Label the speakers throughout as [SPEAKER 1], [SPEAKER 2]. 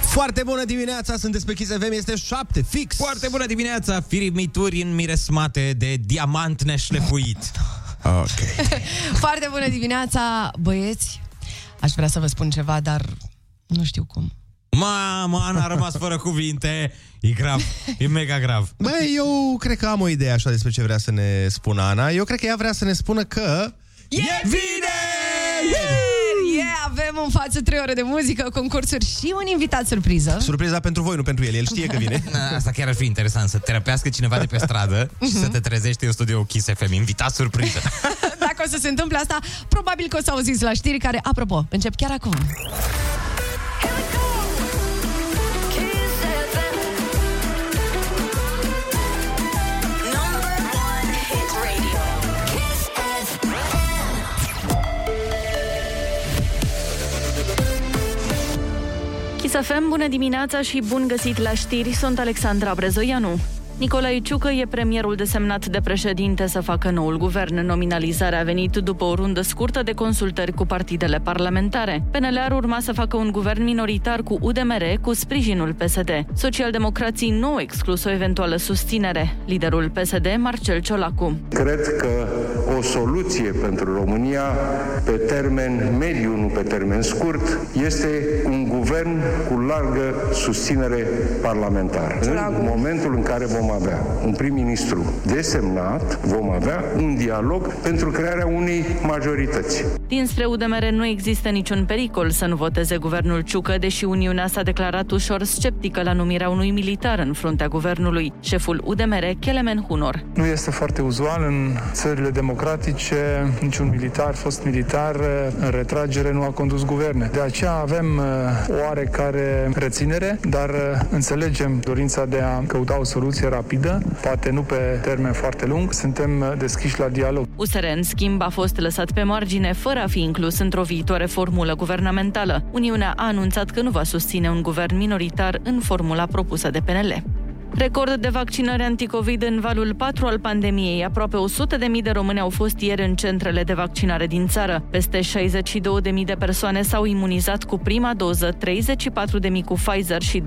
[SPEAKER 1] Foarte bună dimineața, sunteți pe Kiss FM, este 7 fix.
[SPEAKER 2] Foarte bună dimineața, firimituri înmiresmate de diamant neșlefuit.
[SPEAKER 1] Ok.
[SPEAKER 3] Foarte bună dimineața, băieți. Aș vrea să vă spun ceva, dar nu știu cum.
[SPEAKER 2] Mama, Ana a rămas fără cuvinte. E grav, e mega grav.
[SPEAKER 1] Băi, eu cred că am o idee așa despre ce vrea să ne spună Ana. Eu cred că ea vrea să ne spună că...
[SPEAKER 3] E
[SPEAKER 1] vineri!
[SPEAKER 3] Yeah, avem în față 3 ore de muzică, concursuri și un invitat surpriză.
[SPEAKER 1] Surpriza pentru voi, nu pentru el. El știe că vine.
[SPEAKER 2] Na, Asta chiar ar fi interesant, să terapească cineva de pe stradă și să te trezești în studioul Kiss FM. Invitat surpriză.
[SPEAKER 3] Dacă o să se întâmple asta, probabil că o să auziți la știri care, apropo, încep chiar acum.
[SPEAKER 4] Number one hit radio. Kiss FM.
[SPEAKER 5] Chisafem, bună dimineața și bun găsit la știri, sunt Alexandra Brezoianu. Nicolae Ciucă e premierul desemnat de președinte să facă noul guvern. Nominalizarea a venit după o rundă scurtă de consultări cu partidele parlamentare. PNL ar urma să facă un guvern minoritar cu UDMR cu sprijinul PSD. Socialdemocrații nu au exclus o eventuală susținere. Liderul PSD, Marcel Ciolacu.
[SPEAKER 6] Cred că o soluție pentru România pe termen mediu, nu pe termen scurt, este un guvern cu largă susținere parlamentară. În momentul în care vom avea un prim-ministru desemnat, vom avea un dialog pentru crearea unei majorități.
[SPEAKER 5] Dinspre UDMR nu există niciun pericol să nu voteze guvernul Ciucă, deși Uniunea s-a declarat ușor sceptică la numirea unui militar în fruntea guvernului, șeful UDMR, Kelemen Hunor.
[SPEAKER 7] Nu este foarte uzual în țările democratice niciun militar, fost militar, în retragere nu a condus guverne. De aceea avem uh, oarecare reținere, dar uh, înțelegem dorința de a căuta o soluție rapidă, poate nu pe termen foarte lung. Suntem uh, deschiși la dialog.
[SPEAKER 5] USR, în schimb, a fost lăsat pe margine fără a fi inclus într-o viitoare formulă guvernamentală. Uniunea a anunțat că nu va susține un guvern minoritar în formula propusă de PNL. Record de vaccinări anticovid în valul 4 al pandemiei. Aproape 100.000 de români au fost ieri în centrele de vaccinare din țară. Peste 62.000 de persoane s-au imunizat cu prima doză, 34.000 cu Pfizer și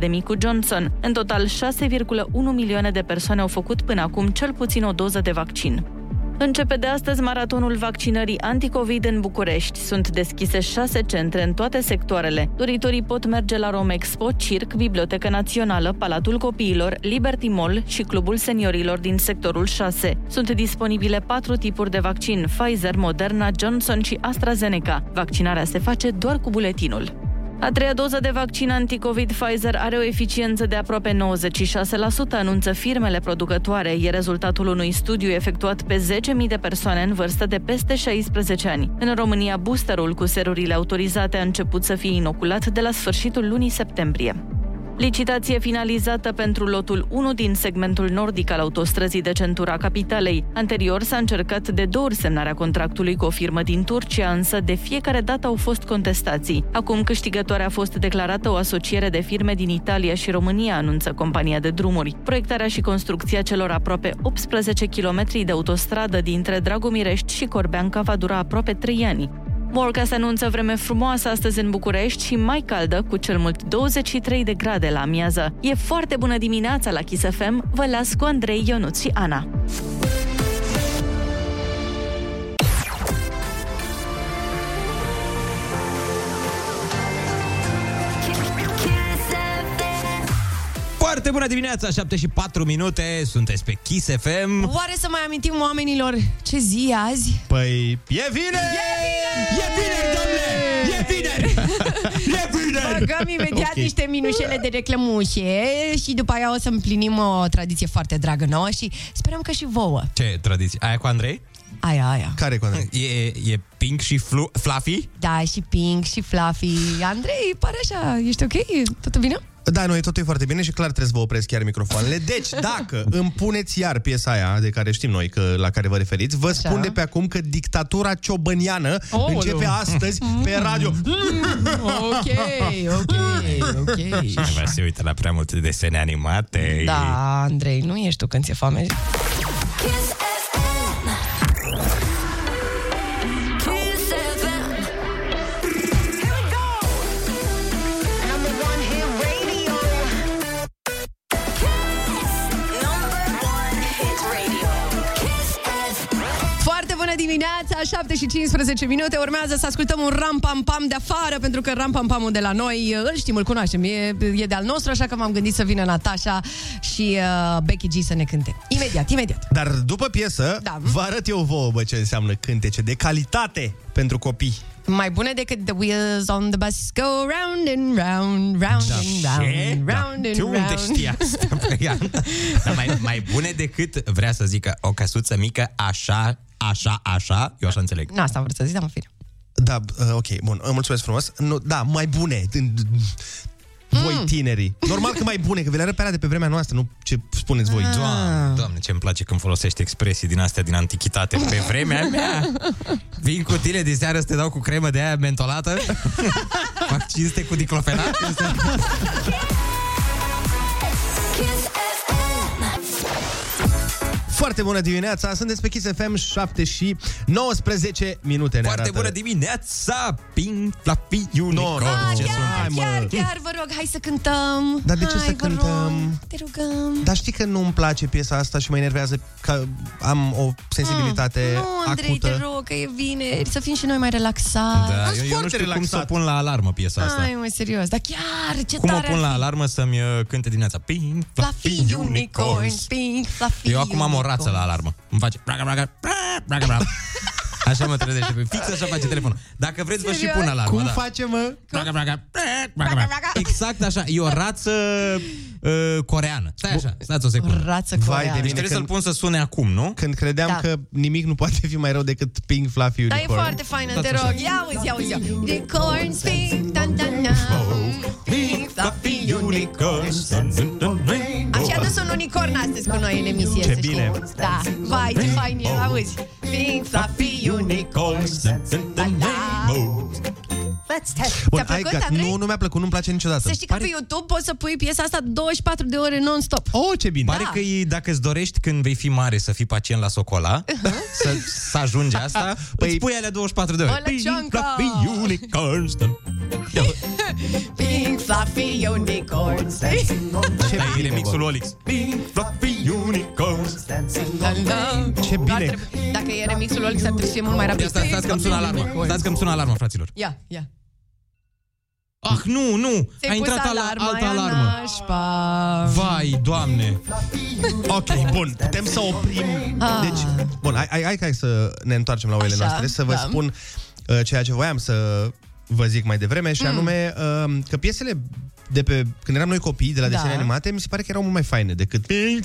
[SPEAKER 5] 27.000 cu Johnson. În total, 6,1 milioane de persoane au făcut până acum cel puțin o doză de vaccin. Începe de astăzi maratonul vaccinării anticovid în București. Sunt deschise șase centre în toate sectoarele. Doritorii pot merge la Romexpo, Circ, Biblioteca Națională, Palatul Copiilor, Liberty Mall și Clubul Seniorilor din sectorul 6. Sunt disponibile patru tipuri de vaccin, Pfizer, Moderna, Johnson și AstraZeneca. Vaccinarea se face doar cu buletinul. A treia doză de vaccin anticovid Pfizer are o eficiență de aproape 96%, anunță firmele producătoare. E rezultatul unui studiu efectuat pe 10.000 de persoane în vârstă de peste 16 ani. În România, boosterul cu serurile autorizate a început să fie inoculat de la sfârșitul lunii septembrie. Licitație finalizată pentru lotul 1 din segmentul nordic al autostrăzii de centura capitalei. Anterior s-a încercat de două ori semnarea contractului cu o firmă din Turcia, însă de fiecare dată au fost contestații. Acum câștigătoare a fost declarată o asociere de firme din Italia și România, anunță compania de drumuri. Proiectarea și construcția celor aproape 18 km de autostradă dintre Dragomirești și Corbeanca va dura aproape 3 ani. Morca se anunță vreme frumoasă astăzi în București și mai caldă, cu cel mult 23 de grade la amiază. E foarte bună dimineața la Kiss FM, vă las cu Andrei, Ionut și Ana.
[SPEAKER 4] Kiss FM.
[SPEAKER 2] Foarte bună dimineața, 7 și 4 minute, sunteți pe Kiss FM.
[SPEAKER 3] Oare să mai amintim oamenilor ce zi e azi?
[SPEAKER 1] Păi, e vineri!
[SPEAKER 2] E vineri, domnule! E vineri! E vineri!
[SPEAKER 3] Băgăm imediat
[SPEAKER 1] Ok.
[SPEAKER 3] okay. niște minușele de reclămușe și după aia o să împlinim o tradiție foarte dragă nouă și sperăm că și vouă.
[SPEAKER 2] Ce tradiție? Aia cu Andrei?
[SPEAKER 3] Aia, aia.
[SPEAKER 1] Care cu Andrei?
[SPEAKER 2] E, e pink și flu- fluffy?
[SPEAKER 3] Da, și Pink, și Fluffy. Andrei, pare așa, ești ok? Totul bine?
[SPEAKER 1] Da, noi totul e foarte bine și clar trebuie să vă opresc chiar microfoanele. Deci, dacă îmi puneți iar piesa aia de care știm noi că, la care vă referiți, vă
[SPEAKER 3] Da.
[SPEAKER 1] spun de pe acum că dictatura ciobăniană
[SPEAKER 3] Aoleu.
[SPEAKER 1] începe astăzi pe
[SPEAKER 2] Mm.
[SPEAKER 1] radio.
[SPEAKER 3] Mm, Ok, ok, ok.
[SPEAKER 2] Cineva se uită la prea multe desene animate.
[SPEAKER 3] Da, Andrei, nu ești tu când ți-e foame.
[SPEAKER 4] Kiss FM. Kiss FM. Here we go. Number one
[SPEAKER 3] 7 și 15 minute urmează să ascultăm un ram-pam-pam de afară, pentru că ram-pam-pamul de la noi uh, îl știm, îl cunoaștem, e, e de-al nostru, așa că m-am gândit să vină Natasha și uh, Becky G să ne cânte. Imediat, imediat.
[SPEAKER 1] Dar după piesă,
[SPEAKER 3] Da.
[SPEAKER 1] da. vă arăt eu vouă bă, ce înseamnă cântece de calitate pentru copii.
[SPEAKER 3] Mai bune decât The Wheels on the Bus Go round and round, round da. and round,
[SPEAKER 2] Da.
[SPEAKER 3] round and
[SPEAKER 2] Tu unde
[SPEAKER 3] round.
[SPEAKER 2] știi asta, Brian? Dar mai, mai bune decât vrea să zică o căsuță mică, așa, așa, așa, eu așa înțeleg.
[SPEAKER 3] Na, asta vreau să zic, dar mă fire.
[SPEAKER 1] Da, uh, ok, bun, uh, mulțumesc frumos. Nu, da, mai bune. Voi
[SPEAKER 2] Mm.
[SPEAKER 1] tinerii. Normal că mai bune, că vi le arăt pe alea de pe vremea noastră, nu ce spuneți voi.
[SPEAKER 2] Ah. Doamne, doamne, ce-mi place când folosești expresii din astea din antichitate. Pe vremea mea vin cu tine de seară să te dau cu cremă de aia mentolată, fac cinste cu diclofenac.
[SPEAKER 4] Kiss FM.
[SPEAKER 1] Foarte bună dimineața, sunteți pe Kiss FM 7 și 19 minute ne
[SPEAKER 2] Foarte
[SPEAKER 1] arată.
[SPEAKER 2] bună dimineața, ping, flapi, unicorn.
[SPEAKER 1] nu,
[SPEAKER 2] ce
[SPEAKER 1] chiar.
[SPEAKER 2] sunt?
[SPEAKER 1] Hai, mă.
[SPEAKER 3] Chiar, chiar, vă rog, hai să cântăm.
[SPEAKER 1] Dar de ce
[SPEAKER 3] hai,
[SPEAKER 1] să
[SPEAKER 3] vă Rog,
[SPEAKER 1] cântăm?
[SPEAKER 3] te rugăm.
[SPEAKER 1] Dar știi că nu-mi place piesa asta și mă enervează că am o sensibilitate
[SPEAKER 3] Ah, nu, Andrei,
[SPEAKER 1] acută.
[SPEAKER 3] te rog, că e vineri, să fim și noi mai relaxați.
[SPEAKER 2] Da,
[SPEAKER 1] Sunt
[SPEAKER 2] eu, eu nu
[SPEAKER 1] foarte
[SPEAKER 2] știu cum să
[SPEAKER 1] relaxat.
[SPEAKER 2] o pun la alarmă piesa asta.
[SPEAKER 3] Hai, mă, serios, dar chiar, ce
[SPEAKER 2] Cum o
[SPEAKER 3] tare
[SPEAKER 2] pun
[SPEAKER 3] ar
[SPEAKER 2] la
[SPEAKER 3] fi.
[SPEAKER 2] alarmă să-mi uh, cânte dimineața? Ping, fluffy,
[SPEAKER 3] Fluffy unicorns,
[SPEAKER 2] unicorns.
[SPEAKER 3] pink, fluffy
[SPEAKER 2] Eu acum am o rață la alarmă. Îmi face braga, braga, braga, braga, braga. Așa mă trezește. pe- Fix așa face telefonul. Dacă vreți, vă și
[SPEAKER 3] Serios?
[SPEAKER 2] pun alarma.
[SPEAKER 1] Cum
[SPEAKER 2] da.
[SPEAKER 1] face, mă?
[SPEAKER 2] Braga, braga, braga, braga, braga. Exact așa. E o rață uh, coreană. Stai așa, stați o
[SPEAKER 3] unicorn.
[SPEAKER 2] secundă.
[SPEAKER 3] Rață
[SPEAKER 1] Vai
[SPEAKER 3] coreană.
[SPEAKER 1] de
[SPEAKER 2] Deci
[SPEAKER 1] mine.
[SPEAKER 2] trebuie
[SPEAKER 1] când-
[SPEAKER 2] să-l pun să sune acum, nu?
[SPEAKER 1] Când credeam
[SPEAKER 3] Da.
[SPEAKER 1] că nimic nu poate fi mai rău decât Pink Fluffy
[SPEAKER 3] Da, e
[SPEAKER 1] Unicorn.
[SPEAKER 3] foarte faină, te
[SPEAKER 2] Stați
[SPEAKER 3] rog. Ia uzi, ia uzi, ia uzi. Unicorns, pink, dan, dan, dan. Pink, fluffy, unicorns. Am și adus un unicorn astăzi cu noi în emisie,
[SPEAKER 1] Ce
[SPEAKER 3] să știi.
[SPEAKER 1] bine.
[SPEAKER 3] Da, vai, ce fain e, auzi. Pink, fluffy, unicorns. Dan, dan.
[SPEAKER 1] Bun,
[SPEAKER 3] Ți-a
[SPEAKER 1] ai
[SPEAKER 3] plăcut,
[SPEAKER 1] gat.
[SPEAKER 3] Andrei?
[SPEAKER 1] Nu, nu mi-a plăcut, nu-mi place niciodată.
[SPEAKER 3] Să știi că pe YouTube poți să pui piesa asta 24 de ore non-stop.
[SPEAKER 1] Oh, ce bine!
[SPEAKER 2] Pare că e- dacă îți dorești când vei fi mare să fii pacient la Socola, să, să ajungi asta,
[SPEAKER 1] Păi-
[SPEAKER 2] păi îți pui alea 24 de
[SPEAKER 3] Olă,
[SPEAKER 2] ore.
[SPEAKER 3] Cionca!
[SPEAKER 2] Fluffy unicorns. Ia bă,
[SPEAKER 3] Pink, fluffy, unicorns.
[SPEAKER 1] ce
[SPEAKER 2] Dar Da, e
[SPEAKER 1] bine,
[SPEAKER 2] remixul
[SPEAKER 1] bă.
[SPEAKER 2] Olix. Fluffy unicorns.
[SPEAKER 3] Dan, dan.
[SPEAKER 1] Ce
[SPEAKER 3] Ar
[SPEAKER 1] bine!
[SPEAKER 3] trebui- Dacă e remixul ăla, ar trebui să fie mult mai rapid.
[SPEAKER 2] Ia stați, stați că-mi sună alarma. Stați că-mi sună alarma, fraților.
[SPEAKER 3] Ia, ia.
[SPEAKER 2] Ah, nu, nu!
[SPEAKER 3] Ți-ai
[SPEAKER 2] A
[SPEAKER 3] pus
[SPEAKER 2] intrat ala,
[SPEAKER 3] alarma,
[SPEAKER 2] altă
[SPEAKER 3] ia
[SPEAKER 2] alarmă.
[SPEAKER 3] nașpa.
[SPEAKER 2] Vai, doamne!
[SPEAKER 1] Ok, bun, putem să oprim. Deci, bun, hai, hai, hai, hai să ne întoarcem la oile
[SPEAKER 3] Ah. Așa,
[SPEAKER 1] noastre, să vă
[SPEAKER 3] da.
[SPEAKER 1] spun uh, ceea ce voiam să vă zic mai devreme,
[SPEAKER 3] Mm.
[SPEAKER 1] și anume uh, că piesele de pe când eram noi copii, de la
[SPEAKER 3] Da.
[SPEAKER 1] desene animate, mi se pare că erau mult mai faine decât...
[SPEAKER 3] Păi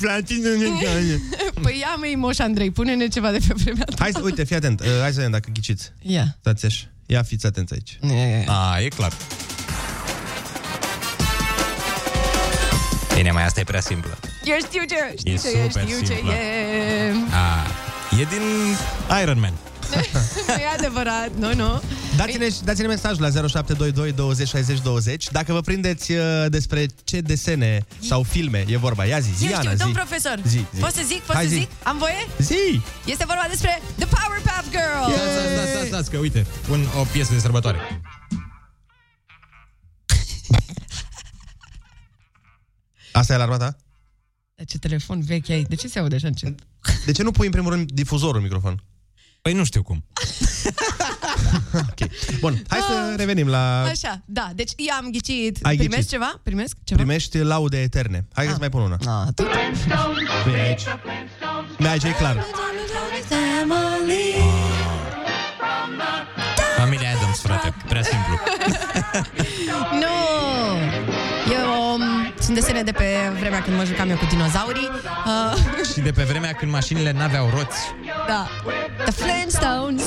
[SPEAKER 3] ia mei moș Andrei, pune-ne ceva de pe vremea ta.
[SPEAKER 1] Hai să, uite, fii atent, uh, hai să vedem dacă ghiciți.
[SPEAKER 3] Ia.
[SPEAKER 1] Stați așa, ia fiți atenți aici.
[SPEAKER 2] A, e clar. Bine, mai asta e prea simplă.
[SPEAKER 3] Eu știu ce, știu
[SPEAKER 2] E
[SPEAKER 3] ce, e,
[SPEAKER 2] super
[SPEAKER 3] știu ce
[SPEAKER 2] simplă.
[SPEAKER 3] e.
[SPEAKER 2] A, e din Iron Man.
[SPEAKER 3] Nu e adevărat, nu, nu.
[SPEAKER 1] Dați-ne, dați-ne mesaj la 0722 20 60 20 dacă vă prindeți uh, despre ce desene sau filme e vorba. Ia zi, zi,
[SPEAKER 3] Eu
[SPEAKER 1] Ana,
[SPEAKER 3] știu,
[SPEAKER 1] zi.
[SPEAKER 3] domn profesor.
[SPEAKER 1] Zi, zi.
[SPEAKER 3] Pot să zic, pot
[SPEAKER 1] Hai,
[SPEAKER 3] să
[SPEAKER 1] zi.
[SPEAKER 3] zic? Am voie?
[SPEAKER 1] Zi!
[SPEAKER 3] Este vorba despre The Powerpuff Girls.
[SPEAKER 2] Stați, stați, stați, stați, stați, că uite, pun o piesă de sărbătoare.
[SPEAKER 1] Asta e alarma ta?
[SPEAKER 3] Ce telefon vechi ai, de ce se aude așa încet?
[SPEAKER 1] De ce nu pui în primul rând difuzorul în microfon?
[SPEAKER 2] Păi nu știu cum.
[SPEAKER 1] Bun, hai să
[SPEAKER 2] Ah.
[SPEAKER 1] revenim la...
[SPEAKER 3] Așa, da, deci eu am ghicit.
[SPEAKER 1] Ai
[SPEAKER 3] Primesc
[SPEAKER 1] ghicit.
[SPEAKER 3] ceva? Primesc ceva?
[SPEAKER 1] Primești laude eterne. Hai că să mai pun una.
[SPEAKER 3] Ah, tu...
[SPEAKER 1] Nu e aici. Da, aici e clar.
[SPEAKER 2] Familia Adams, frate, prea simplu.
[SPEAKER 3] Nu! Eu um, sunt desene de pe vremea când mă jucam eu cu dinozaurii. Uh,
[SPEAKER 2] Și de pe vremea când mașinile n-aveau roți.
[SPEAKER 3] da. The Flintstones.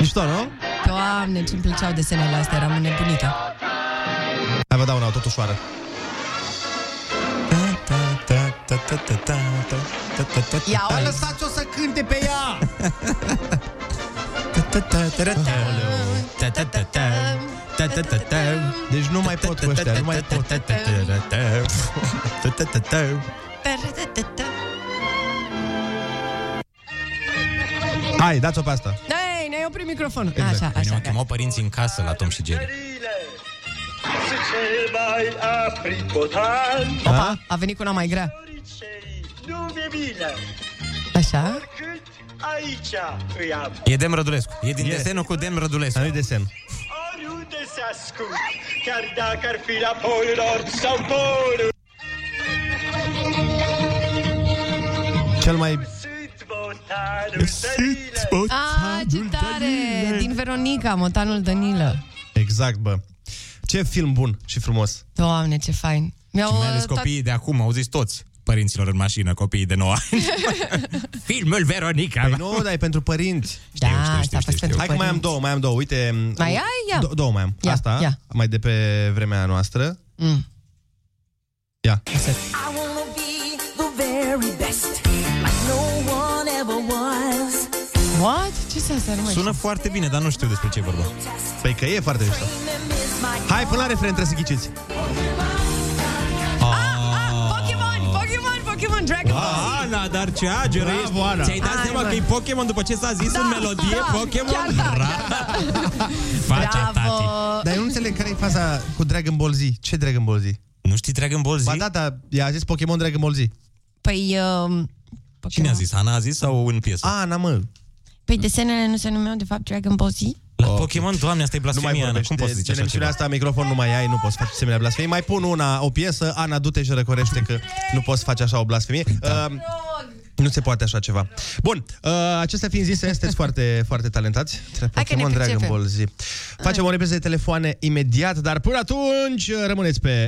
[SPEAKER 1] Mișto, nu?
[SPEAKER 3] Doamne, ce-mi plăceau desenele astea, eram nebunită.
[SPEAKER 1] Hai vă dau una, tot ușoară.
[SPEAKER 3] Ia
[SPEAKER 1] Dar
[SPEAKER 3] o
[SPEAKER 1] lăsați-o să cânte pe ea! Deci nu mai pot cu ăștia, nu mai pot. Hai, dați-o pe asta.
[SPEAKER 3] Ei, ne-ai oprit microfonul.
[SPEAKER 1] Exact.
[SPEAKER 3] Așa,
[SPEAKER 2] Bine, mă
[SPEAKER 3] așa. gata.
[SPEAKER 2] chemau părinții în casă la Tom și Jerry.
[SPEAKER 8] cel mai apricotan
[SPEAKER 1] Opa!
[SPEAKER 3] A venit cu una mai grea.
[SPEAKER 8] Nu mi-e bine
[SPEAKER 3] Așa?
[SPEAKER 8] Aici îi am.
[SPEAKER 2] E Dem Rădulescu. E din
[SPEAKER 1] E.
[SPEAKER 2] desenul cu Dem Rădulescu.
[SPEAKER 1] Dar nu-i desen.
[SPEAKER 8] Oriunde se ascund, chiar dacă ar fi la polul nord sau polul
[SPEAKER 1] Cel mai...
[SPEAKER 8] sunt botanul tările.
[SPEAKER 3] A, ce tare! Din Veronica, Motanul Danilă.
[SPEAKER 1] Exact, bă. Ce film bun și frumos.
[SPEAKER 3] Doamne, ce fain! Mi-au
[SPEAKER 2] Și mai ales
[SPEAKER 3] uh, toat-
[SPEAKER 2] copiii de acum, au zis toți părinților în mașină, copiii de 9 ani. Filmul Veronica.
[SPEAKER 1] Păi nu, dar e pentru părinți.
[SPEAKER 3] Da,
[SPEAKER 2] știu, știu,
[SPEAKER 3] asta a
[SPEAKER 2] știu,
[SPEAKER 3] fost
[SPEAKER 2] știu.
[SPEAKER 3] pentru
[SPEAKER 1] Hai că mai am
[SPEAKER 3] părinți.
[SPEAKER 1] două, mai am două. Uite,
[SPEAKER 3] Mai ai? Ia.
[SPEAKER 1] dou- două mai am.
[SPEAKER 3] Ia,
[SPEAKER 1] Asta,
[SPEAKER 3] ia.
[SPEAKER 1] mai de pe vremea noastră.
[SPEAKER 3] Mm.
[SPEAKER 1] Ia.
[SPEAKER 4] I wanna be the very best, like no one ever was.
[SPEAKER 3] What? Ce se asta? Nu mai
[SPEAKER 2] Sună
[SPEAKER 3] știu.
[SPEAKER 2] foarte bine, dar nu știu despre ce e vorba.
[SPEAKER 1] Păi că e foarte mișto. Hai, până la referen trebuie să ghiciți.
[SPEAKER 3] Ah, Pokémon! Pokémon! Pokémon! Dragon Ball!
[SPEAKER 2] Ah, Ana, dar ce ageră
[SPEAKER 1] Bravo,
[SPEAKER 2] ești.
[SPEAKER 1] Ana.
[SPEAKER 2] Ți-ai dat
[SPEAKER 3] Hai,
[SPEAKER 2] seama
[SPEAKER 3] mă.
[SPEAKER 2] că e Pokémon după ce s-a zis în melodie
[SPEAKER 3] da, chiar
[SPEAKER 2] Pokémon?
[SPEAKER 3] da,
[SPEAKER 2] Ra- Face
[SPEAKER 3] Bravo!
[SPEAKER 2] tati.
[SPEAKER 1] Dar eu nu înțeleg care e faza cu Dragon Ball Z. Ce Dragon Ball Z?
[SPEAKER 2] Nu știi Dragon Ball Z?
[SPEAKER 1] Ba da, da, i-a zis Pokémon Dragon Ball Z.
[SPEAKER 3] Păi... Uh,
[SPEAKER 2] Cine a zis? Ana a zis sau în piesă?
[SPEAKER 1] A, n-am mă.
[SPEAKER 3] Păi desenele nu se numeau de fapt Dragon Ball Z?
[SPEAKER 2] La Pokémon, doamne, asta e
[SPEAKER 1] Nu mai
[SPEAKER 2] blasfemie, Ana.
[SPEAKER 1] vorbești.
[SPEAKER 2] Cum poți să
[SPEAKER 1] De-
[SPEAKER 2] zici
[SPEAKER 1] În
[SPEAKER 2] așa
[SPEAKER 1] emisiunea
[SPEAKER 2] ceva?
[SPEAKER 1] asta microfon nu mai ai, nu poți face asemenea blasfemie. Mai pun una, o piesă, Ana, du-te și răcorește că nu poți face așa o blasfemie.
[SPEAKER 2] Da.
[SPEAKER 1] Uh, nu se poate așa ceva. Bun, uh, acestea fiind zise, sunteți foarte, foarte talentați.
[SPEAKER 3] Hai că ne
[SPEAKER 1] Pokémon Dragon
[SPEAKER 3] pricepem.
[SPEAKER 1] Ball Z. Facem o repriză de telefoane imediat, dar până atunci uh, rămâneți pe...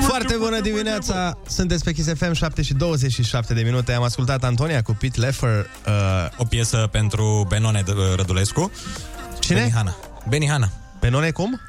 [SPEAKER 1] Foarte bună dimineața! Sunteți pe Kiss FM 7 și 27 de minute. Am ascultat Antonia cu Pete Leffer. Uh,
[SPEAKER 2] O piesă pentru Benone de- Rădulescu.
[SPEAKER 1] Cine?
[SPEAKER 2] Benihana. Benihana.
[SPEAKER 1] Benone cum?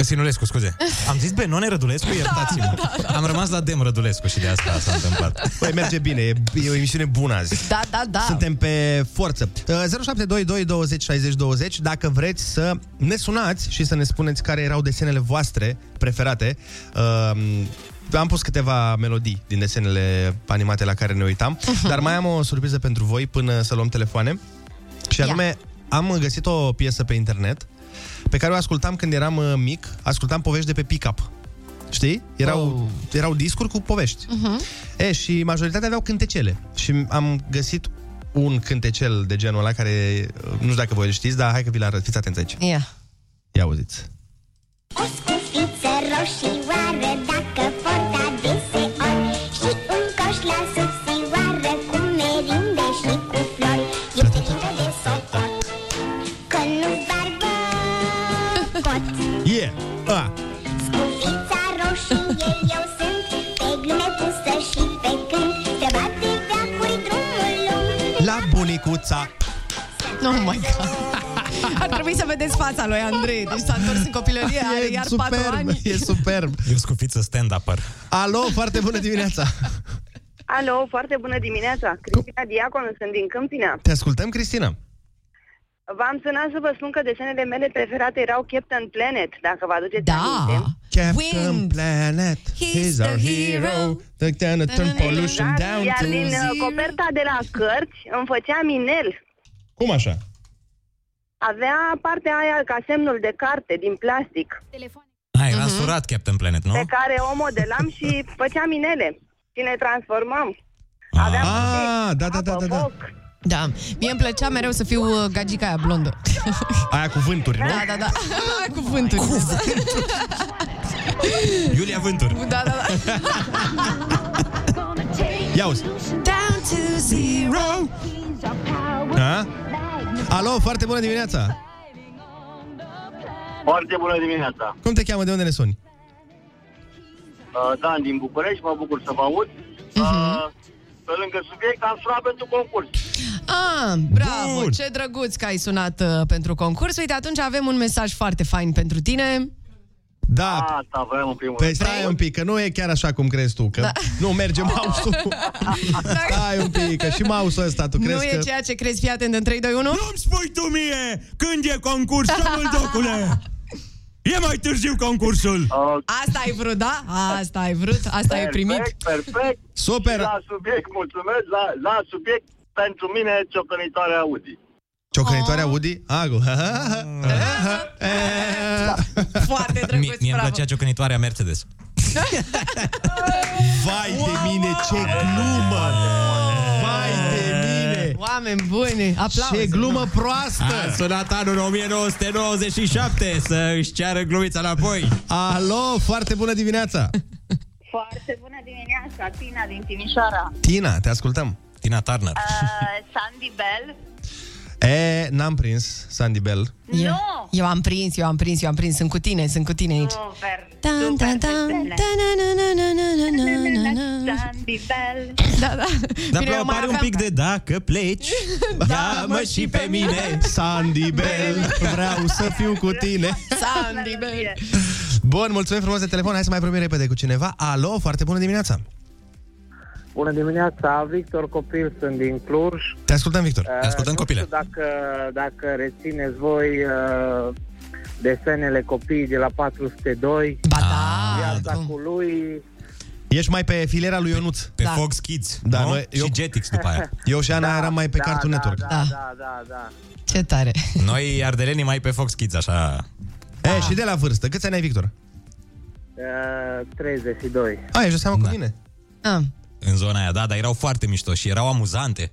[SPEAKER 2] Sinulescu, scuze. Am zis Benone
[SPEAKER 3] Da.
[SPEAKER 2] Rădulescu, iertați-mă. Am rămas la Dem Rădulescu și de asta s-a întâmplat.
[SPEAKER 1] Păi merge bine, e, e o emisiune bună azi.
[SPEAKER 3] Da, da, da!
[SPEAKER 1] Suntem pe forță. Uh, 0722 20 60 20 dacă vreți să ne sunați și să ne spuneți care erau desenele voastre preferate. Uh, am pus câteva melodii din desenele animate la care ne uitam, dar mai am o surpriză pentru voi până să luăm telefoane. Și
[SPEAKER 3] Ia.
[SPEAKER 1] anume, am găsit o piesă pe internet pe care o ascultam când eram uh, mic, ascultam povești de pe pick-up. Știi? Erau, oh. erau discuri cu povești. Uh-huh. E, și majoritatea aveau cântecele. Și am găsit un cântecel de genul ăla care, uh, nu știu dacă voi îl știți, dar hai că vi-l arăt. Fiți atenți aici.
[SPEAKER 3] Ia.
[SPEAKER 1] Ia auziți.
[SPEAKER 9] Scufiță roșioară Dacă port adeseori Și un coș la subțioară Cu merinde și cu flori E plină de socot Că nu barbă pot
[SPEAKER 1] Yeah! Ah.
[SPEAKER 9] Scufița roșie eu sunt Pe glume pusă și pe când Se bate veacuri drumul lung
[SPEAKER 1] La bunicuța!
[SPEAKER 3] Oh my god! Ar trebui să vedeți fața lui Andrei. Deci s-a întors în copilărie, are iar patru
[SPEAKER 1] superb!
[SPEAKER 3] ani.
[SPEAKER 1] E superb!
[SPEAKER 2] Eu scufiță stand-upper.
[SPEAKER 1] Alo, foarte bună dimineața!
[SPEAKER 10] Alo, foarte bună dimineața. Cristina Diaconu, sunt din Câmpina.
[SPEAKER 1] Te ascultăm, Cristina?
[SPEAKER 10] V-am sunat să vă spun că desenele mele preferate erau Captain Planet, dacă vă aduceți
[SPEAKER 3] Da!
[SPEAKER 10] aminte.
[SPEAKER 1] Captain
[SPEAKER 3] Wind!
[SPEAKER 1] Planet, he's,
[SPEAKER 3] He's
[SPEAKER 1] our
[SPEAKER 3] the
[SPEAKER 1] hero.
[SPEAKER 3] hero.
[SPEAKER 1] Take down and turn pollution
[SPEAKER 10] Exact,
[SPEAKER 1] down
[SPEAKER 10] Iar
[SPEAKER 1] to
[SPEAKER 10] din uh,
[SPEAKER 1] zero.
[SPEAKER 10] coperta de la cărți îmi făcea minel.
[SPEAKER 1] Cum așa?
[SPEAKER 10] Avea partea aia ca semnul de carte din plastic,
[SPEAKER 2] Ai,
[SPEAKER 3] Mhm.
[SPEAKER 2] l-am surat Captain Planet, nu?
[SPEAKER 1] Ah.
[SPEAKER 10] pe
[SPEAKER 11] Deci,
[SPEAKER 10] care o modelam și făceam minele și ne transformam. Aveam
[SPEAKER 1] Ah,
[SPEAKER 10] putere,
[SPEAKER 1] da, da, da,
[SPEAKER 10] apă,
[SPEAKER 1] da, da.
[SPEAKER 10] foc.
[SPEAKER 3] Da, mie îmi plăcea mereu să fiu uh, gagica aia blondă.
[SPEAKER 1] Aia cuvânturi, nu?
[SPEAKER 3] Da, da, da. Cuvântul.
[SPEAKER 2] Ah. Iulia Vântur.
[SPEAKER 3] Da, da, da.
[SPEAKER 1] Ia uzi.
[SPEAKER 3] Da, Down to zero. da.
[SPEAKER 1] A? Alo, foarte bună dimineața!
[SPEAKER 8] Foarte bună dimineața.
[SPEAKER 1] Cum te cheamă? De unde ne suni?
[SPEAKER 8] Uh, Dan din București, mă bucur să vă aud.
[SPEAKER 1] Mhm.
[SPEAKER 8] Uh, pe lângă subiect, am sunat pentru concurs.
[SPEAKER 3] Ah, bravo,
[SPEAKER 1] Bun.
[SPEAKER 3] ce drăguț că ai sunat uh, pentru concurs. Uite, atunci avem un mesaj foarte fain pentru tine.
[SPEAKER 1] Da,
[SPEAKER 8] Asta vreau în primul
[SPEAKER 1] pe stai un pic, că nu e chiar așa cum crezi tu, că da. nu merge mouse-ul. Stai un pic, că și mouse-ul ăsta, tu
[SPEAKER 3] Da. nu
[SPEAKER 1] Ah, crezi
[SPEAKER 3] e
[SPEAKER 1] că...
[SPEAKER 3] ceea ce crezi, fii atent în 3, 2, 1.
[SPEAKER 2] Nu-mi spui tu mie când e concursul, docule! E mai târziu concursul!
[SPEAKER 3] Asta ai vrut, da? Asta ai vrut, asta ai primit.
[SPEAKER 8] Perfect, perfect.
[SPEAKER 1] Super!
[SPEAKER 8] La subiect, mulțumesc. La, la subiect, pentru mine, ciocănitoarea Audi.
[SPEAKER 1] Ciocănitoarea
[SPEAKER 3] Oh.
[SPEAKER 1] Woody? Agu.
[SPEAKER 3] Foarte
[SPEAKER 2] Mie
[SPEAKER 3] drăguț,
[SPEAKER 2] mi-mi
[SPEAKER 3] bravo.
[SPEAKER 2] plăcea ciocănitoarea Mercedes.
[SPEAKER 1] Vai de mine, ce glumă! Vai de mine!
[SPEAKER 3] Oameni buni, aplauze.
[SPEAKER 1] Ce glumă
[SPEAKER 3] Da.
[SPEAKER 1] proastă!
[SPEAKER 2] A sunat anul 1997 să își ceară glumița înapoi.
[SPEAKER 1] Alo, foarte bună dimineața!
[SPEAKER 12] Foarte bună dimineața, Tina din Timișoara.
[SPEAKER 1] Tina, te ascultăm!
[SPEAKER 2] Tina Turner.
[SPEAKER 3] Ah.
[SPEAKER 12] Uh, Sandy Bell.
[SPEAKER 1] E, n-am prins Sandy Bell.
[SPEAKER 3] Eu, eu am prins, eu am prins, eu am prins. Sunt cu tine, sunt cu tine aici.
[SPEAKER 12] Super,
[SPEAKER 3] Tan, tan, tan,
[SPEAKER 12] super
[SPEAKER 3] ta-na-na-na-na-na-na-na-na.
[SPEAKER 12] Sandy Bell.
[SPEAKER 3] Da, da.
[SPEAKER 2] Dar
[SPEAKER 3] Bine, eu mai
[SPEAKER 2] apare un
[SPEAKER 3] aveam-
[SPEAKER 2] pic de dacă pleci, ia-mă Da, și pe mine.
[SPEAKER 1] Sandy Bell, vreau să fiu cu tine.
[SPEAKER 3] Sandy Bell.
[SPEAKER 1] Bun, mulțumim frumos de telefon. Hai să mai primim repede cu cineva. Alo, foarte bună dimineața!
[SPEAKER 13] Bună dimineața, Victor Copil, sunt din Cluj.
[SPEAKER 1] Te ascultăm, Victor.
[SPEAKER 2] Te ascultăm,
[SPEAKER 13] Eh, nu
[SPEAKER 2] copile.
[SPEAKER 13] știu dacă, dacă rețineți voi uh, desenele copiii de la 402,
[SPEAKER 3] Ba
[SPEAKER 2] Ah,
[SPEAKER 3] da.
[SPEAKER 13] viața cu lui,
[SPEAKER 1] Ești mai pe filiera lui Ionuț.
[SPEAKER 2] Pe
[SPEAKER 3] Da.
[SPEAKER 2] Fox Kids,
[SPEAKER 1] Da,
[SPEAKER 2] da, nu?
[SPEAKER 1] noi- eu-
[SPEAKER 2] Și Jetix după aia.
[SPEAKER 1] Eu și Ana eram mai pe
[SPEAKER 13] da,
[SPEAKER 1] Cartoon
[SPEAKER 13] da,
[SPEAKER 1] Network.
[SPEAKER 13] Da,
[SPEAKER 3] Da.
[SPEAKER 13] da, da, da, da.
[SPEAKER 3] Ce tare.
[SPEAKER 2] Noi, ardelenii, mai pe Fox Kids, așa.
[SPEAKER 13] da.
[SPEAKER 1] E, Eh, și de la vârstă. Câți ani ai, Victor?
[SPEAKER 13] Uh, 32.
[SPEAKER 1] A, ești de seama
[SPEAKER 2] Da.
[SPEAKER 1] cu mine.
[SPEAKER 3] Ah.
[SPEAKER 2] în zona aia, da, dar erau foarte mișto și erau amuzante.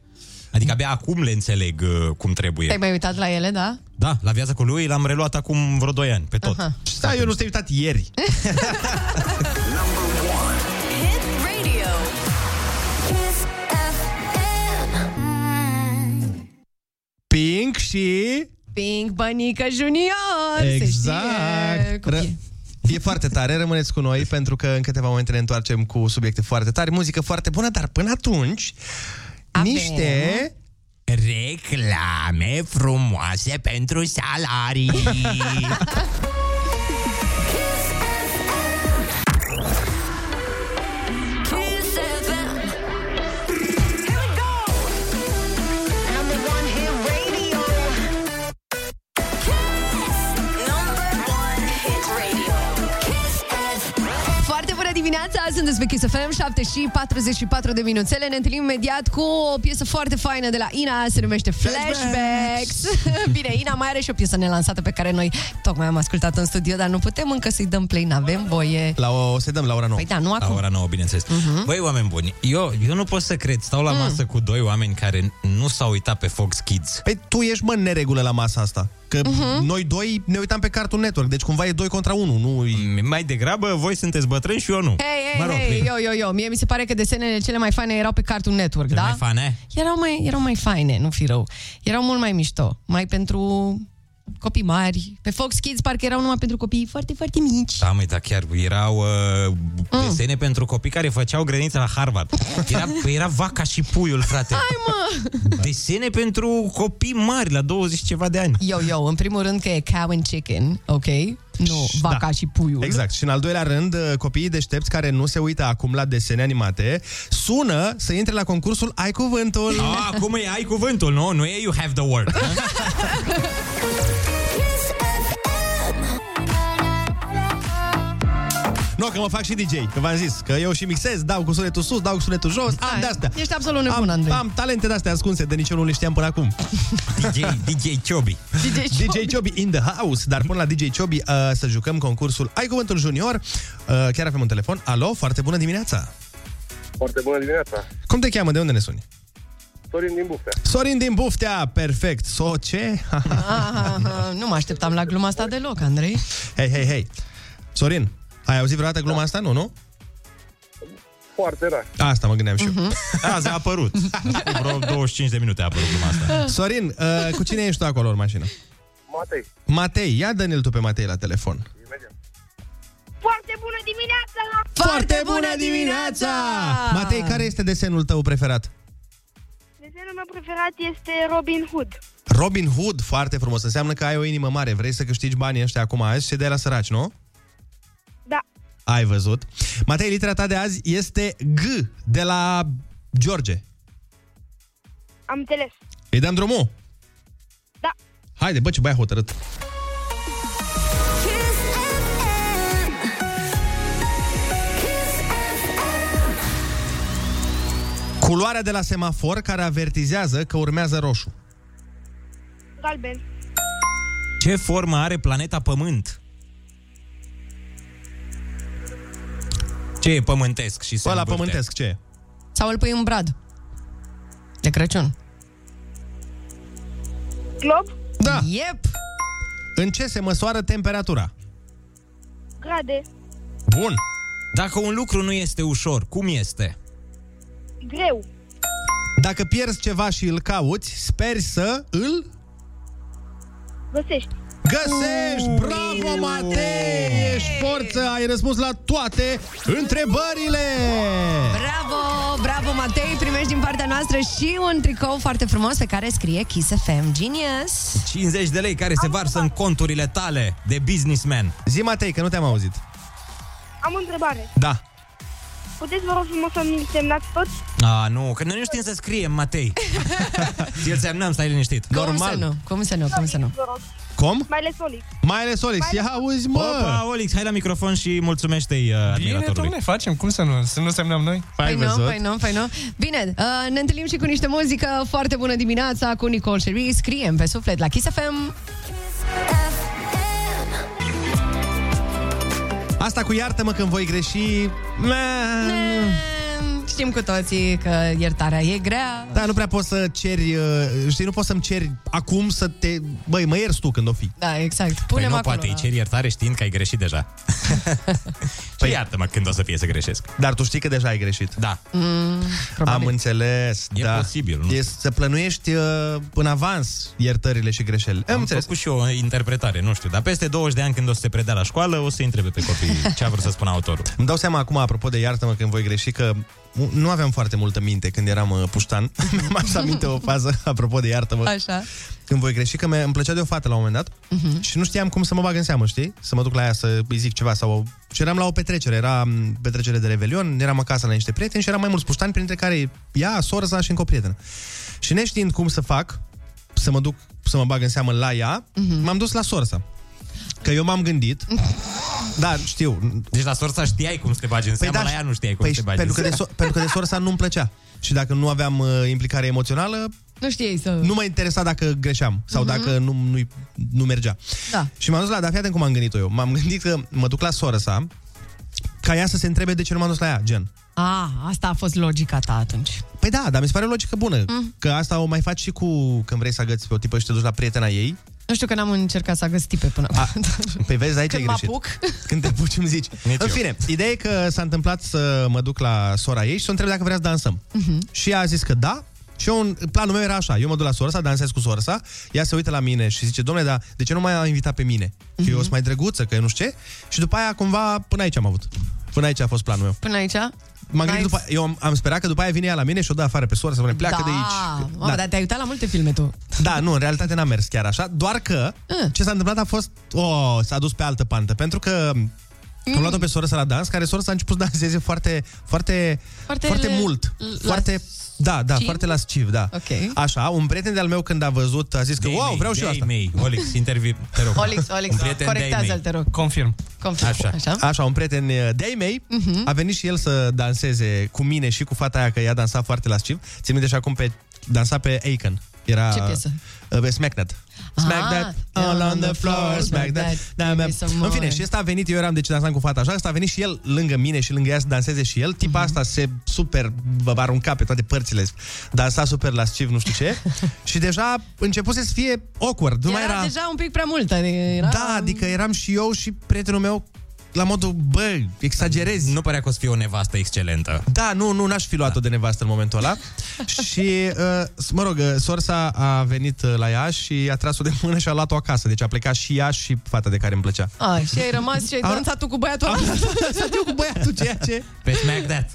[SPEAKER 2] Adică abia acum le înțeleg uh, cum
[SPEAKER 3] Te-ai
[SPEAKER 2] trebuie.
[SPEAKER 3] mai uitat la ele, da?
[SPEAKER 2] Da, la viața cu lui l-am reluat acum vreo 2 ani, pe tot.
[SPEAKER 3] Aha.
[SPEAKER 1] Da, eu nu te-ai uitat ieri.
[SPEAKER 13] Da.
[SPEAKER 4] Hit radio. Kiss FM.
[SPEAKER 1] Pink și...
[SPEAKER 3] Pink Bănică Junior! se știe
[SPEAKER 1] Exact.
[SPEAKER 3] cum e.
[SPEAKER 1] Ră- E foarte tare, rămâneți cu noi pentru că în câteva momente ne întoarcem cu subiecte foarte tari, muzică foarte bună, dar până atunci
[SPEAKER 3] Avem.
[SPEAKER 1] niște
[SPEAKER 2] Reclame frumoase pentru salarii.
[SPEAKER 4] Kiss FM. Here we go. Number one hit radio. Kiss. Number one hit radio. Kiss FM.
[SPEAKER 3] Foarte bună dimineața, sunteți pe Kiss FM, 7 și 44 de minuțele. Ne întâlnim imediat cu o piesă foarte faină de la Ina, se numește Flashbacks. Bine, Ina mai are și o piesă nelansată pe care noi tocmai am ascultat-o în studio, dar nu putem încă să-i dăm play, n-avem voie.
[SPEAKER 1] la o, o să dăm la ora 9.
[SPEAKER 3] Păi da, nu
[SPEAKER 2] La
[SPEAKER 3] acum.
[SPEAKER 2] ora 9, bineînțeles. Uh-huh. Băi, oameni buni, eu, eu nu pot să cred. Stau la masă cu doi oameni care nu s-au uitat pe Fox Kids.
[SPEAKER 1] Păi tu ești, mă, în neregulă la masa asta. Că
[SPEAKER 3] Mhm.
[SPEAKER 1] noi doi ne uitam pe Cartoon Network, deci cumva e 2 contra 1, nu e...
[SPEAKER 2] Mai degrabă, voi sunteți bătrâni și eu nu.
[SPEAKER 3] Hei,
[SPEAKER 2] mă
[SPEAKER 3] hei,
[SPEAKER 2] rog,
[SPEAKER 3] hei,
[SPEAKER 2] Lin,
[SPEAKER 3] eu, eu, eu. Mie mi se pare că desenele cele mai faine erau pe Cartoon Network,
[SPEAKER 2] cel
[SPEAKER 3] da?
[SPEAKER 2] mai fane?
[SPEAKER 3] erau mai, erau mai faine, nu fi rău. Erau mult mai mișto, mai pentru copii mari. Pe Fox Kids parcă erau numai pentru copii foarte, foarte mici.
[SPEAKER 2] Da, măi, dar chiar erau uh, desene mm. pentru copii care făceau grădinița la Harvard. Era, păi era vaca și puiul, frate. Hai,
[SPEAKER 3] mă!
[SPEAKER 2] Desene pentru copii mari, la 20 ceva de ani.
[SPEAKER 3] Eu, eu, în primul rând că e cow and chicken, ok? Nu,
[SPEAKER 1] Și-
[SPEAKER 3] vaca
[SPEAKER 1] da.
[SPEAKER 3] și puiul.
[SPEAKER 1] Exact. Și în al doilea rând, copiii deștepți care nu se uită acum la desene animate, sună să intre la concursul Ai Cuvântul.
[SPEAKER 3] Da.
[SPEAKER 2] Oh, acum e, ai cuvântul, nu? Nu e you have the word.
[SPEAKER 4] Kiss FM.
[SPEAKER 1] Nu, că mă fac și DJ, că v-am zis, că eu și mixez, dau cu sunetul sus, dau cu sunetul jos, am
[SPEAKER 3] Hai,
[SPEAKER 1] de astea.
[SPEAKER 3] Da, Ești absolut nebun,
[SPEAKER 1] Am,
[SPEAKER 3] Andrei.
[SPEAKER 1] am talente de-astea ascunse, de nici eu nu le știam până acum.
[SPEAKER 2] DJ, DJ Ciobi.
[SPEAKER 3] DJ Show.
[SPEAKER 1] DJ Ciobi in the house, dar până la DJ Ciobi uh, să jucăm concursul Ai Cuvântul Junior. Uh, chiar avem un telefon. Alo, foarte bună dimineața!
[SPEAKER 7] Foarte bună dimineața.
[SPEAKER 1] Cum te cheamă? De unde ne suni?
[SPEAKER 7] Sorin din Buftea.
[SPEAKER 1] Sorin din Buftea, perfect. So, ce? Ha, ha.
[SPEAKER 3] Aha, aha, nu mă așteptam la gluma asta deloc, Andrei.
[SPEAKER 1] hei, hei, hei. Sorin, ai auzit vreodată
[SPEAKER 2] Da.
[SPEAKER 1] gluma asta? Nu, nu?
[SPEAKER 7] Foarte rar.
[SPEAKER 1] Asta mă gândeam și eu.
[SPEAKER 2] Azi a apărut. Acum Mhm. Vreo 25 de minute a apărut gluma asta.
[SPEAKER 1] Sorin, uh, cu cine ești tu acolo în mașină?
[SPEAKER 7] Matei,
[SPEAKER 1] Matei, ia Daniel tu pe Matei la telefon.
[SPEAKER 7] imediat.
[SPEAKER 12] Foarte bună dimineața!
[SPEAKER 1] Matei, care este desenul tău preferat?
[SPEAKER 12] Desenul meu preferat este Robin Hood.
[SPEAKER 1] Robin Hood, foarte frumos. Înseamnă că ai o inimă mare. Vrei să câștigi banii ăștia acum azi și de la săraci, nu?
[SPEAKER 12] Da.
[SPEAKER 1] Ai văzut. Matei, litera ta de azi este G, de la George.
[SPEAKER 12] Am înțeles.
[SPEAKER 1] Îi dăm drumul?
[SPEAKER 12] Da.
[SPEAKER 1] Haide, bă, ce băiat hotărât.
[SPEAKER 4] Kiss FM. Kiss FM.
[SPEAKER 1] Culoarea de la semafor care avertizează că urmează roșu.
[SPEAKER 12] Galben.
[SPEAKER 2] Ce formă are planeta Pământ? Ce e pământesc și se
[SPEAKER 1] Ăla
[SPEAKER 2] învârte?
[SPEAKER 1] pământesc, ce e?
[SPEAKER 3] Sau îl pui în brad. De Crăciun.
[SPEAKER 12] Glob?
[SPEAKER 1] Da.
[SPEAKER 3] Yep.
[SPEAKER 1] În ce se măsoară temperatura?
[SPEAKER 12] Grade.
[SPEAKER 1] Bun.
[SPEAKER 2] Dacă un lucru nu este ușor, cum este?
[SPEAKER 12] Greu.
[SPEAKER 1] Dacă pierzi ceva și îl cauți, speri să îl
[SPEAKER 12] Găsești.
[SPEAKER 1] găsești. Bravo, Matei! Ești forță! Ai răspuns la toate întrebările!
[SPEAKER 3] Bravo, bravo Matei, primești din partea noastră și un tricou foarte frumos pe care scrie Kiss FM Genius.
[SPEAKER 2] 50 de lei care se varsă în conturile tale de businessman.
[SPEAKER 1] Zi, Matei, că nu te-am auzit.
[SPEAKER 12] Am o întrebare.
[SPEAKER 1] Da.
[SPEAKER 12] Puteți, vă rog frumos, să mi semnați tot?
[SPEAKER 2] A, nu, că noi nu știm să scriem, Matei. El semnăm, stai liniștit.
[SPEAKER 3] Cum să nu? Cum să nu? Cum să nu?
[SPEAKER 1] Cum?
[SPEAKER 12] Mai ales Olic.
[SPEAKER 1] Mai ales Olix, ia auzi, mă!
[SPEAKER 2] Opa, Olix, hai la microfon și mulțumește-i uh,
[SPEAKER 14] Bine,
[SPEAKER 2] admiratorului.
[SPEAKER 14] domne, facem, cum să nu, să nu semnăm noi?
[SPEAKER 3] Păi nu, păi nu, păi nu. Bine, uh, ne întâlnim și cu niște muzică foarte bună dimineața cu Nicole Sherry. Scriem pe suflet la Kiss FM.
[SPEAKER 1] Asta cu iartă-mă când voi greși... meh.
[SPEAKER 3] Știm cu toții că iertarea e grea.
[SPEAKER 1] Da, nu prea poți să ceri, uh, știi, nu poți să-mi ceri acum să te... Băi, mă ierți tu când o fi.
[SPEAKER 3] Da, exact.
[SPEAKER 2] Păi
[SPEAKER 3] Punem
[SPEAKER 2] nu,
[SPEAKER 3] acolo.
[SPEAKER 2] poate îi ceri iertare știind că ai greșit deja. păi iartă-mă când o să fie să greșesc.
[SPEAKER 1] Dar tu știi că deja ai greșit.
[SPEAKER 2] Da.
[SPEAKER 3] Mm,
[SPEAKER 1] Am înțeles,
[SPEAKER 2] E
[SPEAKER 1] da.
[SPEAKER 2] posibil, nu?
[SPEAKER 1] E să plănuiești uh, în avans iertările și greșelile.
[SPEAKER 2] Am făcut și eu o interpretare, nu știu, dar peste 20 de ani când o să se predea la școală, o să întrebe pe copii ce a vrut să spună autorul.
[SPEAKER 1] Îmi dau seama acum, apropo de iartă-mă când voi greși, că nu aveam foarte multă minte când eram uh, puștan. Mi-am așa aminte o fază, apropo de iartă-mă.
[SPEAKER 3] Așa.
[SPEAKER 1] Când voi greși, că mi- îmi plăcea de o fată la un moment dat uh-huh. și nu știam cum să mă bag în seamă, știi? Să mă duc la ea să îi zic ceva sau... Și eram la o petrecere, era m, petrecere de Revelion, eram acasă la niște prieteni și eram mai mulți puștani, printre care ea, sora sa și încă o prietenă. Și neștiind cum să fac, să mă duc, să mă bag în seamă la ea, uh-huh. m-am dus la sorsa. Că eu m-am gândit, da, știu,
[SPEAKER 2] Deci la sorța știai cum să te bagi în seamă, la ea nu știai cum
[SPEAKER 1] păi,
[SPEAKER 2] să te bagi
[SPEAKER 1] pentru, că
[SPEAKER 2] în
[SPEAKER 1] de so-
[SPEAKER 2] seamă.
[SPEAKER 1] pentru că de sorsa nu-mi plăcea. Și dacă nu aveam uh, implicare emoțională,
[SPEAKER 3] Nu știi să...
[SPEAKER 1] nu mă interesa dacă greșeam sau
[SPEAKER 3] Mhm.
[SPEAKER 1] dacă nu, nu, nu mergea.
[SPEAKER 3] Da.
[SPEAKER 1] Și m-am dus la, dar fii atent cum am gândit eu. M-am gândit că mă duc la sora sa, ca ea să se întrebe de ce nu m-am dus la ea, gen.
[SPEAKER 3] A, Ah, asta a fost logica ta atunci.
[SPEAKER 1] Păi da, dar mi se pare o logică bună.
[SPEAKER 3] Mhm.
[SPEAKER 1] Mm. Că asta o mai faci și cu când vrei să agăți pe o tipă și te duci la prietena ei.
[SPEAKER 3] Nu știu că n-am încercat să agăs tipe până acum.
[SPEAKER 1] Păi vezi, aici
[SPEAKER 3] Da. Când
[SPEAKER 1] e
[SPEAKER 3] mă
[SPEAKER 1] greșit.
[SPEAKER 3] apuc.
[SPEAKER 1] Când te puci, îmi zici.
[SPEAKER 2] Nici
[SPEAKER 1] În
[SPEAKER 2] eu.
[SPEAKER 1] fine, ideea e că s-a întâmplat să mă duc la sora ei și să o întreb dacă vrea să dansăm.
[SPEAKER 3] Mhm.
[SPEAKER 1] Uh-huh. Și ea a zis că da. Și eu, în- planul meu era așa, eu mă duc la sorsa, dansez cu sorsa, ea se uită la mine și zice, domnule, dar de ce nu mai a invitat pe mine? Că
[SPEAKER 3] Mhm.
[SPEAKER 1] eu sunt mai drăguță, că eu nu știu ce. Și după aia, cumva, până aici am avut. Până aici a fost planul meu.
[SPEAKER 3] Până aici?
[SPEAKER 1] M-am
[SPEAKER 3] N-ai-
[SPEAKER 1] gândit după, eu am, am sperat că după aia vine ea la mine și o dă afară pe soră să spune, pleacă
[SPEAKER 3] da.
[SPEAKER 1] de aici.
[SPEAKER 3] Mamă, da. dar te-ai uitat la multe filme tu.
[SPEAKER 1] Da, nu, în realitate n-a mers chiar așa, doar că ce s-a întâmplat a fost, oh, s-a dus pe altă pantă, pentru că am luat-o pe soră la dans, care soră s-a început să danseze foarte, foarte,
[SPEAKER 3] Foarte
[SPEAKER 1] foarte, foarte
[SPEAKER 3] le-
[SPEAKER 1] mult.
[SPEAKER 3] l-
[SPEAKER 1] Foarte, da, da,
[SPEAKER 3] lasciv?
[SPEAKER 1] foarte lasciv, da.
[SPEAKER 3] Ok.
[SPEAKER 1] Așa, un prieten de-al meu când a văzut a zis că,
[SPEAKER 2] De-ai
[SPEAKER 1] wow,
[SPEAKER 2] mei,
[SPEAKER 1] vreau și eu
[SPEAKER 2] de-ai
[SPEAKER 1] asta.
[SPEAKER 2] mei. Olix, interviu, te rog.
[SPEAKER 3] Olix, Olix,
[SPEAKER 2] Un prieten de-ai
[SPEAKER 3] corectează-l,
[SPEAKER 2] mei.
[SPEAKER 3] te rog.
[SPEAKER 14] Confirm.
[SPEAKER 3] Confirm. Așa. Așa.
[SPEAKER 1] Așa, un prieten eh, de-ai mei uh-huh. a venit și el să danseze cu mine și cu fata aia, că ea dansa foarte lasciv. Țin minte și acum pe, dansa pe Aiken. Era
[SPEAKER 3] Ce piesă?
[SPEAKER 1] eh, Pe Smack That.
[SPEAKER 3] Ah,
[SPEAKER 1] Smack that, all on the floor, smack that. Da, da.
[SPEAKER 3] Trebuie să
[SPEAKER 1] În
[SPEAKER 3] mori.
[SPEAKER 1] fine, și ăsta a venit, eu eram deci dansam cu fata așa, ăsta a venit și el lângă mine și lângă ea să danseze și el. Tipa asta se super bă, arunca pe toate părțile, dansa super lasciv, nu știu ce. și deja începuse să fie awkward. Nu
[SPEAKER 3] Era,
[SPEAKER 1] mai era...
[SPEAKER 3] deja un pic prea multă. Era...
[SPEAKER 1] Da, adică eram și eu și prietenul meu la modul, bă, exagerezi.
[SPEAKER 2] Nu părea că o să fie o nevastă excelentă.
[SPEAKER 1] Da, nu, nu, n-aș fi luat-o de nevastă în momentul ăla. și, uh, mă rog, uh, sorsa a venit uh, la ea și a tras-o de mână și a luat-o acasă. Deci a plecat și ea și fata de care îmi plăcea.
[SPEAKER 3] A, și ai rămas și ai
[SPEAKER 1] Am-
[SPEAKER 3] dansat tu cu băiatul
[SPEAKER 1] Am
[SPEAKER 3] ăla?
[SPEAKER 1] dansat eu da, cu băiatul, ceea ce,
[SPEAKER 2] Pe smack that.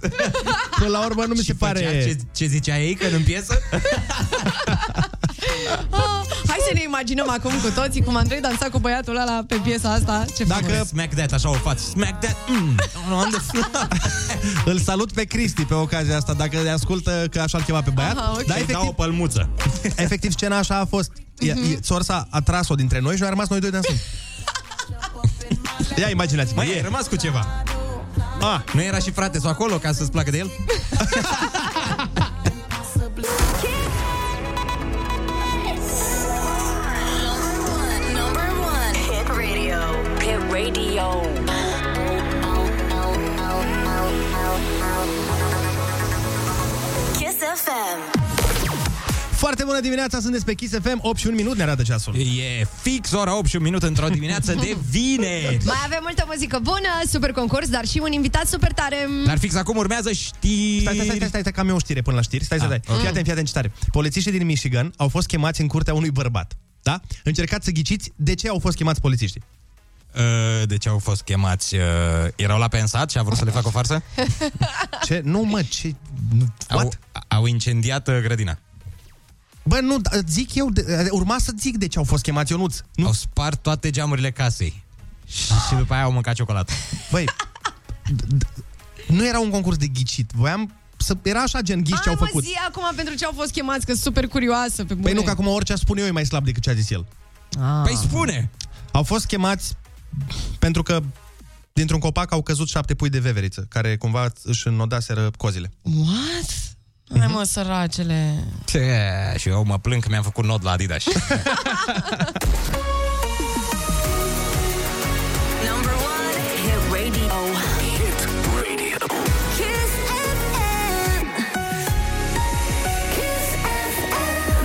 [SPEAKER 1] până la urmă, nu mi se
[SPEAKER 2] Pare...
[SPEAKER 1] pare...
[SPEAKER 2] Ce, ce zicea ei când în piesă?
[SPEAKER 3] Ah, Hai să ne imaginăm acum cu toții cum Andrei dansa cu băiatul ăla pe piesa asta. Ce frumos.
[SPEAKER 2] Dacă smack that, așa o faci. Smack that. Mm, on the floor.
[SPEAKER 1] Îl salut pe Cristi pe ocazia asta, dacă ne ascultă că așa-l chema pe băiat.
[SPEAKER 3] Aha, ok.
[SPEAKER 1] Dar
[SPEAKER 2] Ai dau o
[SPEAKER 1] efectiv,
[SPEAKER 2] pălmuță.
[SPEAKER 1] efectiv, scena așa a fost. E, e, sorsa a tras-o dintre noi și noi am rămas noi doi dansând. Ia imaginați-vă,
[SPEAKER 2] Mai ai
[SPEAKER 1] e.
[SPEAKER 2] rămas cu ceva.
[SPEAKER 1] Ah,
[SPEAKER 2] Nu era și frate sau acolo ca să-ți placă de el?
[SPEAKER 4] Number one. Hit radio. Hit radio.
[SPEAKER 1] Bună dimineața, sunteți pe Kiss FM, 8 și 1 minut ne arată ceasul.
[SPEAKER 2] E fix ora 8 și un minut într-o dimineață de vineri.
[SPEAKER 3] Mai avem multă muzică bună, super concurs, dar și un invitat super tare.
[SPEAKER 2] Dar fix acum urmează știri...
[SPEAKER 1] Stai, stai, stai, stai, stai, stai că am eu o știre până la știri. Stai, stai, stai. Fii atent, fii atent ce tare. Polițiștii din Michigan au fost chemați în curtea unui bărbat. Da? Încercați să ghiciți de ce au fost chemați polițiștii.
[SPEAKER 2] Uh, De ce au fost chemați? Uh, Erau la pensat și a vrut să le facă o farsă?
[SPEAKER 1] Ce? Nu, mă, ce...
[SPEAKER 2] Au, au incendiat uh, grădina.
[SPEAKER 1] Bă, nu, da, zic eu, de- urma să zic de ce au fost chemați Ionuț. Nu?
[SPEAKER 2] Au spart toate geamurile casei. Și, și după aia au mâncat ciocolată.
[SPEAKER 1] Băi, d- d- nu era un concurs de ghicit. Voiam să... Era așa gen ghici ce au
[SPEAKER 3] Hai, mă,
[SPEAKER 1] făcut.
[SPEAKER 3] zi acum pentru ce au fost chemați, că sunt super curioasă pe bune.
[SPEAKER 1] Păi nu, că acum orice a spune eu e mai slab decât ce a zis el.
[SPEAKER 3] Ah.
[SPEAKER 2] Păi spune!
[SPEAKER 1] Au fost chemați pentru că dintr-un copac au căzut șapte pui de veveriță, care cumva își înnodaseră cozile.
[SPEAKER 3] What? Hai mă, săracele.
[SPEAKER 2] Ce? Și eu mă plâng că mi-am făcut nod la Adidas.
[SPEAKER 4] Number one hit radio. Hit radio. Kiss FM. Kiss FM.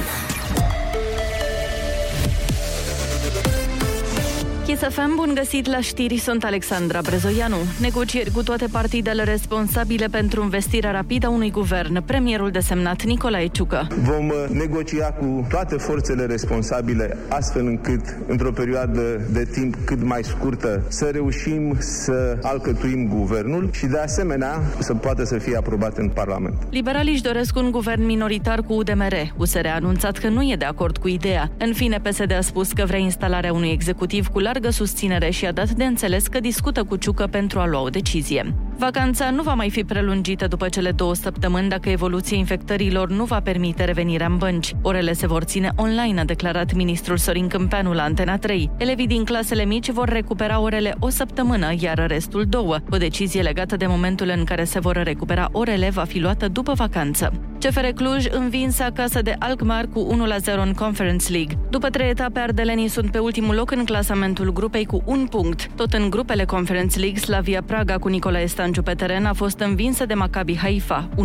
[SPEAKER 5] Kiss FM, bun găsit la știri, sunt Alexandra Brezoianu. Negocieri cu toate partidele responsabile pentru investirea rapidă a unui guvern, premierul desemnat Nicolae Ciucă.
[SPEAKER 15] Vom uh, negocia cu toate forțele responsabile, astfel încât, într-o perioadă de timp cât mai scurtă, să reușim să alcătuim guvernul și, de asemenea, să poată să fie aprobat în Parlament.
[SPEAKER 5] Liberalii își doresc un guvern minoritar cu UDMR. USR a anunțat că nu e de acord cu ideea. În fine, PSD a spus că vrea instalarea unui executiv cu largă susținere și a dat de înțeles că discută cu Ciucă pentru a lua o decizie. Vacanța nu va mai fi prelungită după cele două săptămâni dacă evoluția infectărilor nu va permite revenirea în bănci. Orele se vor ține online, a declarat ministrul Sorin Câmpeanu la Antena 3. Elevii din clasele mici vor recupera orele o săptămână, iar restul două. O decizie legată de momentul în care se vor recupera orele va fi luată după vacanță. CFR Cluj învins acasă de Alkmaar cu 1-0 în Conference League. După trei etape, ardelenii sunt pe ultimul loc în clasamentul grupei cu un punct. Tot în grupele Conference League, Slavia Praga cu Nicolae Stanciu pe teren a fost învinsă de Maccabi Haifa, 1-0.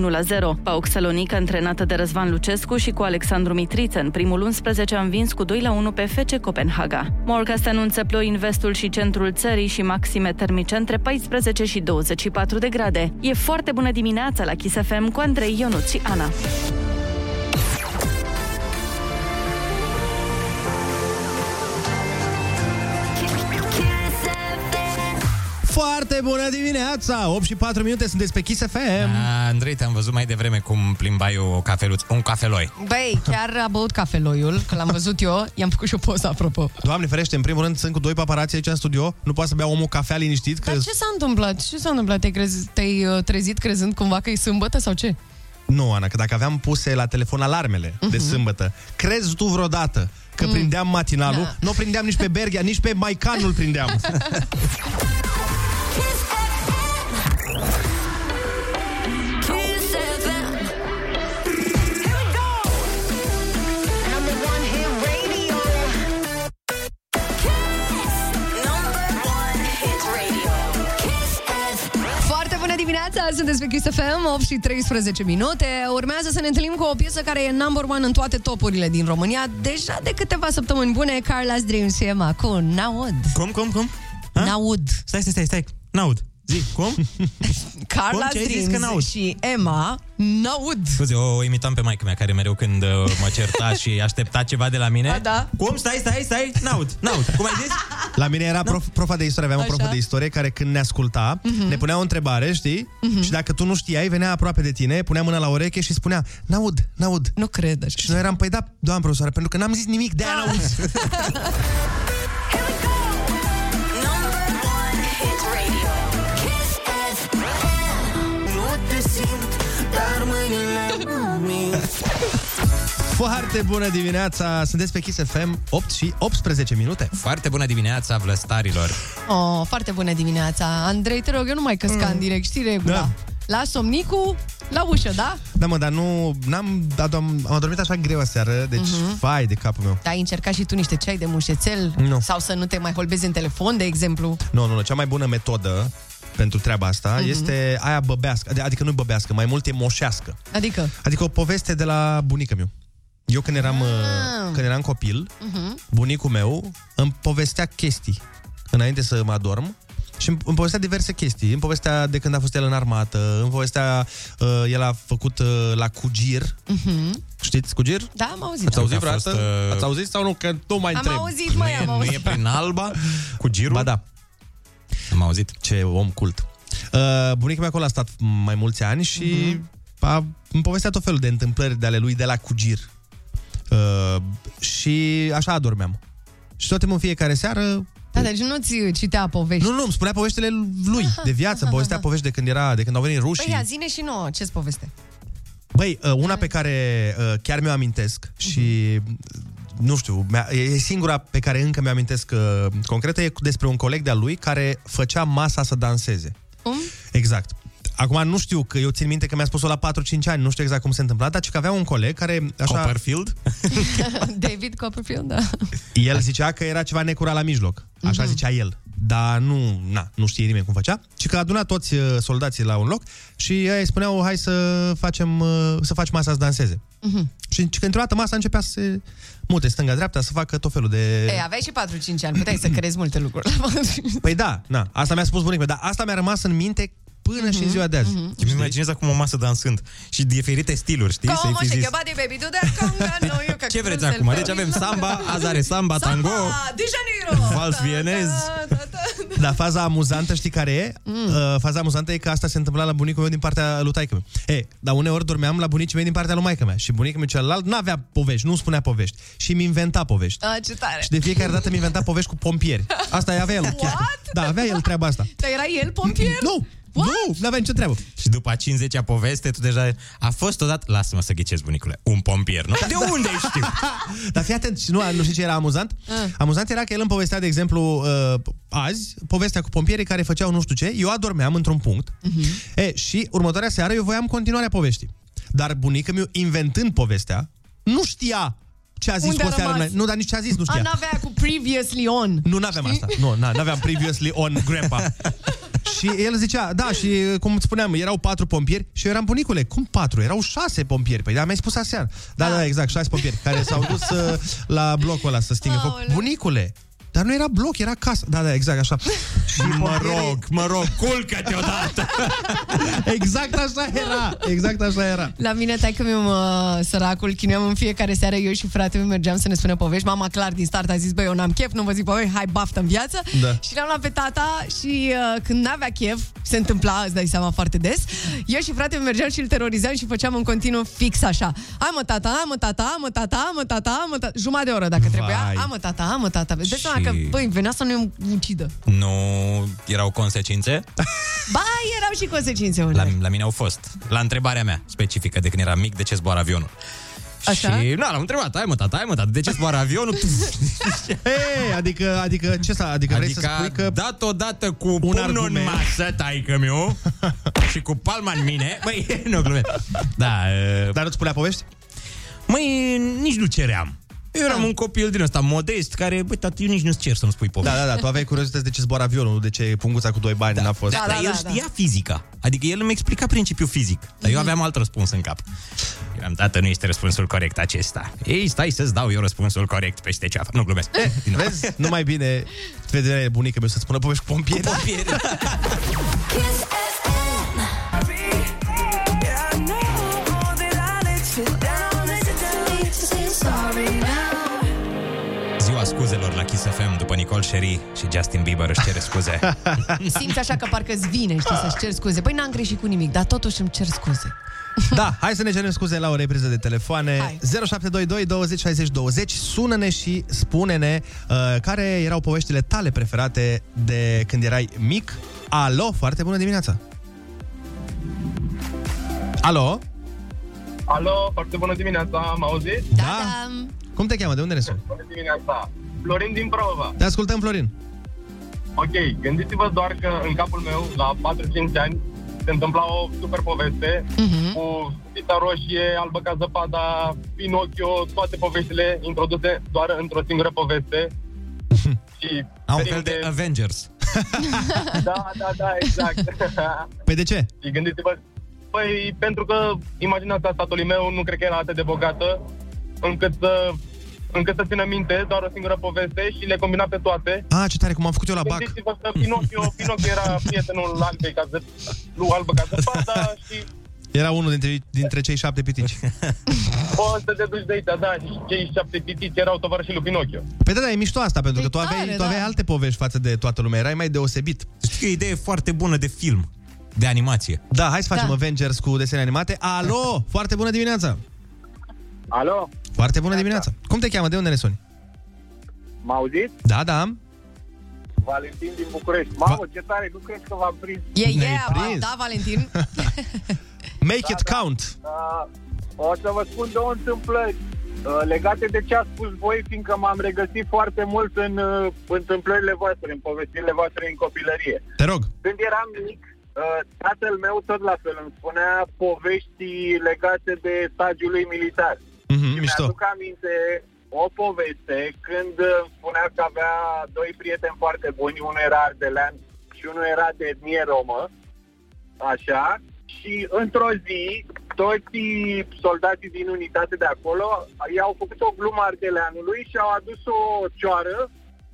[SPEAKER 5] PAOK Salonic, antrenată de Răzvan Lucescu și cu Alexandru Mitriță, în primul 11 a învins cu 2-1 pe FC Copenhaga. Morcast anunță ploi în vestul și centrul țării și maxime termice între 14 și 24 de grade. E foarte bună dimineața la Kiss FM cu Andrei Ionuț și Ana.
[SPEAKER 1] Foarte bună dimineața! 8 și 4 minute, sunteți pe Kiss FM.
[SPEAKER 2] A, Andrei, te-am văzut mai devreme cum plimbai o cafeluț, un cafeloi.
[SPEAKER 3] Băi, chiar a băut cafeloiul, că l-am văzut eu, i-am făcut și o poză, apropo.
[SPEAKER 1] Doamne ferește, în primul rând sunt cu doi paparații aici în studio, nu poate să bea omul cafea liniștit, că
[SPEAKER 3] Dar ce s-a întâmplat? Ce s-a întâmplat? Te-ai, crez- te-ai uh, trezit crezând cumva că e sâmbătă sau ce?
[SPEAKER 1] Nu, Ana, că dacă aveam puse la telefon alarmele uh-huh. de
[SPEAKER 2] Mhm.
[SPEAKER 1] sâmbătă, crezi tu vreodată că mm. prindeam matinalul?
[SPEAKER 3] Da.
[SPEAKER 1] Da. Nu o prindeam nici pe Berghia, nici pe Maican nu-l prindeam.
[SPEAKER 4] Kiss FM. Here we go. Number one hit radio. Kiss. Number one hit radio. Kiss FM.
[SPEAKER 3] Foarte bună dimineața, sunteți pe Kiss FM, 8 și 13 minute. Urmează să ne întâlnim cu o piesă care e number one în toate topurile din România. Deja de câteva săptămâni bune, Carla's Dreams și Emma cu Naud.
[SPEAKER 2] Cum, cum, cum?
[SPEAKER 3] Naud.
[SPEAKER 2] Stai, stai, stai, stai. N-aud. Zi, cum? Cum?
[SPEAKER 3] Carla's
[SPEAKER 2] Ce ai zis că
[SPEAKER 3] Dreams
[SPEAKER 2] n-aud?
[SPEAKER 3] și Emma Naud.
[SPEAKER 2] Scuze, o, o imitam pe maica mea care mereu când uh, mă certa și aștepta ceva de la mine.
[SPEAKER 3] Ba da.
[SPEAKER 2] Cum? Stai, stai, stai. N-aud, n-aud. Cum ai zis? Da.
[SPEAKER 1] La mine era prof, profa de istorie, aveam
[SPEAKER 3] Așa.
[SPEAKER 1] o profă de istorie care când ne asculta,
[SPEAKER 2] Mhm.
[SPEAKER 1] uh-huh. ne punea o întrebare, știi? Uh-huh. Și dacă tu nu știai, venea aproape de tine, punea mâna la ureche și spunea, n-aud, n-aud.
[SPEAKER 3] Nu cred așa.
[SPEAKER 1] Și noi eram, păi da, doamnă profesoară, pentru că n-am zis nimic, de-aia n-auzi.
[SPEAKER 4] Here we go. Number one hit radio. Kiss FM. Nu te simt, dar mâinile mele.
[SPEAKER 1] Foarte bună dimineața, sunteți pe Kiss FM, 8 și 18 minute.
[SPEAKER 2] Foarte bună dimineața, vlăstarilor.
[SPEAKER 3] Oh, foarte bună dimineața. Andrei, te rog, eu nu mai căsca în direct, știi regula. Da.
[SPEAKER 1] Da.
[SPEAKER 3] La somnicul, la ușă, da?
[SPEAKER 1] Da, mă, dar nu, n-am, am, am adormit așa greu aseară, deci, uh-huh. fai de capul meu.
[SPEAKER 3] Dar Da, ai încercat și tu niște ceai de mușețel?
[SPEAKER 1] Nu.
[SPEAKER 3] Sau să nu te mai holbezi în telefon, de exemplu?
[SPEAKER 1] Nu, nu, nu. Cea mai bună metodă pentru treaba asta mm-hmm. este aia băbească. Adi- Adică nu băbească, mai mult e moșească.
[SPEAKER 3] Adică,
[SPEAKER 1] Adică o poveste de la bunica meu. Eu când eram, ah. când eram copil,
[SPEAKER 3] Uh-huh.
[SPEAKER 1] bunicul meu îmi povestea chestii înainte să mă adorm și îmi îmi povestea diverse chestii. Îmi povestea de când a fost el în armată, îmi povestea uh, el a făcut uh, la Cugir.
[SPEAKER 3] Uh-huh.
[SPEAKER 1] Știți Cugir?
[SPEAKER 3] Da, am auzit.
[SPEAKER 1] Ați auzit
[SPEAKER 2] Că a fost,
[SPEAKER 1] vreodată?
[SPEAKER 2] uh,
[SPEAKER 1] Ați auzit sau nu? Că nu mai
[SPEAKER 3] Am
[SPEAKER 1] întreb.
[SPEAKER 3] auzit, măi, am auzit.
[SPEAKER 1] alba cu girul? Ba da. Am auzit. Ce om cult. Uh, bunicul meu acolo a stat mai mulți ani și
[SPEAKER 3] Mhm.
[SPEAKER 1] uh-huh. a îmi povestea tot felul de întâmplări de ale lui de la Cugir. Uh, și așa adormeam. Și tot timpul în fiecare seară
[SPEAKER 3] Da, deci nu-ți citea povești.
[SPEAKER 1] nu, nu, îmi spunea poveștile lui de viață, îmi povestea povești de când era, de când au venit
[SPEAKER 3] Păi
[SPEAKER 1] rușii.
[SPEAKER 3] ia, zine și nouă ce-ți poveste.
[SPEAKER 1] Băi, uh, una pe care uh, chiar mi-o amintesc și uh, nu știu, mi-a- e e singura pe care încă mi-o amintesc uh, concretă, e cu- despre un coleg de-al lui care făcea masa să danseze.
[SPEAKER 3] Cum?
[SPEAKER 1] Exact. Acum nu știu, că eu țin minte că mi-a spus-o la 4-5 ani, nu știu exact cum s-a întâmplat, dar ci că avea un coleg care... Așa, Copperfield?
[SPEAKER 3] David Copperfield, da.
[SPEAKER 1] El zicea că era ceva necurat la mijloc. Așa
[SPEAKER 3] Mhm.
[SPEAKER 1] zicea el. Dar nu, na, nu știe nimeni cum făcea. Și că aduna toți uh, soldații la un loc și ei îi spuneau, hai să facem, uh, să faci masa să danseze.
[SPEAKER 3] Mhm.
[SPEAKER 1] Și că într-o dată masa începea să se mute stânga-dreapta, să facă tot felul de...
[SPEAKER 3] Ei, aveai și 4-5 ani, puteai să crezi multe lucruri.
[SPEAKER 1] Păi da, na, asta mi-a spus bunicul, meu, dar asta mi-a rămas în minte până și în
[SPEAKER 3] Mhm,
[SPEAKER 1] ziua de azi.
[SPEAKER 2] Mm-hmm. Îmi imaginez acum o masă dansând și diferite stiluri, știi? Să-i
[SPEAKER 3] Como
[SPEAKER 2] fi
[SPEAKER 3] se
[SPEAKER 2] zis,
[SPEAKER 3] chioba de baby do that conga, no you can
[SPEAKER 2] Ce vreți
[SPEAKER 3] cruise
[SPEAKER 2] acum?
[SPEAKER 3] el
[SPEAKER 2] Deci avem
[SPEAKER 3] Paris.
[SPEAKER 2] samba, azi are samba, tango,
[SPEAKER 3] Samba de Janeiro.
[SPEAKER 1] Vals vienez.
[SPEAKER 3] Da, da, da.
[SPEAKER 1] Dar faza amuzantă, știi care e? Mm. Uh, faza amuzantă e că asta se întâmpla la bunicul meu din partea lui taică meu. E, dar uneori dormeam la bunicii mei din partea lui maică mea și bunicul meu celălalt n-avea povești, nu spunea povești și mi inventa povești.
[SPEAKER 3] A, ce tare.
[SPEAKER 1] Și de fiecare dată mi inventa povești cu pompieri. Asta avea el. chestia. Da, avea el treaba asta.
[SPEAKER 3] Dar era el pompier?
[SPEAKER 1] Nu! Nu, n-avea nicio treabă.
[SPEAKER 2] Și după a 50-a poveste, tu deja a fost odată, lasă-mă să ghicesc, bunicule, un pompier, nu? De unde știu?
[SPEAKER 1] Dar fii atent, și nu, nu știi ce era amuzant? Amuzant era că el îmi povestea, de exemplu, uh, azi, povestea cu pompierii care făceau nu știu ce, eu adormeam într-un punct
[SPEAKER 3] Mhm.
[SPEAKER 1] e, și următoarea seară eu voiam continuarea poveștii. Dar bunica mi inventând povestea, nu știa ce a zis
[SPEAKER 3] Unde
[SPEAKER 1] cu o
[SPEAKER 3] a
[SPEAKER 1] seară
[SPEAKER 3] rămas?
[SPEAKER 1] înainte. Nu, dar nici ce a zis nu
[SPEAKER 3] A,
[SPEAKER 1] știa.
[SPEAKER 3] n-avea cu previously on.
[SPEAKER 1] Nu, n-aveam asta. Nu, n- n-aveam previously on grandpa. și el zicea, da, și cum îți spuneam, erau patru pompieri și eu eram bunicule, cum patru? Erau șase pompieri. Păi da, mi-ai spus aseară. Da, da, da, exact, șase pompieri care s-au dus uh, la blocul ăla să stingă foc. Bunicule, dar nu era bloc, era casă. Da, da, exact așa. Și mă rog, mă rog, culcă-te odată. exact așa era, exact așa era.
[SPEAKER 3] La mine, tai că mi-am săracul, chinuiam în fiecare seară, eu și fratele meu mergeam să ne spună povești. Mama clar din start a zis, băi, eu n-am chef, nu vă zic povești, hai baftă în viață.
[SPEAKER 4] Da.
[SPEAKER 3] Și l-am luat pe tata și uh, când n-avea chef, se întâmpla, îți dai seama foarte des, eu și fratele meu mergeam și îl terorizam și făceam în continuu fix așa. Hai mă tata, hai mă tata, hai mă tata, hai mă tata, hai mă tata, jumătate de oră dacă
[SPEAKER 2] Vai.
[SPEAKER 3] trebuia, hai mă tata, hai mă tata. Deci seama
[SPEAKER 2] Și-
[SPEAKER 3] că, băi, venea să nu-i ucidă.
[SPEAKER 2] Nu erau consecințe?
[SPEAKER 3] Ba, erau și consecințe
[SPEAKER 2] La,
[SPEAKER 3] unele.
[SPEAKER 2] la mine au fost. La întrebarea mea specifică de când eram mic, de ce zboară avionul?
[SPEAKER 3] Așa?
[SPEAKER 2] Și, na, l-am întrebat, hai mă, tata, hai mă, tata, de ce zboară avionul?
[SPEAKER 1] Ei, adică, adică ce s-a, adică, vrei să spui că...
[SPEAKER 2] dat odată cu un pumnul
[SPEAKER 1] argument.
[SPEAKER 2] în masă, taică meu și cu palma în mine. Băi, nu glume. Da,
[SPEAKER 1] Dar nu-ți spunea povești?
[SPEAKER 2] Măi, nici nu ceream. Eu eram un copil din ăsta modest care, băi, tată, eu nici nu-ți cer să-mi spui
[SPEAKER 1] Da,
[SPEAKER 2] povești.
[SPEAKER 1] da, da, tu aveai curiozități de ce zboară avionul, nu de ce punguța cu doi bani n-a fost.
[SPEAKER 2] Da, da, dar el știa fizica. Adică el îmi explica principiul fizic.
[SPEAKER 1] Mhm.
[SPEAKER 2] Dar eu aveam alt răspuns în cap. Eu am dat, nu este răspunsul corect acesta. Ei, stai să-ți dau eu răspunsul corect peste ceafă. Nu glumesc.
[SPEAKER 1] Eh.
[SPEAKER 2] Din nou.
[SPEAKER 1] Vezi? Nu mai bine vedere bunica mea să spună povești cu pompieri. Cu
[SPEAKER 2] pompieri. Ziua scuzelor la Kiss FM după Nicole Sherry și Justin Bieber își cere scuze.
[SPEAKER 3] Simți așa că parcă-ți vine, știi, să-și cer scuze. Păi n-am greșit cu nimic, dar totuși îmi cer scuze.
[SPEAKER 1] Da, hai să ne cerem scuze la o repriză de telefoane. Hai. 0722 20 60 20. Sună-ne și spune-ne uh, care erau poveștile tale preferate de când erai mic. Alo, foarte bună dimineața. Alo?
[SPEAKER 16] Alo, foarte bună dimineața, m auzit?
[SPEAKER 1] Da. da. Cum te cheamă? De unde ne suni?
[SPEAKER 16] Bună dimineața. Florin din Prahova.
[SPEAKER 1] Te ascultăm, Florin.
[SPEAKER 16] Ok, gândiți-vă doar că în capul meu, la 4-5 ani, se întâmpla o super poveste
[SPEAKER 4] Mhm.
[SPEAKER 16] cu Pita Roșie, Albă ca zăpada, Pinocchio, toate poveștile introduse doar într-o singură poveste. și
[SPEAKER 2] Au un fel de Avengers.
[SPEAKER 16] da, da, da, exact.
[SPEAKER 1] Păi de ce?
[SPEAKER 16] Și gândiți-vă, păi pentru că imaginația statului meu nu cred că era atât de bogată încât să, încât să țină minte doar o singură poveste și le combina pe toate.
[SPEAKER 1] A, Ah, ce tare, cum am făcut eu la BAC.
[SPEAKER 16] Gândiți-vă că Pinocchio, Pinocchio era prietenul albei ca zăp, lui albă ca zăpada și
[SPEAKER 1] Era unul dintre, dintre cei șapte pitici.
[SPEAKER 16] o să te duci de aici, da, și cei șapte pitici erau tovarășii lui Pinocchio.
[SPEAKER 1] Păi da, da, e mișto asta, pentru că tu aveai,
[SPEAKER 16] tare,
[SPEAKER 1] tu aveai
[SPEAKER 16] da.
[SPEAKER 1] alte povești față de toată lumea, erai mai deosebit.
[SPEAKER 2] Știi că e o idee foarte bună de film, de animație.
[SPEAKER 1] Da, hai să facem da. Avengers cu desene animate. Alo, foarte bună dimineața!
[SPEAKER 17] Alo,
[SPEAKER 1] Foarte bună dimineața! Cum te cheamă? De unde ne suni?
[SPEAKER 17] mă auziți?
[SPEAKER 1] Da, da.
[SPEAKER 17] Valentin din București. Mamă, ce tare, nu cred că v-am prins.
[SPEAKER 3] E, yeah, yeah, da, Valentin?
[SPEAKER 1] Make
[SPEAKER 3] Da,
[SPEAKER 1] it count!
[SPEAKER 17] Uh, o să vă spun două întâmplări uh, legate de ce a spus voi, fiindcă m-am regăsit foarte mult în uh, întâmplările voastre, în povestirile voastre în copilărie.
[SPEAKER 1] Te rog.
[SPEAKER 17] Când eram mic, uh, tatăl meu tot la fel îmi spunea povești legate de stagiul lui militar.
[SPEAKER 1] Mm-hmm,
[SPEAKER 17] Și
[SPEAKER 1] mișto.
[SPEAKER 17] mi-aduc aminte o poveste când uh, spunea că avea doi prieteni foarte buni, unul era ardelean și unul era de etnie romă, așa, și într-o zi toți soldații din unitate de acolo i-au făcut o glumă ardeleanului și au adus o cioară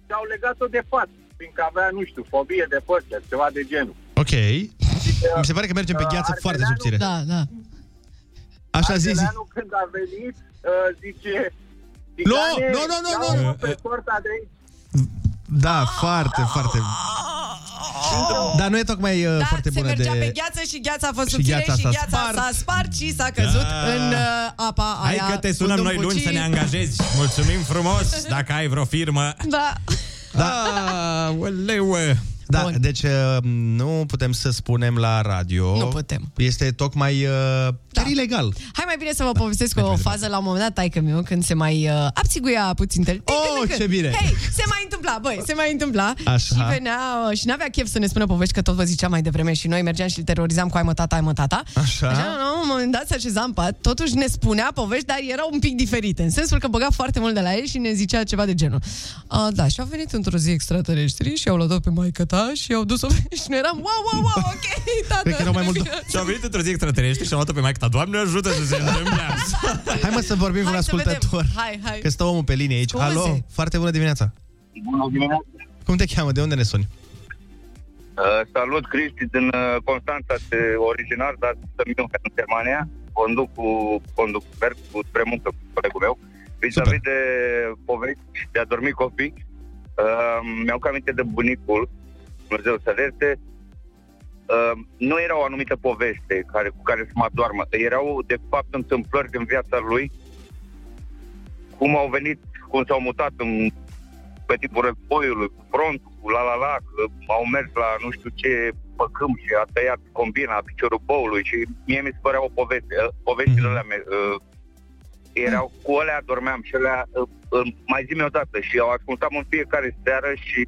[SPEAKER 17] și au legat-o de pat, fiindcă avea, nu știu, fobie de păsări, ceva de genul.
[SPEAKER 1] Ok. Mi se pare că mergem pe gheață foarte subțire.
[SPEAKER 3] Da, da.
[SPEAKER 1] Așa zi, zi.
[SPEAKER 17] Ardeleanul când a venit, uh, zice...
[SPEAKER 1] Nu,
[SPEAKER 17] "Țigane,
[SPEAKER 1] nu, nu, nu, nu.
[SPEAKER 17] iau-mă Pe torta de aici.
[SPEAKER 1] Da, foarte, foarte. Dar nu e tocmai uh, foarte
[SPEAKER 3] Da, Se
[SPEAKER 1] bună
[SPEAKER 3] mergea
[SPEAKER 1] de...
[SPEAKER 3] pe gheață și gheața a fost
[SPEAKER 1] Și
[SPEAKER 3] subțire
[SPEAKER 1] gheața
[SPEAKER 3] și
[SPEAKER 1] s-a
[SPEAKER 3] gheața
[SPEAKER 1] spart.
[SPEAKER 3] s-a spart și s-a căzut
[SPEAKER 2] Da.
[SPEAKER 3] în uh, apa
[SPEAKER 2] Hai
[SPEAKER 3] aia.
[SPEAKER 2] că te
[SPEAKER 3] cu
[SPEAKER 2] sunăm noi luni să
[SPEAKER 3] dumbucii.
[SPEAKER 2] ne angajezi. Mulțumim frumos dacă ai vreo firmă.
[SPEAKER 3] Da.
[SPEAKER 1] Da.
[SPEAKER 2] Oleu.
[SPEAKER 1] Da, Bun. deci uh, nu putem să spunem la radio.
[SPEAKER 3] Nu putem.
[SPEAKER 1] Este tocmai uh, chiar da. ilegal.
[SPEAKER 3] Hai mai bine să vă povestesc o fază la un moment dat, taică meu, când se mai uh, abțiguia puțin tel. din când în
[SPEAKER 1] Oh, ce
[SPEAKER 3] când.
[SPEAKER 1] bine.
[SPEAKER 3] Hei, se mai întâmpla, băi, se mai întâmpla.
[SPEAKER 1] Așa.
[SPEAKER 3] Și venea uh, și n-avea chef să ne spună povești, că tot vă ziceam mai devreme și noi mergeam și îl terorizam cu ai mă tata, ai mă tata.
[SPEAKER 1] Așa.
[SPEAKER 3] Așa, la un moment dat se așeza în pat, totuși ne spunea povești, dar erau un pic diferite, în sensul că băga foarte mult de la el și ne zicea ceva de genul. A, da, și au venit într-o zi extraterestri și au luat-o pe maică ta și au dus-o și noi eram, wow, wow, wow, ok, tată.
[SPEAKER 2] Și au venit într-o zi extraterestri și au luat-o pe maică ta. Doamne ajută să se întâmple asta.
[SPEAKER 1] Hai mă să vorbim cu un
[SPEAKER 3] să vedem.
[SPEAKER 1] ascultător.
[SPEAKER 3] Hai, hai.
[SPEAKER 1] Că stă omul pe linie aici.
[SPEAKER 3] Scuze.
[SPEAKER 1] Alo, foarte bună dimineața.
[SPEAKER 18] Bună dimineața!
[SPEAKER 1] Cum te cheamă? De unde ne suni?
[SPEAKER 18] Uh, salut, Cristi, din uh, Constanța, de originar, dar sunt în Germania. Conduc cu, conduc, merg cu spre muncă cu colegul meu. Vis-a-vis de povești de a dormi copii, uh, mi-au aminte de bunicul, Dumnezeu să lerte, uh, nu era o anumită poveste care, cu care să mă doarmă. Erau, de fapt, întâmplări din viața lui, cum au venit, cum s-au mutat în pe timpul războiului, cu frontul, cu la la la, că au mers la nu știu ce păcâm și a tăiat combina piciorul boului și mie mi se părea o poveste. Uh, Poveștile alea me- uh, erau cu alea dormeam și alea, uh, uh, mai zi o dată și au ascultam în fiecare seară și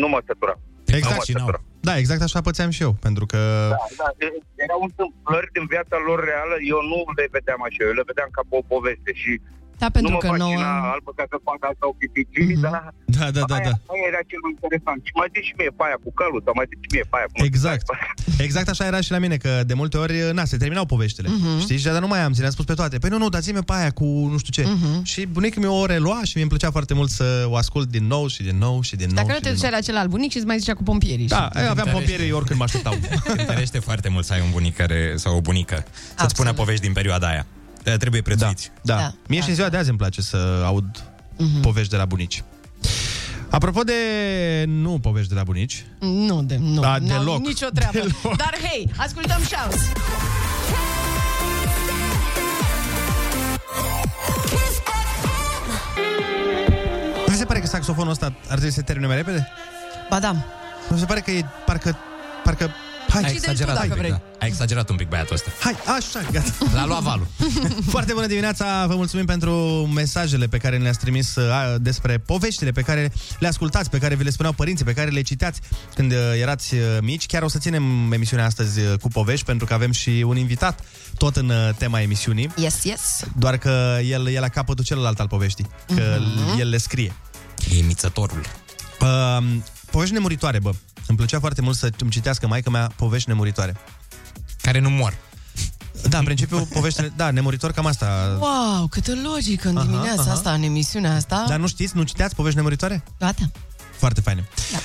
[SPEAKER 18] nu mă sătura.
[SPEAKER 1] Exact.
[SPEAKER 18] Nu mă sătura.
[SPEAKER 1] Da, exact așa pățeam și eu, pentru că...
[SPEAKER 18] Da, da, e- erau întâmplări din viața lor reală, eu nu le vedeam așa, eu le vedeam ca pe o poveste și
[SPEAKER 3] Da, pentru
[SPEAKER 18] nu mă
[SPEAKER 3] că nouă- Mhm.
[SPEAKER 18] fascina albă ca să facă asta o pipici, mm-hmm. dar
[SPEAKER 1] Da, da, da,
[SPEAKER 18] aia,
[SPEAKER 1] da.
[SPEAKER 18] aia era cel mai interesant. Și mai zici și mie pe aia cu calul, sau mai zici și mie pe aia cu
[SPEAKER 1] Exact. Exact așa era și la mine, că de multe ori, na, se terminau poveștile.
[SPEAKER 18] Mhm.
[SPEAKER 1] Uh-huh. Știi? Și dar nu mai am, ți le-am spus pe toate. Păi nu, nu, dați-mi pe aia cu nu știu ce.
[SPEAKER 3] Mhm.
[SPEAKER 1] Uh-huh. Și bunicul meu o relua și mi-mi plăcea foarte mult să o ascult din nou și din nou și din nou.
[SPEAKER 3] Dacă nu
[SPEAKER 1] și
[SPEAKER 3] te
[SPEAKER 1] din
[SPEAKER 3] duceai la cel al bunic și îți mai zicea cu pompierii.
[SPEAKER 1] Da,
[SPEAKER 3] și...
[SPEAKER 1] eu aveam pompierii oricând mă așteptau.
[SPEAKER 2] Te întărește foarte mult să ai un bunic care, sau o bunică să-ți spună povești din perioada aia. Dar Trebuie prețuiți.
[SPEAKER 1] Da. da. Mie și în ziua de azi îmi place să aud
[SPEAKER 3] Mhm.
[SPEAKER 1] povești de la bunici. Apropo de nu povești de la bunici,
[SPEAKER 3] Nu, de, nu.
[SPEAKER 1] Da,
[SPEAKER 3] n-am
[SPEAKER 1] deloc.
[SPEAKER 3] Nicio treabă. Dar hei, ascultăm șans.
[SPEAKER 1] vi se pare că saxofonul ăsta ar trebui să se termine mai repede?
[SPEAKER 3] Ba da.
[SPEAKER 1] Nu se pare că e parcă... parcă Hai,
[SPEAKER 2] ai exagerat, un pic, da. ai exagerat un pic băiatul ăsta.
[SPEAKER 1] Hai, așa, gata.
[SPEAKER 2] L-a luat valul.
[SPEAKER 1] Foarte bună dimineața, vă mulțumim pentru mesajele pe care le-ați trimis uh, a, despre poveștile pe care le ascultați, pe care vi le spuneau părinții, pe care le citeați când a, erați a, mici. Chiar o să ținem emisiunea astăzi a, cu povești, pentru că avem și un invitat tot în a, tema emisiunii,
[SPEAKER 3] Yes, yes.
[SPEAKER 1] doar că el e la capătul celălalt al poveștii, că
[SPEAKER 3] Mhm.
[SPEAKER 1] el le scrie.
[SPEAKER 2] Imițătorul.
[SPEAKER 1] Uh, povești nemuritoare, bă. Îmi plăcea foarte mult să îmi citească maica mea povești nemuritoare.
[SPEAKER 2] Care nu mor.
[SPEAKER 1] Da, în principiu, poveștile... Da, nemuritor, cam asta.
[SPEAKER 3] Wow, câtă logică în
[SPEAKER 1] Aha,
[SPEAKER 3] dimineața
[SPEAKER 1] aha.
[SPEAKER 3] asta, în emisiunea asta.
[SPEAKER 1] Dar nu știți, nu citeați povești nemuritoare?
[SPEAKER 3] Gata.
[SPEAKER 1] Foarte faine. Da.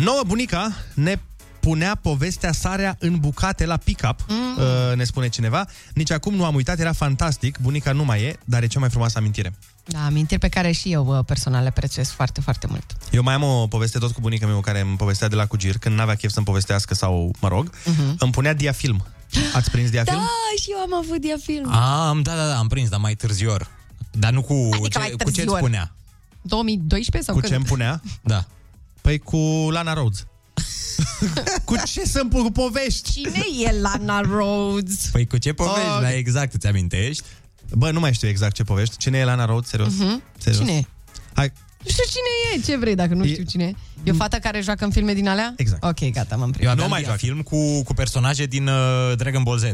[SPEAKER 1] Nouă bunica ne punea povestea sarea în bucate la pick-up, mm. ne spune cineva. Nici acum nu am uitat, era fantastic, bunica nu mai e, dar e cea mai frumoasă amintire.
[SPEAKER 3] Da, amintiri pe care și eu bă, personal le prețuiesc foarte, foarte mult.
[SPEAKER 1] Eu mai am o poveste tot cu bunica mea care îmi povestea de la Cugir, când n-avea chef să-mi povestească sau, mă rog,
[SPEAKER 2] Mhm.
[SPEAKER 1] uh-huh. îmi punea diafilm. Ați prins diafilm?
[SPEAKER 3] Da, și eu am avut diafilm.
[SPEAKER 2] Am, da, da, da, am prins, dar mai târzior. Dar nu cu
[SPEAKER 3] Adică mai
[SPEAKER 2] ce, cu ce
[SPEAKER 3] târzior.
[SPEAKER 2] spunea.
[SPEAKER 3] 2012 sau
[SPEAKER 1] Cu
[SPEAKER 3] când?
[SPEAKER 1] ce îmi punea?
[SPEAKER 2] Da.
[SPEAKER 1] Păi cu Lana Rhodes. cu ce să-mi pun cu povești?
[SPEAKER 3] Cine e Lana Rhodes?
[SPEAKER 2] Păi cu ce povești, oh. dar exact îți amintești?
[SPEAKER 1] Bă, nu mai știu exact ce povești. Cine e Lana Rhodes, serios?
[SPEAKER 3] Mhm.
[SPEAKER 1] serios.
[SPEAKER 3] Cine e?
[SPEAKER 1] Hai,
[SPEAKER 3] Nu știu cine e, ce vrei dacă nu
[SPEAKER 1] E-
[SPEAKER 3] știu cine e. E o fată care joacă în filme din alea?
[SPEAKER 1] Exact.
[SPEAKER 3] Ok, gata, m-am prins.
[SPEAKER 2] Eu aveam mai film cu, cu personaje din uh, Dragon Ball Z.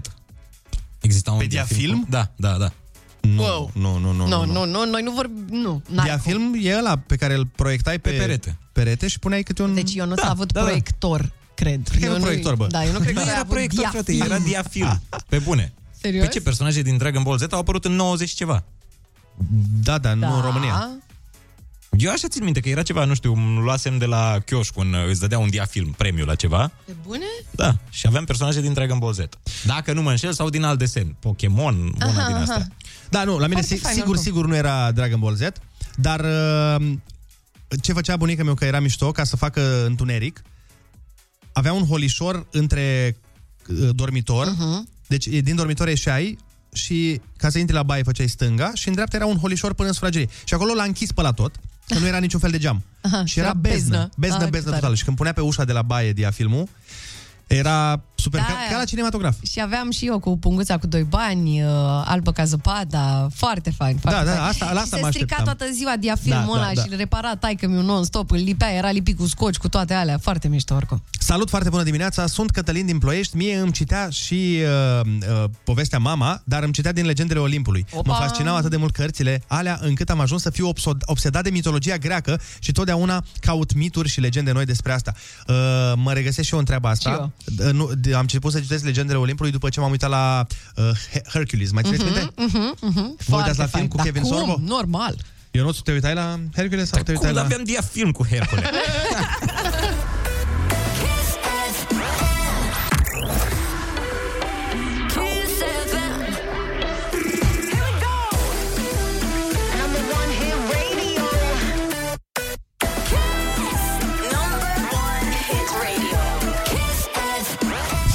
[SPEAKER 2] Exista un
[SPEAKER 1] Pe diafilm?
[SPEAKER 2] Cu... Da, da, da.
[SPEAKER 1] Nu,
[SPEAKER 3] Wow.
[SPEAKER 1] nu, nu, nu.
[SPEAKER 3] Nu,
[SPEAKER 1] nu,
[SPEAKER 3] nu, nu, noi nu vorbim, nu. n-ai cum.
[SPEAKER 1] Diafilm e ăla pe care îl proiectai pe,
[SPEAKER 2] Pe perete.
[SPEAKER 1] perete și puneai câte un...
[SPEAKER 3] Deci eu nu s-a avut
[SPEAKER 1] da, da.
[SPEAKER 3] proiector, cred.
[SPEAKER 1] Cred că
[SPEAKER 3] Eu
[SPEAKER 1] e un
[SPEAKER 3] nu-
[SPEAKER 1] proiector, bă.
[SPEAKER 3] Da, eu nu cred că
[SPEAKER 2] nu
[SPEAKER 3] s-a
[SPEAKER 2] era
[SPEAKER 3] avut
[SPEAKER 2] proiector, frate,
[SPEAKER 3] diafilm.
[SPEAKER 2] era diafilm.
[SPEAKER 3] Ah.
[SPEAKER 2] Pe bune.
[SPEAKER 3] Serios?
[SPEAKER 2] Pe ce personaje din Dragon Ball Z au apărut în 90 și ceva?
[SPEAKER 1] Da, da, nu în România.
[SPEAKER 2] Eu așa țin minte că era ceva, nu știu, îmi luasem de la chioșc un, îți dădea un diafilm, premiu la ceva.
[SPEAKER 3] Pe bune?
[SPEAKER 2] Da, și aveam personaje din Dragon Ball Z. Dacă nu mă înșel, sau din alt desen. Pokémon, una
[SPEAKER 3] Aha,
[SPEAKER 2] din
[SPEAKER 3] aha.
[SPEAKER 2] astea.
[SPEAKER 1] Da, nu, la mine
[SPEAKER 3] Foarte
[SPEAKER 1] si-
[SPEAKER 3] fain,
[SPEAKER 1] sigur,
[SPEAKER 3] oricum.
[SPEAKER 1] sigur nu era Dragon Ball Z, dar uh, ce făcea bunica mea că era mișto ca să facă întuneric, avea un holișor între uh, dormitor,
[SPEAKER 3] Mhm.
[SPEAKER 1] uh-huh. deci e- din dormitor ieșeai și ca să intri la baie făceai stânga și în dreapta era un holișor până în sufragerie. Și acolo l-a închis pe la tot, că nu era niciun fel de geam.
[SPEAKER 3] Aha,
[SPEAKER 1] și era beznă, beznă,
[SPEAKER 3] Ah,
[SPEAKER 1] beznă
[SPEAKER 3] ce
[SPEAKER 1] totală. Și când punea pe ușa de la baie diafilmul, era super,
[SPEAKER 3] Da,
[SPEAKER 1] da, ca,
[SPEAKER 3] aia.
[SPEAKER 1] ca la cinematograf.
[SPEAKER 3] Și aveam și eu cu punguța cu doi bani, uh, albă ca zăpada, foarte fain. Foarte
[SPEAKER 1] da,
[SPEAKER 3] fain.
[SPEAKER 1] asta- la
[SPEAKER 3] și
[SPEAKER 1] asta
[SPEAKER 3] se
[SPEAKER 1] mă
[SPEAKER 3] strica
[SPEAKER 1] așteptam.
[SPEAKER 3] toată ziua diafilmul
[SPEAKER 1] Da,
[SPEAKER 3] da,
[SPEAKER 1] da,
[SPEAKER 3] ăla
[SPEAKER 1] da.
[SPEAKER 3] și îl repara taică mi non-stop, îl lipea, era lipit cu scoci, cu toate alea, foarte mișto oricum.
[SPEAKER 1] Salut, foarte bună dimineața! Sunt Cătălin din Ploiești. Mie îmi citea și uh, uh, povestea Mama, dar îmi citea din Legendele Olimpului.
[SPEAKER 3] Opa!
[SPEAKER 1] Mă fascinau atât de mult cărțile alea încât am ajuns să fiu obsod- obsedat de mitologia greacă și totdeauna caut mituri și legende noi despre asta. Uh, mă regăsesc și eu în treaba asta. Uh, nu, de, am început să citesc Legendele Olimpului după ce m-am uitat la uh, Her- Hercules. Mai țineți minte?
[SPEAKER 3] Uh-huh, uh-huh.
[SPEAKER 1] Vă uitați la film cu
[SPEAKER 3] Dar
[SPEAKER 1] Kevin
[SPEAKER 3] cum?
[SPEAKER 1] Sorbo?
[SPEAKER 3] Normal.
[SPEAKER 1] Eu nu te uitai la Hercules sau te
[SPEAKER 2] Cum
[SPEAKER 1] uitai la...
[SPEAKER 2] aveam diafilm cu Hercule?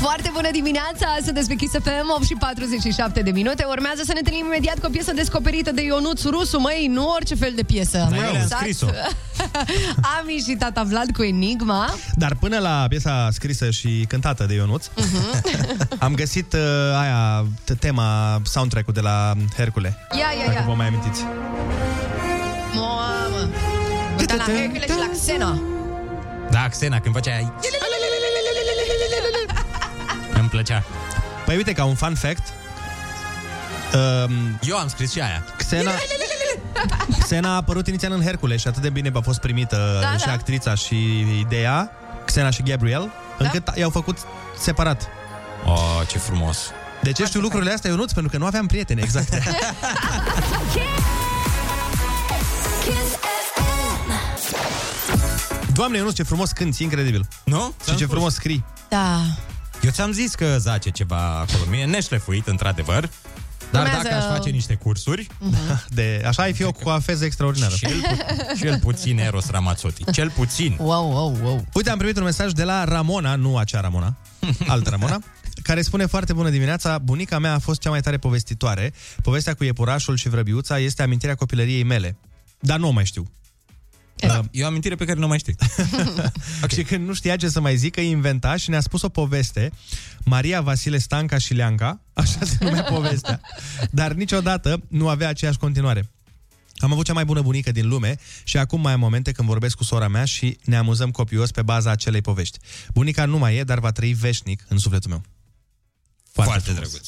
[SPEAKER 3] Foarte bună dimineața, sunt despre Kiss FM, 8 și 47 de minute. Urmează să ne întâlnim imediat cu o piesă descoperită de Ionuț Rusu, măi, nu orice fel de piesă.
[SPEAKER 2] Da,
[SPEAKER 1] Dar eu le-am scris-o.
[SPEAKER 3] Ami și tata Vlad cu Enigma.
[SPEAKER 1] Dar până la piesa scrisă și cântată de Ionuț, uh-huh. am găsit uh, aia, t- tema, soundtrack-ul de la Hercule.
[SPEAKER 3] Ia, ia,
[SPEAKER 1] Dacă
[SPEAKER 3] ia.
[SPEAKER 1] vă mai amintiți.
[SPEAKER 3] Mamă! Uita la Hercule și la Xena.
[SPEAKER 2] da, Xena, când făcea... Îmi plăcea.
[SPEAKER 1] Păi uite, ca un fun fact, um,
[SPEAKER 2] Eu am scris și aia.
[SPEAKER 1] Xena, Xena a apărut inițial în Hercule și atât de bine a fost primită
[SPEAKER 3] Da,
[SPEAKER 1] da, și
[SPEAKER 3] da.
[SPEAKER 1] actrița și ideea, Xena și Gabriel, da? încât i-au făcut separat.
[SPEAKER 2] Oh, ce frumos.
[SPEAKER 1] Deci eu știu lucrurile astea, Ionuț, pentru că nu aveam prieteni, exact. Doamne, Ionuț, ce frumos cânti, incredibil.
[SPEAKER 2] Nu?
[SPEAKER 1] Și ce frumos scrii.
[SPEAKER 3] Da.
[SPEAKER 2] Eu ți-am zis că zace ceva acolo. Mie neșlefuit, într-adevăr. Dar
[SPEAKER 3] Urmează-
[SPEAKER 2] dacă aș face niște cursuri,
[SPEAKER 1] De, așa ai fi eu cu o afeză extraordinară.
[SPEAKER 2] cel, pu- cel puțin Eros Ramazzotti. Cel puțin.
[SPEAKER 3] Wow, wow, wow.
[SPEAKER 1] Uite, am primit un mesaj de la Ramona, nu acea Ramona, altă Ramona, care spune foarte bună dimineața, bunica mea a fost cea mai tare povestitoare. Povestea cu iepurașul și vrăbiuța este amintirea copilăriei mele. Dar nu o mai știu.
[SPEAKER 2] Da, e o amintire pe care nu o mai știu.
[SPEAKER 1] Okay. Și când nu știa ce să mai zică, inventa și ne-a spus o poveste. Maria Vasile Stanca și Leanca, așa se numea povestea. Dar niciodată nu avea aceeași continuare. Am avut cea mai bună bunică din lume și acum mai am momente când vorbesc cu sora mea și ne amuzăm copios pe baza acelei povești. Bunica nu mai e, dar va trăi veșnic în sufletul meu.
[SPEAKER 2] Foarte, Foarte drăguț.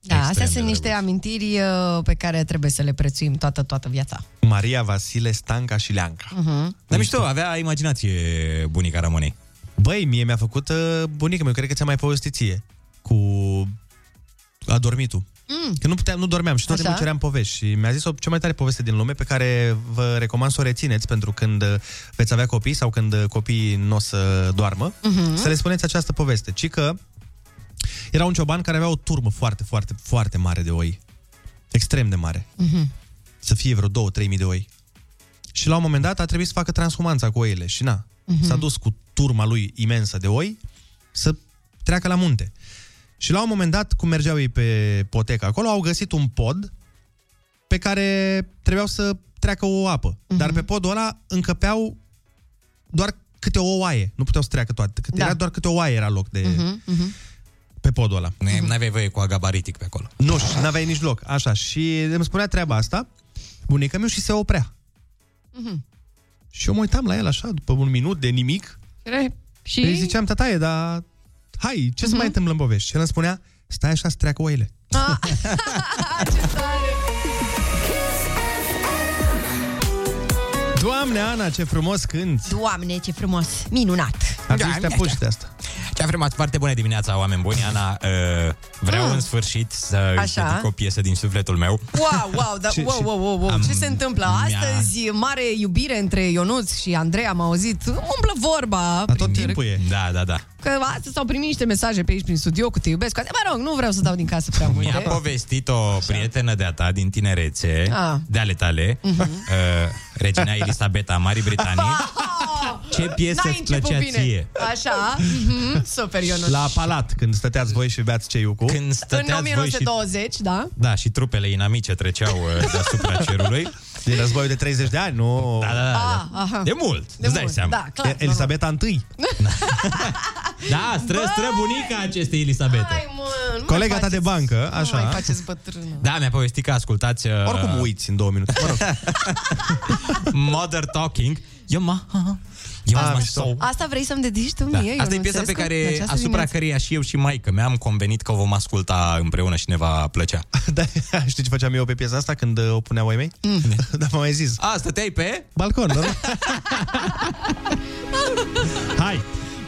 [SPEAKER 3] Da,
[SPEAKER 2] Extrem
[SPEAKER 3] astea
[SPEAKER 2] de
[SPEAKER 3] sunt niște
[SPEAKER 2] drăguț.
[SPEAKER 3] amintiri uh, pe care trebuie să le prețuim toată, toată viața.
[SPEAKER 1] Maria Vasile Stanca și Leanca.
[SPEAKER 3] Uh-huh.
[SPEAKER 2] Dar mișto, avea imaginație bunica Ramonei.
[SPEAKER 1] Băi, mie mi-a făcut uh, bunica mea, eu cred că ți-a mai povestit ție, cu adormitul.
[SPEAKER 3] Mm.
[SPEAKER 1] Că nu, puteam, nu dormeam și tot
[SPEAKER 3] Așa.
[SPEAKER 1] timpul ceream povești și mi-a zis o cea mai tare poveste din lume pe care vă recomand să o rețineți pentru când uh, veți avea copii sau când uh, copiii nu o să doarmă,
[SPEAKER 19] Mhm.
[SPEAKER 1] să le spuneți această poveste. Ci că era un cioban care avea o turmă foarte, foarte, foarte mare de oi. Extrem de mare.
[SPEAKER 19] Mhm.
[SPEAKER 1] Să fie vreo 2-3 mii de oi. Și la un moment dat a trebuit să facă transhumanța cu oile și na,
[SPEAKER 19] Mhm.
[SPEAKER 1] s-a dus cu turma lui imensă de oi să treacă la munte. Și la un moment dat, cum mergeau ei pe potecă acolo, au găsit un pod pe care trebuiau să treacă o apă. Dar pe podul ăla încăpeau doar câte o oaie. Nu puteau să treacă toate. Câte,
[SPEAKER 2] Da.
[SPEAKER 1] Era doar câte o oaie era loc de...
[SPEAKER 3] Mhm. mm,
[SPEAKER 1] pe podul ăla.
[SPEAKER 2] Nu aveai voie cu agabaritic pe acolo.
[SPEAKER 1] Nu, și n-aveai nici loc. Așa, și îmi spunea treaba asta bunica meu și se oprea.
[SPEAKER 3] Mhm.
[SPEAKER 1] Și eu mă uitam la el așa, după un minut de nimic.
[SPEAKER 3] Și? Mhm.
[SPEAKER 1] Îi ziceam, tataie, dar hai, ce uh-huh. se mai întâmplă în povești? Și el îmi spunea, stai așa să treacă oile.
[SPEAKER 3] Ah.
[SPEAKER 1] Doamne, Ana, ce frumos când
[SPEAKER 3] Doamne, ce frumos! Minunat!
[SPEAKER 2] Ar trebui să te apuci de
[SPEAKER 1] asta.
[SPEAKER 2] Ce a vremea foarte bună dimineața, oameni buni. Ana, uh, vreau
[SPEAKER 3] Ah.
[SPEAKER 2] în sfârșit să îți
[SPEAKER 3] Așa.
[SPEAKER 2] dedic o piesă din sufletul meu.
[SPEAKER 3] Wow, wow, da,
[SPEAKER 2] Ce-
[SPEAKER 3] wow,
[SPEAKER 2] ce-
[SPEAKER 3] wow, wow, wow.
[SPEAKER 2] am-
[SPEAKER 3] Ce se întâmplă?
[SPEAKER 2] mi-a-
[SPEAKER 3] Astăzi, mare iubire între Ionuț și Andrei, am auzit. Umblă vorba.
[SPEAKER 2] Tot timpul e. Da, da, da.
[SPEAKER 3] Că astăzi s-au primit niște mesaje pe aici prin studio cu te iubesc. Cu... Mă rog, nu vreau să dau din casă prea
[SPEAKER 2] Mi-a
[SPEAKER 3] multe.
[SPEAKER 2] povestit o prietenă de-a ta din tinerețe,
[SPEAKER 3] Ah.
[SPEAKER 2] de ale tale, uh-huh. uh, regina Elisabeta a Marii Britanii. Ce piesă
[SPEAKER 3] N-ai
[SPEAKER 2] îți
[SPEAKER 3] Ah! început
[SPEAKER 2] plăcea
[SPEAKER 3] bine.
[SPEAKER 2] ție?
[SPEAKER 3] Așa, mhm, super, Ionuț.
[SPEAKER 1] La palat, când stăteați voi și beați ceiu cu.
[SPEAKER 2] Când
[SPEAKER 3] În
[SPEAKER 2] stăteați voi și
[SPEAKER 3] 1920, da?
[SPEAKER 2] Da, și trupele inamice treceau uh, deasupra cerului.
[SPEAKER 1] Din războiul de 30 de ani, nu...
[SPEAKER 2] Da, da, da.
[SPEAKER 3] Ah,
[SPEAKER 2] da.
[SPEAKER 3] aha.
[SPEAKER 2] De mult, de îți dai
[SPEAKER 3] mult,
[SPEAKER 2] seama.
[SPEAKER 3] da, clar,
[SPEAKER 1] Elisabeta I.
[SPEAKER 2] Da, stră, străbunica acestei Elisabeta.
[SPEAKER 3] Hai, mă, nu mai
[SPEAKER 2] Colega ta
[SPEAKER 3] faceți-
[SPEAKER 2] de bancă,
[SPEAKER 3] Nu
[SPEAKER 2] așa.
[SPEAKER 3] mai faceți bătrână.
[SPEAKER 2] Da, mi-a povestit că ascultați... Uh,
[SPEAKER 1] Oricum uiți în două minute. Mă rog.
[SPEAKER 2] Mother Talking. Yo, ma, yo, ma, so.
[SPEAKER 3] Asta vrei să-mi dedici tu
[SPEAKER 2] Da.
[SPEAKER 3] mie,
[SPEAKER 2] Asta e piesa
[SPEAKER 3] Ionuțescu,
[SPEAKER 2] pe
[SPEAKER 3] în
[SPEAKER 2] care,
[SPEAKER 3] această
[SPEAKER 2] asupra
[SPEAKER 3] dimineață?
[SPEAKER 2] căreia și eu și maică mi-am convenit că o vom asculta împreună și ne va plăcea.
[SPEAKER 1] Da, Știi ce făceam eu pe piesa asta când uh, o puneau ai mei? Mm. Dar m-am mai zis.
[SPEAKER 2] A, stăteai pe?
[SPEAKER 1] Balcon, da, nu? Hai!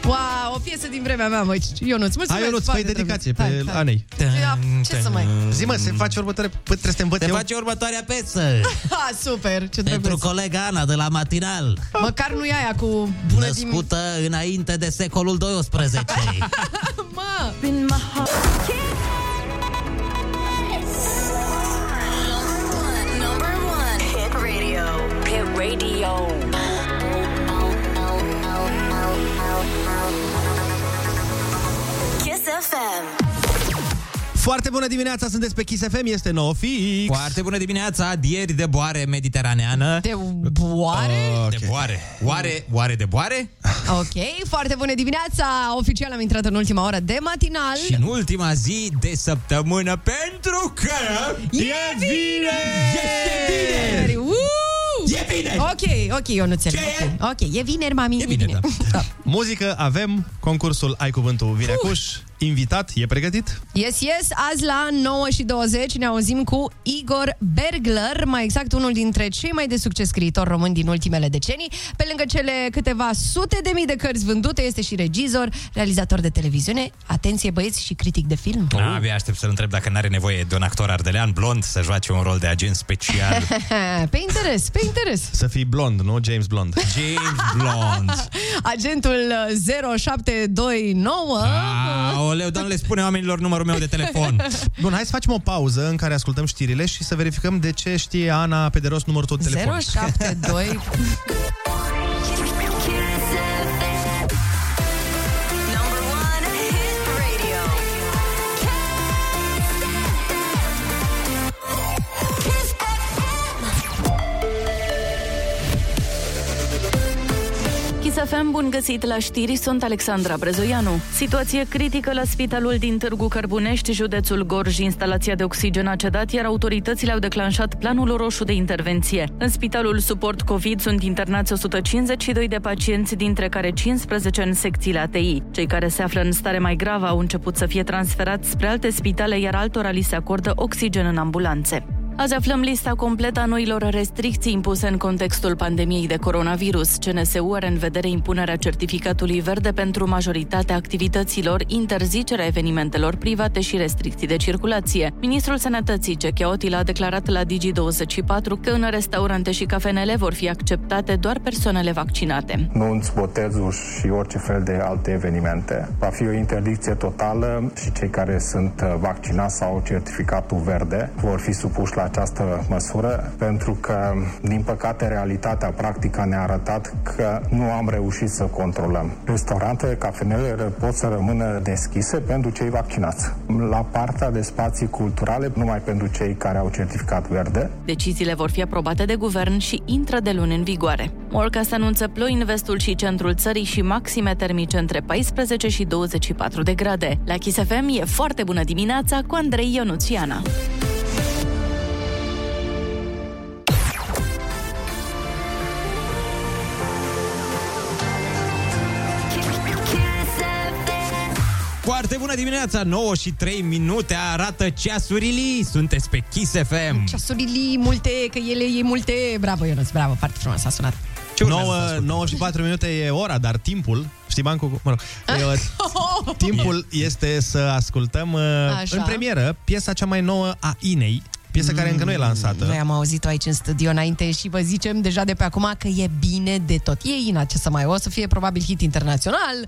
[SPEAKER 3] Wow, o piesă din vremea mea, măi. Ionuț, mulțumesc.
[SPEAKER 1] Hai, Ionuț,
[SPEAKER 3] foarte
[SPEAKER 1] fă-i dedicație
[SPEAKER 3] drăguț.
[SPEAKER 1] pe
[SPEAKER 3] Hai, hai.
[SPEAKER 1] Anei.
[SPEAKER 3] Da, ce să mai-
[SPEAKER 1] Zi-mă, se face următoarea... Păi trebuie să te învăț
[SPEAKER 2] Se
[SPEAKER 1] eu.
[SPEAKER 2] face următoarea piesă
[SPEAKER 3] Ha, super, ce
[SPEAKER 2] pentru
[SPEAKER 3] drăguț.
[SPEAKER 2] colega Ana de la Matinal,
[SPEAKER 3] Măcar nu e aia cu bună dimineața.
[SPEAKER 2] născută înainte de secolul 12.
[SPEAKER 3] Mă!
[SPEAKER 4] Number one hit radio. Hit radio. Kiss FM.
[SPEAKER 1] Foarte bună dimineața, sunteți pe Kiss FM, este nou fix.
[SPEAKER 2] Foarte bună dimineața, dieri de boare mediteraneană.
[SPEAKER 3] De boare?
[SPEAKER 2] De boare. Oare, oare de boare?
[SPEAKER 3] Ah. Ok, foarte bună dimineața! Oficial am intrat în ultima oră de matinal.
[SPEAKER 2] Și în ultima zi de săptămână pentru că...
[SPEAKER 3] E vineri!
[SPEAKER 2] Este vineri!
[SPEAKER 3] Vineri! Uuu!
[SPEAKER 2] E vineri!
[SPEAKER 3] Ok, ok, eu nu înțeleg. Ok, Ok, e vineri, mami. E vineri, da.
[SPEAKER 1] Muzică avem, concursul Ai Cuvântul vine acuș, invitat, e pregătit?
[SPEAKER 3] Yes, yes, azi la 9 și 20 ne auzim cu Igor Bergler, mai exact unul dintre cei mai de succes scriitori români din ultimele decenii. Pe lângă cele câteva sute de mii de cărți vândute, este și regizor, realizator de televiziune, atenție băieți, și critic de film.
[SPEAKER 1] Da.
[SPEAKER 2] Na, abia aștept să-l întreb dacă n-are nevoie de un actor ardelean blond să joace un rol de agent special.
[SPEAKER 3] pe interes, pe interes.
[SPEAKER 1] Să fii blond, nu? James Blond.
[SPEAKER 2] James Blond.
[SPEAKER 3] Agentul uh, 0729.
[SPEAKER 1] Da,
[SPEAKER 2] Aoleu, doamne, le spune oamenilor numărul meu de telefon.
[SPEAKER 1] Bun, hai să facem o pauză în care ascultăm știrile și să verificăm de ce știe Ana pe de rost numărul tău de telefon.
[SPEAKER 3] 072
[SPEAKER 4] Number one hit radio. Kiss
[SPEAKER 5] Chisafem, bun găsit la știri, sunt Alexandra Brezoianu. Situație critică la spitalul din Târgu Cărbunești, județul Gorj, instalația de oxigen a cedat, iar autoritățile au declanșat planul roșu de intervenție. În spitalul suport COVID sunt internați 152 de pacienți, dintre care 15 în secțiile ATI. Cei care se află în stare mai gravă au început să fie transferați spre alte spitale, iar altora li se acordă oxigen în ambulanțe. Azi aflăm lista completă a noilor restricții impuse în contextul pandemiei de coronavirus. CNSU are în vedere impunerea certificatului verde pentru majoritatea activităților, interzicerea evenimentelor private și restricții de circulație. Ministrul Sănătății, Cechea Otila, a declarat la Digi24 că în restaurante și cafenele vor fi acceptate doar persoanele vaccinate.
[SPEAKER 19] nunți, botezuri și orice fel de alte evenimente. Va fi o interdicție totală și cei care sunt uh, vaccinați sau au certificatul verde vor fi supuși la această măsură pentru că, din păcate, realitatea practică ne-a arătat că nu am reușit să controlăm. Restaurantele, cafenelele pot să rămână deschise pentru cei vaccinați. La partea de spații culturale, numai pentru cei care au certificat verde,
[SPEAKER 5] Deciziile vor fi aprobate de guvern și intră de luni în vigoare. Morcas anunță ploi în vestul și centrul țării și maxime termice între 14 și 24 de grade. La Kiss FM e foarte bună dimineața cu Andrei Ionuțiana.
[SPEAKER 2] Foarte bună dimineața, 9 și 3 minute arată ceasurile, sunteți pe Kiss FM.
[SPEAKER 3] Ceasurile multe, că ele e multe. Bravo, Ionuț, bravo, foarte frumos a sunat.
[SPEAKER 1] 9, 9 și 4 minute e ora, dar timpul, știi bancul, mă rog,
[SPEAKER 3] Ah.
[SPEAKER 1] e,
[SPEAKER 3] Oh!
[SPEAKER 1] timpul este să ascultăm uh,
[SPEAKER 3] Așa.
[SPEAKER 1] în premieră piesa cea mai nouă a Inei, piesa care încă nu e lansată.
[SPEAKER 3] Noi am auzit-o aici în studio înainte și vă zicem deja de pe acum că e bine de tot. E Ina, ce să mai o să fie probabil hit internațional.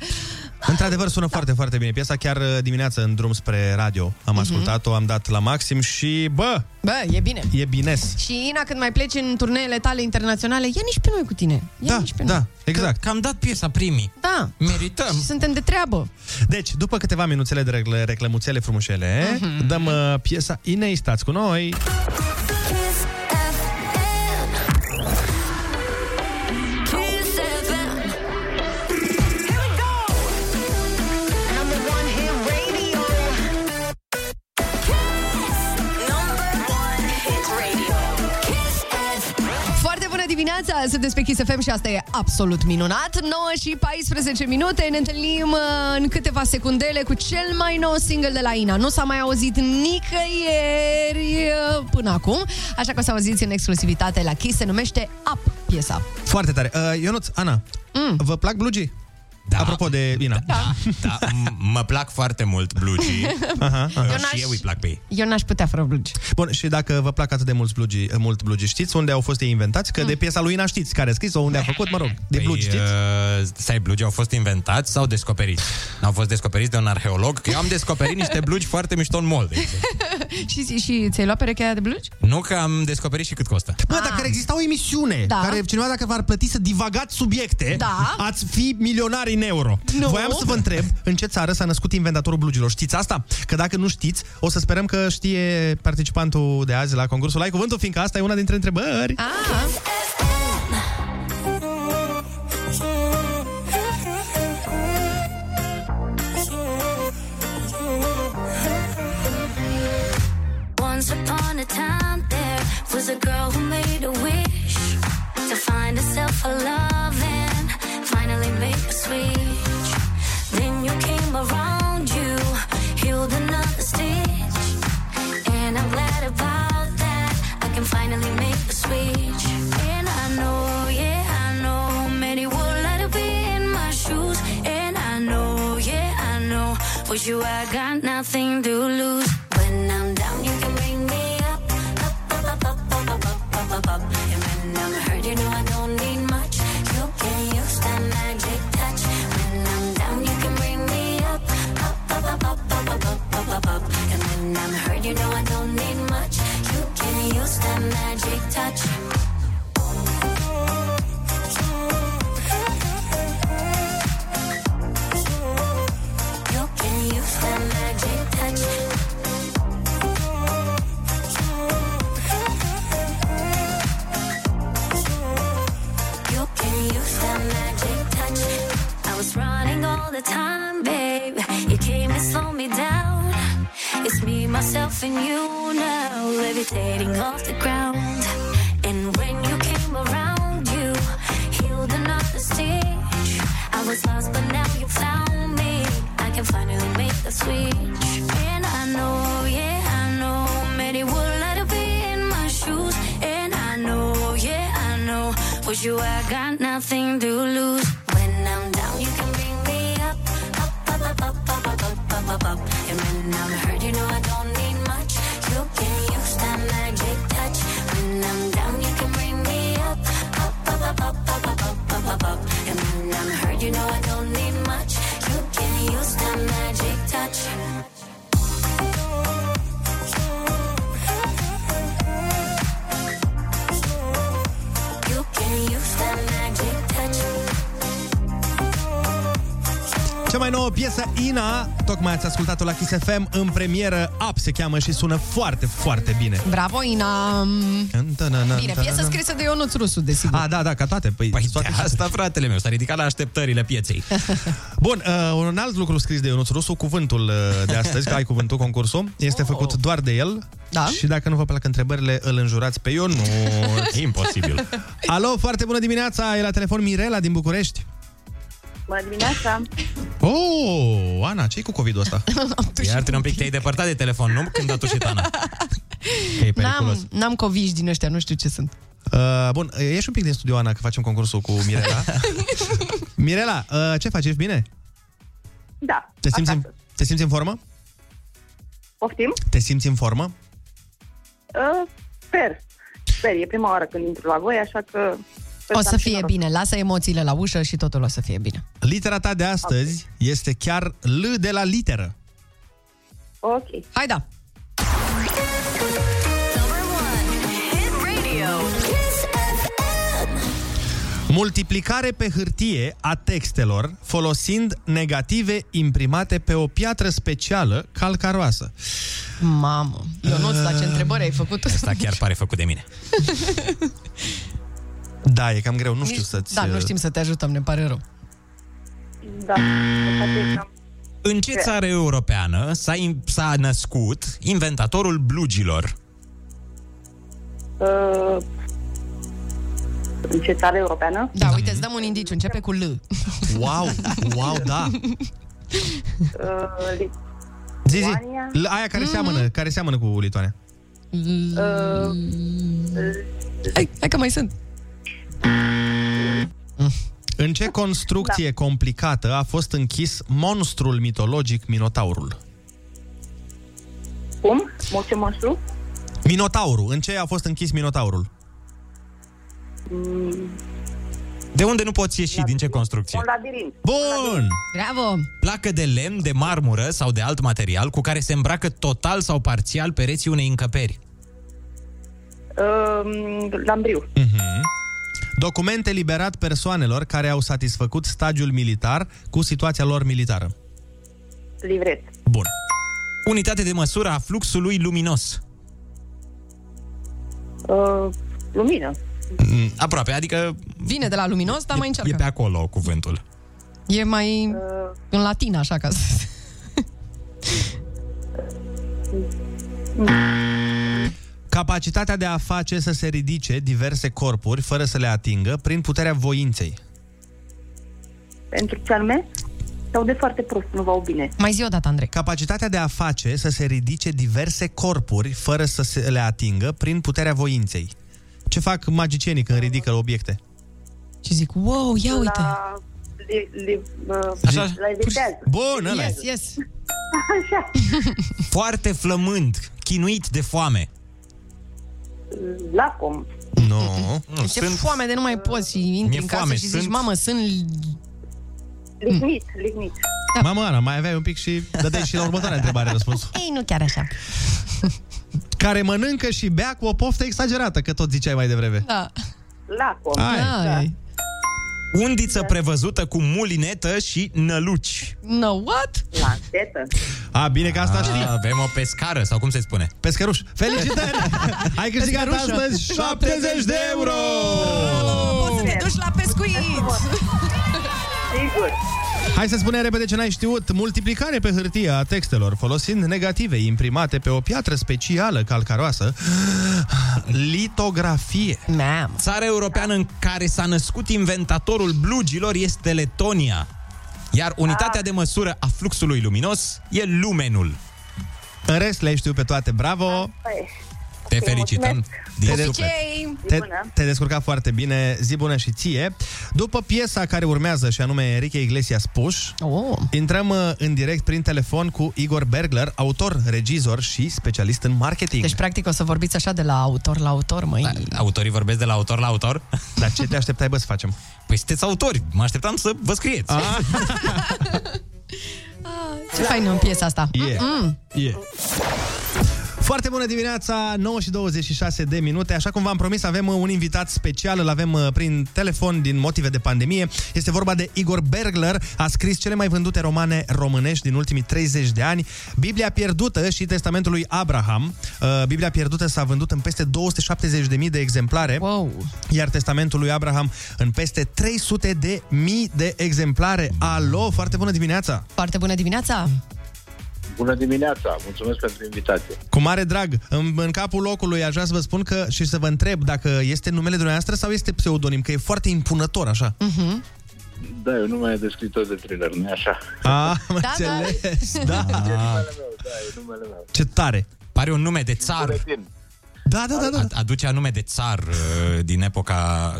[SPEAKER 1] Într-adevăr, sună foarte, foarte bine piesa. Chiar uh, dimineață, în drum spre radio, am ascultat-o, am dat la maxim și, bă,
[SPEAKER 3] Bă, e bine.
[SPEAKER 1] e bines.
[SPEAKER 3] Și Ina, când mai pleci în turneele tale internaționale, ia nici pe noi cu tine. Ia
[SPEAKER 1] Da,
[SPEAKER 3] nici pe noi.
[SPEAKER 1] da, exact. Că, că am dat piesa primii.
[SPEAKER 3] Da.
[SPEAKER 1] Merităm.
[SPEAKER 3] Și suntem de treabă.
[SPEAKER 1] Deci, după câteva minuțele de regle, reclămuțele frumușele,
[SPEAKER 3] Mhm.
[SPEAKER 1] dăm uh, piesa Inei, stați cu noi.
[SPEAKER 4] Kiss FM. Here we go. Number one hit radio. Kiss. Number one hit radio. Kiss FM.
[SPEAKER 3] Foarte bună dimineața, sunteți pe Kiss FM și asta e absolut minunat. 9 și 14 minute, ne întâlnim uh, în câteva secundele cu cel mai nou single de la Ina. Nu s-a mai auzit nicăieri uh, până acum, așa că o să auziți în exclusivitate la Kiss, se numește Up piesa.
[SPEAKER 1] Foarte tare. Uh, Ionuț, Ana, mm. vă plac blugii? Da. Apropo de Ina.
[SPEAKER 2] Da. Da, m- mă plac foarte mult blugii.
[SPEAKER 1] Aha, aha.
[SPEAKER 2] Eu și eu îi plac pe ei.
[SPEAKER 3] Eu n-aș putea fără blugi.
[SPEAKER 1] Bun, și dacă vă plac atât de mulți blugi, mult blugi, știți unde au fost ei inventați? Că de piesa lui Ina știți care a scris-o, unde a făcut, mă rog, de
[SPEAKER 2] Păi,
[SPEAKER 1] blugi știți?
[SPEAKER 2] Uh, stai, blugi au fost inventați sau descoperiți? Au fost descoperiți de un arheolog? Că eu am descoperit niște blugi foarte mișto în mall. de exemplu.
[SPEAKER 3] și, și ți-ai luat perechea de blugi?
[SPEAKER 2] Nu că am descoperit și cât costă.
[SPEAKER 1] Bă, dacă ar exista o emisiune
[SPEAKER 3] Da.
[SPEAKER 1] care cineva dacă v-ar plăti să divagați subiecte,
[SPEAKER 3] Da.
[SPEAKER 1] ați fi milionari în euro.
[SPEAKER 3] Nu.
[SPEAKER 1] Voiam să vă întreb în ce țară s-a născut inventatorul blugilor. Știți asta? Că dacă nu știți, o să sperăm că știe participantul de azi la concursul Ai Cuvântul, fiindcă asta e una dintre întrebări.
[SPEAKER 3] Ah,
[SPEAKER 4] Once upon a time, there was a girl who made a wish to find herself a love and finally make a switch. Then you came around, you healed another stitch, and I'm glad about that. I can finally make the switch. And I know, yeah, I know many would like to be in my shoes, and I know, yeah, I know with you I got nothing to lose. When I'm down, you can bring me up, up, up, up, up, up, up, up, up, up. And when I'm hurt, you know I don't need much. You can use that magic touch. When I'm down, you can bring me up, up, up, up, up, up, up, up, up, up, up. And when I'm hurt, you know I don't need much. You can use that magic touch. You can use that magic touch. You can use that magic touch. I was running all the time, babe. You came and slowed me down. It's me, myself, and you now, levitating off the ground. And when you came around, you healed another stitch. I was lost, but now you found me. I can finally make the switch. And I know, yeah, I know, many would let it be in my with you, I got nothing to lose. When I'm down, you can bring me up, up, up, up, up, up, up, up, up, up, up. And when I'm hurt, you know I don't need much. You can use that magic touch. When I'm down, you can bring me up, up, up, up, up, up, up, up, up, up, up. And when I'm hurt, you know I don't need much. You can use that magic touch. You can use that magic touch.
[SPEAKER 1] Cea mai nouă piesă, Ina, tocmai ați ascultat-o la Kiss FM în premieră. Up se cheamă și sună foarte, foarte bine.
[SPEAKER 3] Bravo, Ina! Bine, piesă scrisă de Ionuț Rusu, desigur.
[SPEAKER 1] A, da, da, ca toate. Păi, păi toate
[SPEAKER 2] asta, fratele meu, s-a ridicat la așteptările pieței.
[SPEAKER 1] Bun, uh, un alt lucru scris de Ionuț Rusu, cuvântul uh, de astăzi, că ai cuvântul concursul, este oh. făcut doar de el. Da. Și dacă nu vă plac întrebările, îl înjurați pe Ionuț.
[SPEAKER 2] Imposibil.
[SPEAKER 1] Alo, foarte bună dimineața, e la telefon Mirela din București.
[SPEAKER 20] Bună dimineața!
[SPEAKER 1] Oh, Ana, ce cu COVID-ul ăsta?
[SPEAKER 2] Iar te un pic, te-ai depărtat de telefon, nu? Când a tu și Tana. Că e periculos.
[SPEAKER 3] N-am, n-am covici din ăștia, nu știu ce sunt.
[SPEAKER 1] Uh, bun, ieși un pic din studio, Ana, că facem concursul cu Mirela. Mirela, uh, ce faci? Ești bine?
[SPEAKER 20] Da.
[SPEAKER 1] Te simți, în, te simți în formă?
[SPEAKER 20] Poftim?
[SPEAKER 1] Te simți în formă?
[SPEAKER 20] Uh, sper. Sper, e prima oară când intru la voi, așa că...
[SPEAKER 3] O
[SPEAKER 11] da,
[SPEAKER 3] să fie bine, lasă emoțiile la ușă și totul o să fie bine.
[SPEAKER 1] Litera ta de astăzi este chiar L de la literă.
[SPEAKER 20] Ok.
[SPEAKER 3] Hai da!
[SPEAKER 1] Multiplicare pe hârtie a textelor folosind negative imprimate pe o piatră specială calcaroasă.
[SPEAKER 3] Mamă, Ionuț, dar ce întrebări ai făcut?
[SPEAKER 2] Asta chiar pare făcut de mine.
[SPEAKER 1] Da, e cam greu, nu știu să-ți... uh,
[SPEAKER 3] Da, nu
[SPEAKER 2] uh,
[SPEAKER 3] știm să te ajutăm, ne pare rău.
[SPEAKER 20] Da.
[SPEAKER 2] În ce țară europeană s-a, in- s-a născut inventatorul blugilor?
[SPEAKER 20] Uh, în ce țară europeană?
[SPEAKER 3] Da, uite, îți dăm un indiciu, începe cu L.
[SPEAKER 1] Wow, wow, da.
[SPEAKER 20] Uh, Li-
[SPEAKER 1] Zi, zi,
[SPEAKER 20] Lituania?
[SPEAKER 1] L- aia care
[SPEAKER 3] Mhm.
[SPEAKER 1] seamănă, care seamănă cu Lituania.
[SPEAKER 20] uh,
[SPEAKER 3] Hai, hai că mai sunt.
[SPEAKER 1] În ce construcție da. complicată a fost închis monstrul mitologic Minotaurul?
[SPEAKER 20] cum? Mo- Ce monstru?
[SPEAKER 1] Minotaurul, în ce a fost închis Minotaurul?
[SPEAKER 20] Mm,
[SPEAKER 2] De unde nu poți ieși? Din ce construcție?
[SPEAKER 20] un labirint.
[SPEAKER 1] Bun!
[SPEAKER 3] Bravo!
[SPEAKER 2] Placă de lemn, de marmură sau de alt material cu care se îmbracă total sau parțial pereții unei încăperi.
[SPEAKER 20] Uh, lambriu.
[SPEAKER 1] Mm. Document eliberat persoanelor care au satisfăcut stagiul militar cu situația lor militară.
[SPEAKER 20] Livret.
[SPEAKER 1] Bun.
[SPEAKER 2] Unitate de măsură a fluxului luminos.
[SPEAKER 20] Uh, lumină.
[SPEAKER 2] Mm, Aproape, adică
[SPEAKER 3] Vine de la luminos, dar mai
[SPEAKER 2] e
[SPEAKER 3] încearcă.
[SPEAKER 2] pe acolo cuvântul.
[SPEAKER 3] E mai în latină, așa ca să...
[SPEAKER 1] Capacitatea de a face să se ridice diverse corpuri fără să le atingă prin puterea voinței.
[SPEAKER 20] Pentru ce anume? Sau de foarte prost, nu v-au bine.
[SPEAKER 3] Mai zi o dată, Andrei.
[SPEAKER 1] Capacitatea de a face să se ridice diverse corpuri fără să se le atingă prin puterea voinței. Ce fac magicienii când ridică obiecte?
[SPEAKER 3] Și zic, wow, ia uite!
[SPEAKER 20] La... Li, li, uh,
[SPEAKER 2] Așa.
[SPEAKER 20] La evitează.
[SPEAKER 1] Bun, ăla
[SPEAKER 3] Yes, yes!
[SPEAKER 20] Așa.
[SPEAKER 2] Foarte flămând, chinuit de foame.
[SPEAKER 20] Lacom.
[SPEAKER 1] Nu. No.
[SPEAKER 2] Nu,
[SPEAKER 3] Ce Deci foame de nu mai poți și
[SPEAKER 2] Mi-e
[SPEAKER 3] intri în casă
[SPEAKER 2] foame,
[SPEAKER 3] și zici,
[SPEAKER 2] sunt-
[SPEAKER 3] mamă, sunt...
[SPEAKER 20] Lignit,
[SPEAKER 1] Hmm.
[SPEAKER 20] lignit.
[SPEAKER 1] Mamă, Ana, mai aveai un pic și dădeai și la următoarea întrebare răspunsul.
[SPEAKER 3] Ei, nu chiar așa.
[SPEAKER 1] Care mănâncă și bea cu o poftă exagerată, că tot ziceai mai devreme.
[SPEAKER 3] Da.
[SPEAKER 20] Lacom.
[SPEAKER 1] Hai.
[SPEAKER 3] Ai.
[SPEAKER 2] Undiță prevăzută cu mulinetă și năluci.
[SPEAKER 3] No, what?
[SPEAKER 20] Lanchetă.
[SPEAKER 1] A, bine că asta
[SPEAKER 2] Ah,
[SPEAKER 1] știi.
[SPEAKER 2] Avem o pescară, sau cum se spune?
[SPEAKER 1] Pescăruș, felicitări! Ai câștigat
[SPEAKER 3] Pescărușă.
[SPEAKER 1] astăzi 70 de euro!
[SPEAKER 3] Poți să te duci la pescuit!
[SPEAKER 20] Sigur.
[SPEAKER 1] Hai să spunem repede ce n-ai știut. Multiplicare pe hârtie a textelor folosind negative imprimate pe o piatră specială calcaroasă. Litografie.
[SPEAKER 3] Mam.
[SPEAKER 2] Țara europeană în care s-a născut inventatorul blugilor este Letonia. Iar unitatea de măsură a fluxului luminos e lumenul.
[SPEAKER 1] În rest le știu pe toate. Bravo!
[SPEAKER 20] Păi,
[SPEAKER 2] Te felicităm.
[SPEAKER 1] Te,
[SPEAKER 2] Din
[SPEAKER 1] de-
[SPEAKER 2] suflet.
[SPEAKER 1] te, te descurcat foarte bine, zi bună și ție. După piesa care urmează, și anume Enrique Iglesias Push,
[SPEAKER 3] oh.
[SPEAKER 1] intrăm uh, în direct prin telefon cu Igor Bergler, autor, regizor și specialist în marketing.
[SPEAKER 3] Deci, practic, o să vorbiți așa de la autor la autor, măi.
[SPEAKER 2] Da. Autorii vorbesc de la autor la autor?
[SPEAKER 1] Dar ce te așteptai, bă, să facem?
[SPEAKER 2] Păi sunteți autori, mă așteptam să vă scrieți.
[SPEAKER 3] Ce fain în piesa asta. Mm.
[SPEAKER 1] Yeah.
[SPEAKER 3] Mm-mm.
[SPEAKER 1] Yeah. Mm. Foarte bună dimineața, 9 și 26 de minute. Așa cum v-am promis, avem uh, un invitat special, îl avem uh, prin telefon din motive de pandemie. Este vorba de Igor Bergler, a scris cele mai vândute romane românești din ultimii 30 de ani, Biblia pierdută și Testamentul lui Abraham. Uh, Biblia pierdută s-a vândut în peste 270.000 de exemplare,
[SPEAKER 3] wow.
[SPEAKER 1] iar Testamentul lui Abraham în peste 300.000 de exemplare. Alo, foarte bună dimineața!
[SPEAKER 3] Foarte bună dimineața!
[SPEAKER 1] Mm.
[SPEAKER 11] Bună dimineața, mulțumesc pentru invitație.
[SPEAKER 1] Cu mare drag, în, în capul locului aș vrea să vă spun că și să vă întreb dacă este numele dumneavoastră sau este pseudonim, că e foarte impunător așa.
[SPEAKER 3] Mm-hmm.
[SPEAKER 11] Da, eu nu mai de scriitor de thriller, nu așa?
[SPEAKER 1] Ah, am
[SPEAKER 11] Da, da.
[SPEAKER 1] înțeles, da.
[SPEAKER 11] Numele meu.
[SPEAKER 1] Ce tare!
[SPEAKER 2] Pare un nume de țar.
[SPEAKER 1] Da, da, da. da.
[SPEAKER 2] Aduce anume de țar uh, din epoca...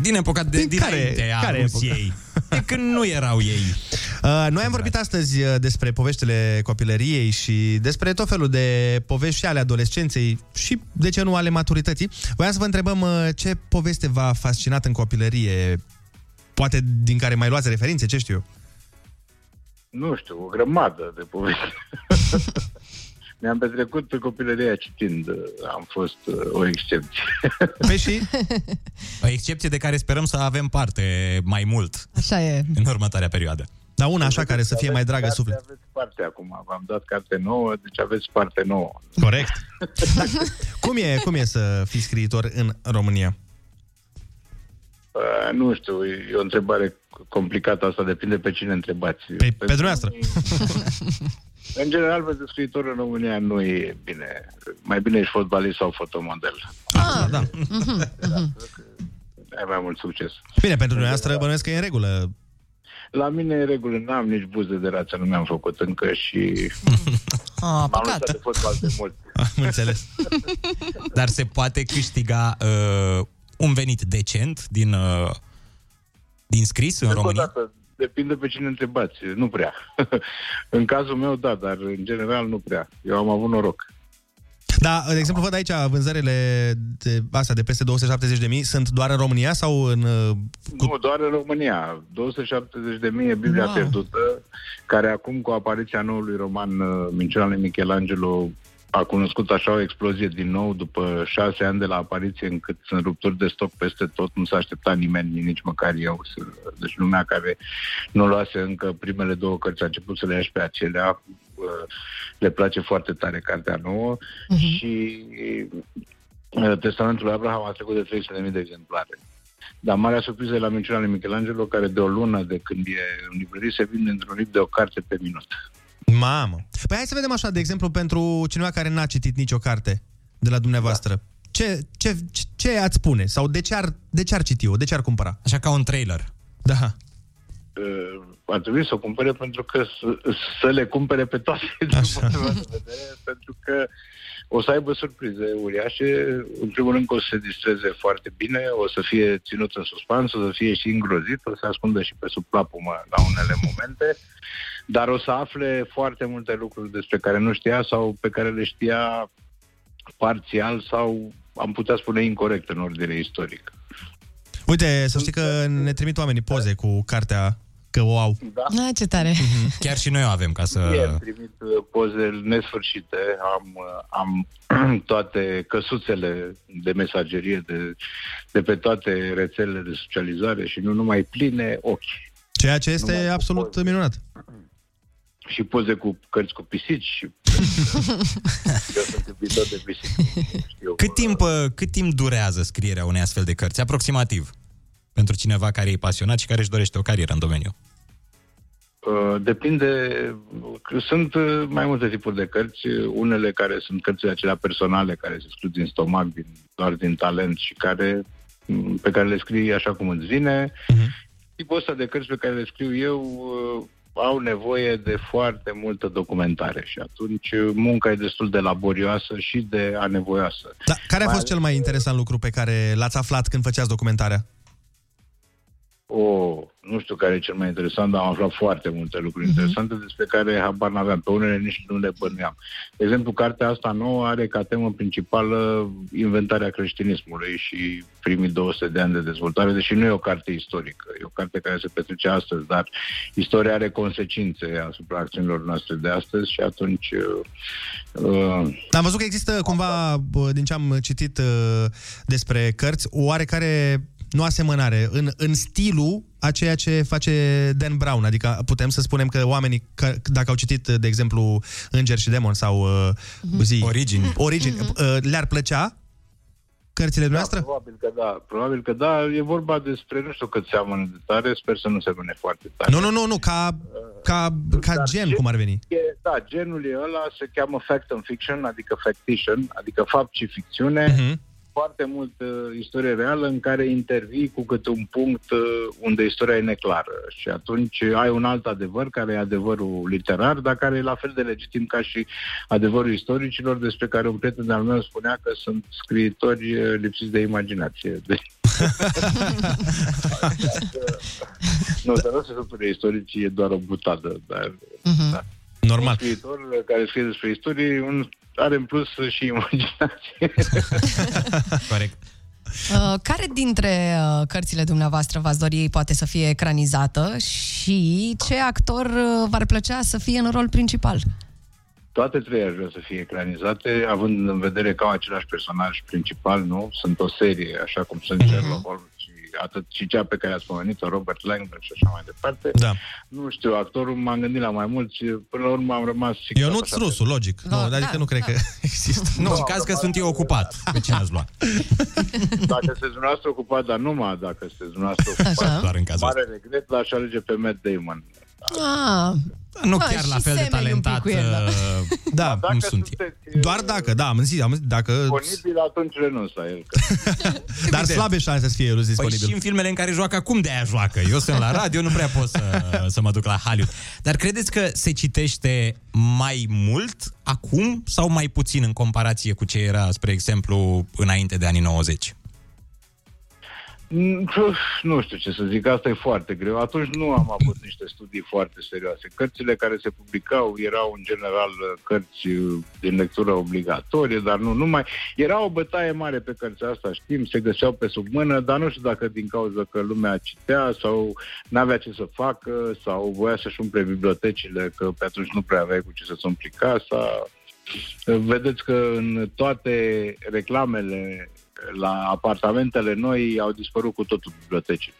[SPEAKER 2] Din epoca de
[SPEAKER 1] Din care-
[SPEAKER 2] dinainte a
[SPEAKER 1] care epocă?
[SPEAKER 2] Rusiei. De când nu erau ei.
[SPEAKER 1] Uh, noi am vorbit astăzi uh, despre poveștile copilăriei și despre tot felul de povești și ale adolescenței și, de ce nu, ale maturității. Voiam să vă întrebăm uh, ce poveste v-a fascinat în copilărie, poate din care mai luați referințe, ce știu eu.
[SPEAKER 11] Nu știu, o grămadă de povești. Mi-am petrecut copilăria citind, am fost uh, o excepție.
[SPEAKER 1] Păi și?
[SPEAKER 2] O excepție de care sperăm să avem parte mai mult
[SPEAKER 3] Așa e.
[SPEAKER 2] în următoarea perioadă.
[SPEAKER 1] Dar Da, una așa care să fie mai dragă
[SPEAKER 11] Aveți
[SPEAKER 1] suflet.
[SPEAKER 11] carte, Aveți parte acum, v-am dat carte nouă, deci aveți parte nouă.
[SPEAKER 1] Corect. Da. cum, e, cum e să fii scriitor în România?
[SPEAKER 11] Uh, nu știu, e o întrebare complicată asta, depinde pe cine întrebați. Pe,
[SPEAKER 1] pe dumneavoastră.
[SPEAKER 11] în general, pentru scriitor în România nu e bine. Mai bine ești fotbalist sau fotomodel.
[SPEAKER 1] Ah, da.
[SPEAKER 11] Ai mai mult succes.
[SPEAKER 1] Bine, pentru dumneavoastră bănuiesc că e în regulă.
[SPEAKER 11] La mine, în regulă, n-am nici buze de rață, nu mi-am făcut încă și
[SPEAKER 3] Ah,
[SPEAKER 11] m-am lăsat de fotbal de mult.
[SPEAKER 1] Am înțeles.
[SPEAKER 2] Dar se poate câștiga uh, un venit decent din, uh, din scris în
[SPEAKER 11] Încă o
[SPEAKER 2] România?
[SPEAKER 11] dată, Depinde pe cine întrebați, nu prea. în cazul meu, da, dar în general nu prea. Eu am avut noroc.
[SPEAKER 1] Da, de exemplu, văd aici vânzările de, astea de peste 270.000 sunt doar în România sau în... uh,
[SPEAKER 11] Nu, doar în România. 270.000 e Biblia
[SPEAKER 1] Wow.
[SPEAKER 11] wow. pierdută, care acum cu apariția noului roman uh, Minciuna lui Michelangelo a cunoscut așa o explozie din nou după șase ani de la apariție încât sunt rupturi de stoc peste tot, nu s-a așteptat nimeni, nici măcar eu. să- Deci lumea care nu luase încă primele două cărți a început să le ia și pe acelea. Uh, Le place foarte tare cartea nouă uh-huh. și uh, Testamentul lui Abraham a trecut de 300.000 de exemplare. Dar marea surpriză e la minciuna lui Michelangelo, care de o lună de când e în librărie se vinde într-un lip de o carte pe minut.
[SPEAKER 1] Mamă! Păi hai să vedem așa, de exemplu, pentru cineva care n-a citit nicio carte de la dumneavoastră. Da. Ce, ce, ce, ce ați spune? Sau de ce, ar, de ce ar citi-o? De ce ar cumpăra?
[SPEAKER 2] Așa ca un trailer.
[SPEAKER 1] Da.
[SPEAKER 11] Uh, ar trebui să o cumpere pentru că să, să le cumpere pe toate din punctul meu de vedere, pentru că o să aibă surprize uriașe. În primul rând că o să se distreze foarte bine, o să fie ținut în suspans, o să fie și îngrozit, o să se ascundă și pe sub plapumă la unele momente, dar o să afle foarte multe lucruri despre care nu știa sau pe care le știa parțial sau am putea spune incorrect în ordine istorică.
[SPEAKER 1] Uite, să știi că ne trimit oamenii poze cu cartea, că o au.
[SPEAKER 3] Da. Ah, ce tare.
[SPEAKER 2] Chiar și noi o avem, ca să...
[SPEAKER 11] Ieri am primit uh, poze nesfârșite, am, uh, am toate căsuțele de mesagerie de, de pe toate rețelele de socializare și nu numai pline ochi.
[SPEAKER 1] Ceea ce este absolut minunat.
[SPEAKER 11] Și poze cu cărți cu pisici. Și... Eu sunt iubitor de pisici.
[SPEAKER 2] Cât timp, uh, cât timp durează scrierea unei astfel de cărți, aproximativ? Pentru cineva care e pasionat și care își dorește o carieră în domeniu.
[SPEAKER 11] Uh, Depinde, sunt uh, mai multe tipuri de cărți, unele care sunt cărțile acelea personale, care se scriu din stomac, din, doar din talent și care, mm, m, pe care le scrii așa cum îți vine. Tipul ăsta de cărți pe care le scriu eu uh, au nevoie de foarte multă documentare și atunci uh, munca e destul de laborioasă și de anevoioasă.
[SPEAKER 1] Da, care a fost cel mai interesant lucru pe care l-ați aflat când făceați documentarea?
[SPEAKER 11] O, nu știu care e cel mai interesant, dar am aflat foarte multe lucruri
[SPEAKER 16] Mhm.
[SPEAKER 11] interesante despre care habar n-aveam. Pe unele nici nu le bănuiam. De exemplu, cartea asta nouă are ca temă principală inventarea creștinismului și primii 200 de ani de dezvoltare, deși nu e o carte istorică, e o carte care se petrece astăzi, dar istoria are consecințe asupra acțiunilor noastre de astăzi și atunci uh, uh,
[SPEAKER 1] Am văzut că există cumva, bă, din ce am citit uh, despre cărți, o oarecare nu asemănare, în, în stilul a ceea ce face Dan Brown. Adică putem să spunem că oamenii, că, dacă au citit, de exemplu, Îngeri și Demon sau uh,
[SPEAKER 11] Mhm.
[SPEAKER 1] zi,
[SPEAKER 11] Origini.
[SPEAKER 1] Origini
[SPEAKER 3] Mhm.
[SPEAKER 1] uh, le-ar plăcea cărțile noastre?
[SPEAKER 11] Da, probabil că da, probabil că da. E vorba despre, nu știu cât seamănă de tare, sper să nu seamănă foarte tare.
[SPEAKER 1] Nu, nu, nu, nu, ca, ca, ca gen, cum ar veni.
[SPEAKER 11] E, da, genul e ăla, se cheamă fact and fiction, adică factition, adică fapt și ficțiune. Foarte mult uh, istorie reală în care intervii cu câte un punct uh, unde istoria e neclară. Și atunci ai un alt adevăr, care e adevărul literar, dar care e la fel de legitim ca și adevărul istoricilor, despre care un prieten de-al meu spunea că sunt scriitori uh, lipsiți de imaginație. Deci, nu, dar nu se supune, istoricii e doar o butadă, dar
[SPEAKER 9] Mm-hmm.
[SPEAKER 1] Normal.
[SPEAKER 11] un scriitor care scrie despre istorie un, are în plus și imaginație.
[SPEAKER 2] Corect.
[SPEAKER 3] Uh, care dintre uh, cărțile dumneavoastră v-ați dori poate să fie ecranizată și ce actor uh, v-ar plăcea să fie în rol principal?
[SPEAKER 11] Toate trei ar vrea să fie ecranizate, având în vedere că au același personaj principal, nu? Sunt o serie, așa cum
[SPEAKER 1] Mhm.
[SPEAKER 11] sunt Sherlock Holmes și atât și cea pe care ați pomenit-o, Robert Langdon și așa mai departe.
[SPEAKER 1] Da.
[SPEAKER 11] Nu știu, actorul m-am gândit la mai mulți, până la urmă am rămas...
[SPEAKER 1] Eu nu Rusu, logic. Nu,
[SPEAKER 3] da,
[SPEAKER 1] adică nu cred că există.
[SPEAKER 11] Nu,
[SPEAKER 2] în caz că sunt eu ocupat, pe cine ați luat?
[SPEAKER 11] Dacă sunteți dumneavoastră ocupat, dar numai dacă sunteți dumneavoastră
[SPEAKER 3] Da.
[SPEAKER 11] ocupat,
[SPEAKER 2] Doar în cazul
[SPEAKER 11] mare regret, l-aș alege pe Matt Damon.
[SPEAKER 3] Ah,
[SPEAKER 2] Nu
[SPEAKER 3] bă,
[SPEAKER 2] chiar la
[SPEAKER 3] și
[SPEAKER 2] fel de
[SPEAKER 3] semeni un pic
[SPEAKER 2] talentat. uh,
[SPEAKER 3] cu el, da.
[SPEAKER 1] Da, cum sunt eu. Doar dacă, da, am zis, am zis dacă...
[SPEAKER 11] Disponibil, atunci renunț la el.
[SPEAKER 1] Dar slabe șanse să fie el
[SPEAKER 2] Păi și
[SPEAKER 1] disponibil.
[SPEAKER 2] în filmele în care joacă acum de aia joacă. Eu sunt la radio, nu prea pot să, să mă duc la Hollywood. Dar credeți că se citește mai mult acum sau mai puțin în comparație cu ce era, spre exemplu, înainte de anii 90?
[SPEAKER 11] Mm, pf, Nu știu ce să zic, asta e foarte greu. Atunci nu am avut niște studii foarte serioase. Cărțile care se publicau erau în general uh, cărți uh, din lectură obligatorie, dar nu numai. Era o bătaie mare pe cărțile astea, știm, se găseau pe sub mână, dar nu știu dacă din cauza că lumea citea sau n-avea ce să facă sau voia să-și umple bibliotecile, că pe atunci nu prea aveai cu ce să-ți umpli casa. Vedeți că în toate reclamele la apartamentele noi au dispărut cu totul bibliotecile.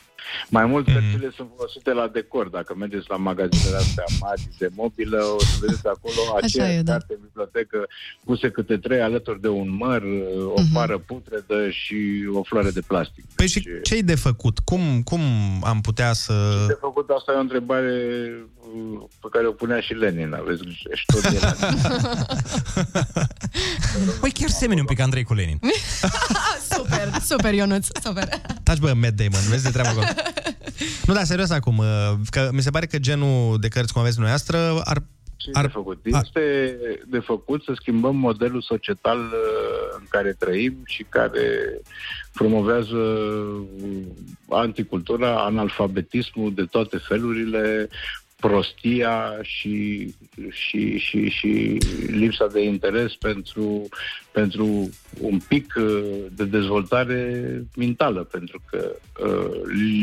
[SPEAKER 11] Mai mult
[SPEAKER 1] Mhm.
[SPEAKER 11] cărțile sunt folosite la decor. Dacă mergeți la magazinele astea mari de mobilă, o să vedeți acolo
[SPEAKER 16] Așa
[SPEAKER 11] aceeași
[SPEAKER 16] e, da.
[SPEAKER 11] carte bibliotecă puse câte trei alături de un măr, o
[SPEAKER 16] Mhm.
[SPEAKER 11] pară putredă și o floare de plastic.
[SPEAKER 1] Păi și ce-i de făcut? Cum, cum am putea să...
[SPEAKER 11] De făcut asta e o întrebare uh, pe care o punea și Lenin, aveți grijă, și tot din
[SPEAKER 2] Păi chiar semeni un pic Andrei cu Lenin.
[SPEAKER 3] Ah, super, super, Ionuț, super.
[SPEAKER 1] Taci, bă, Matt Damon, vezi de treabă acolo. nu, dar serios acum, uh, că mi se pare că genul de cărți cum aveți dumneavoastră ar...
[SPEAKER 11] Ce ar... de făcut? Este de făcut să schimbăm modelul societal uh, în care trăim și care promovează uh, anticultura, analfabetismul de toate felurile, prostia și, și, și, și lipsa de interes pentru, pentru un pic uh, de dezvoltare mentală, pentru că uh,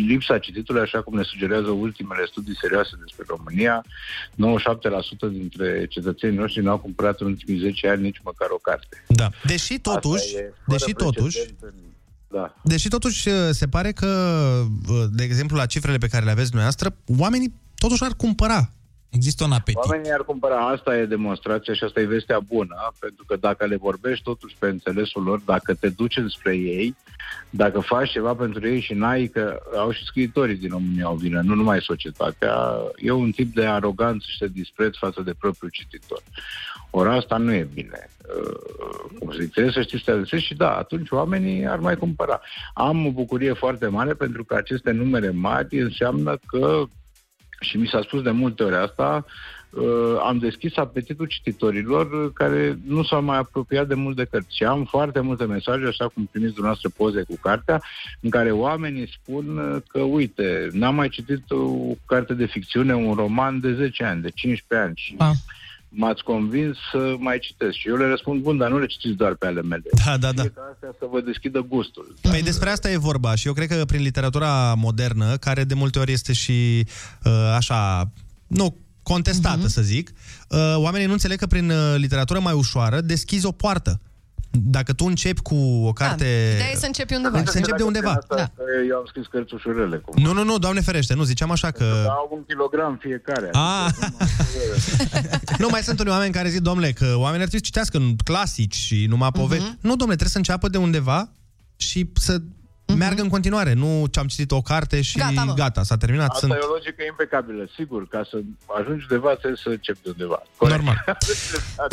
[SPEAKER 11] lipsa cititului, așa cum ne sugerează ultimele studii serioase despre România, 97% dintre cetățenii noștri nu au cumpărat în ultimii 10 ani nici măcar o carte.
[SPEAKER 1] Da. Deși totuși,
[SPEAKER 11] Asta e fără
[SPEAKER 1] deși totuși,
[SPEAKER 11] precedent în- Da.
[SPEAKER 1] deși totuși uh, se pare că, uh, de exemplu, la cifrele pe care le aveți dumneavoastră, oamenii totuși ar cumpăra.
[SPEAKER 2] Există un apetit.
[SPEAKER 11] Oamenii ar cumpăra, asta e demonstrația și asta e vestea bună, pentru că dacă le vorbești totuși pe înțelesul lor, dacă te duci spre ei, dacă faci ceva pentru ei și n-ai, că au și scriitorii din România o vină, nu numai societatea, e un tip de aroganță și de dispreț față de propriul cititor. Ori asta nu e bine. Uh, Cum să zic, trebuie să știți să te adresezi și da, atunci oamenii ar mai cumpăra. Am o bucurie foarte mare pentru că aceste numere mari înseamnă că Și mi s-a spus de multe ori asta, uh, am deschis apetitul cititorilor uh, care nu s-au mai apropiat de mult de cărți. Și am foarte multe mesaje, așa cum primiți dumneavoastră poze cu cartea, în care oamenii spun uh, că, uite, n-am mai citit o carte de ficțiune, un roman de 10 ani, de 15 ani
[SPEAKER 1] Da.
[SPEAKER 11] și... M-ați convins să mai citesc și eu le răspund, bun, dar nu le citiți doar pe ale mele.
[SPEAKER 1] Da, da, da.
[SPEAKER 11] Astea să vă deschidă gustul.
[SPEAKER 1] Păi despre asta e vorba și eu cred că prin literatura modernă, care de multe ori este și uh, așa, nu
[SPEAKER 2] Mhm.
[SPEAKER 1] contestată, uh-huh. să zic, uh, oamenii nu înțeleg că prin uh, literatură mai ușoară deschizi o poartă. Dacă tu începi cu o carte...
[SPEAKER 3] Da, Ideea e să începi undeva.
[SPEAKER 1] Să începi de Da. undeva.
[SPEAKER 11] Asta, da. Eu am scris cărți ușurele. Cum.
[SPEAKER 1] Nu, nu, nu, doamne ferește, nu, ziceam așa că...
[SPEAKER 11] Au un kilogram fiecare.
[SPEAKER 1] Ah. nu, mai sunt unii oameni care zic, domnule, că oamenii ar trebui să citească în clasici și numai
[SPEAKER 11] Mhm.
[SPEAKER 1] povești. Uh-huh. Nu, domnule, trebuie să înceapă de undeva și să uh-huh. meargă în continuare. Nu ce am citit o carte și
[SPEAKER 11] Mhm. Gata,
[SPEAKER 1] gata,
[SPEAKER 11] mă.
[SPEAKER 1] gata s-a terminat.
[SPEAKER 11] Asta
[SPEAKER 1] sunt...
[SPEAKER 11] e o logică impecabilă, sigur. Ca să ajungi undeva, trebuie să începi de undeva.
[SPEAKER 1] Normal.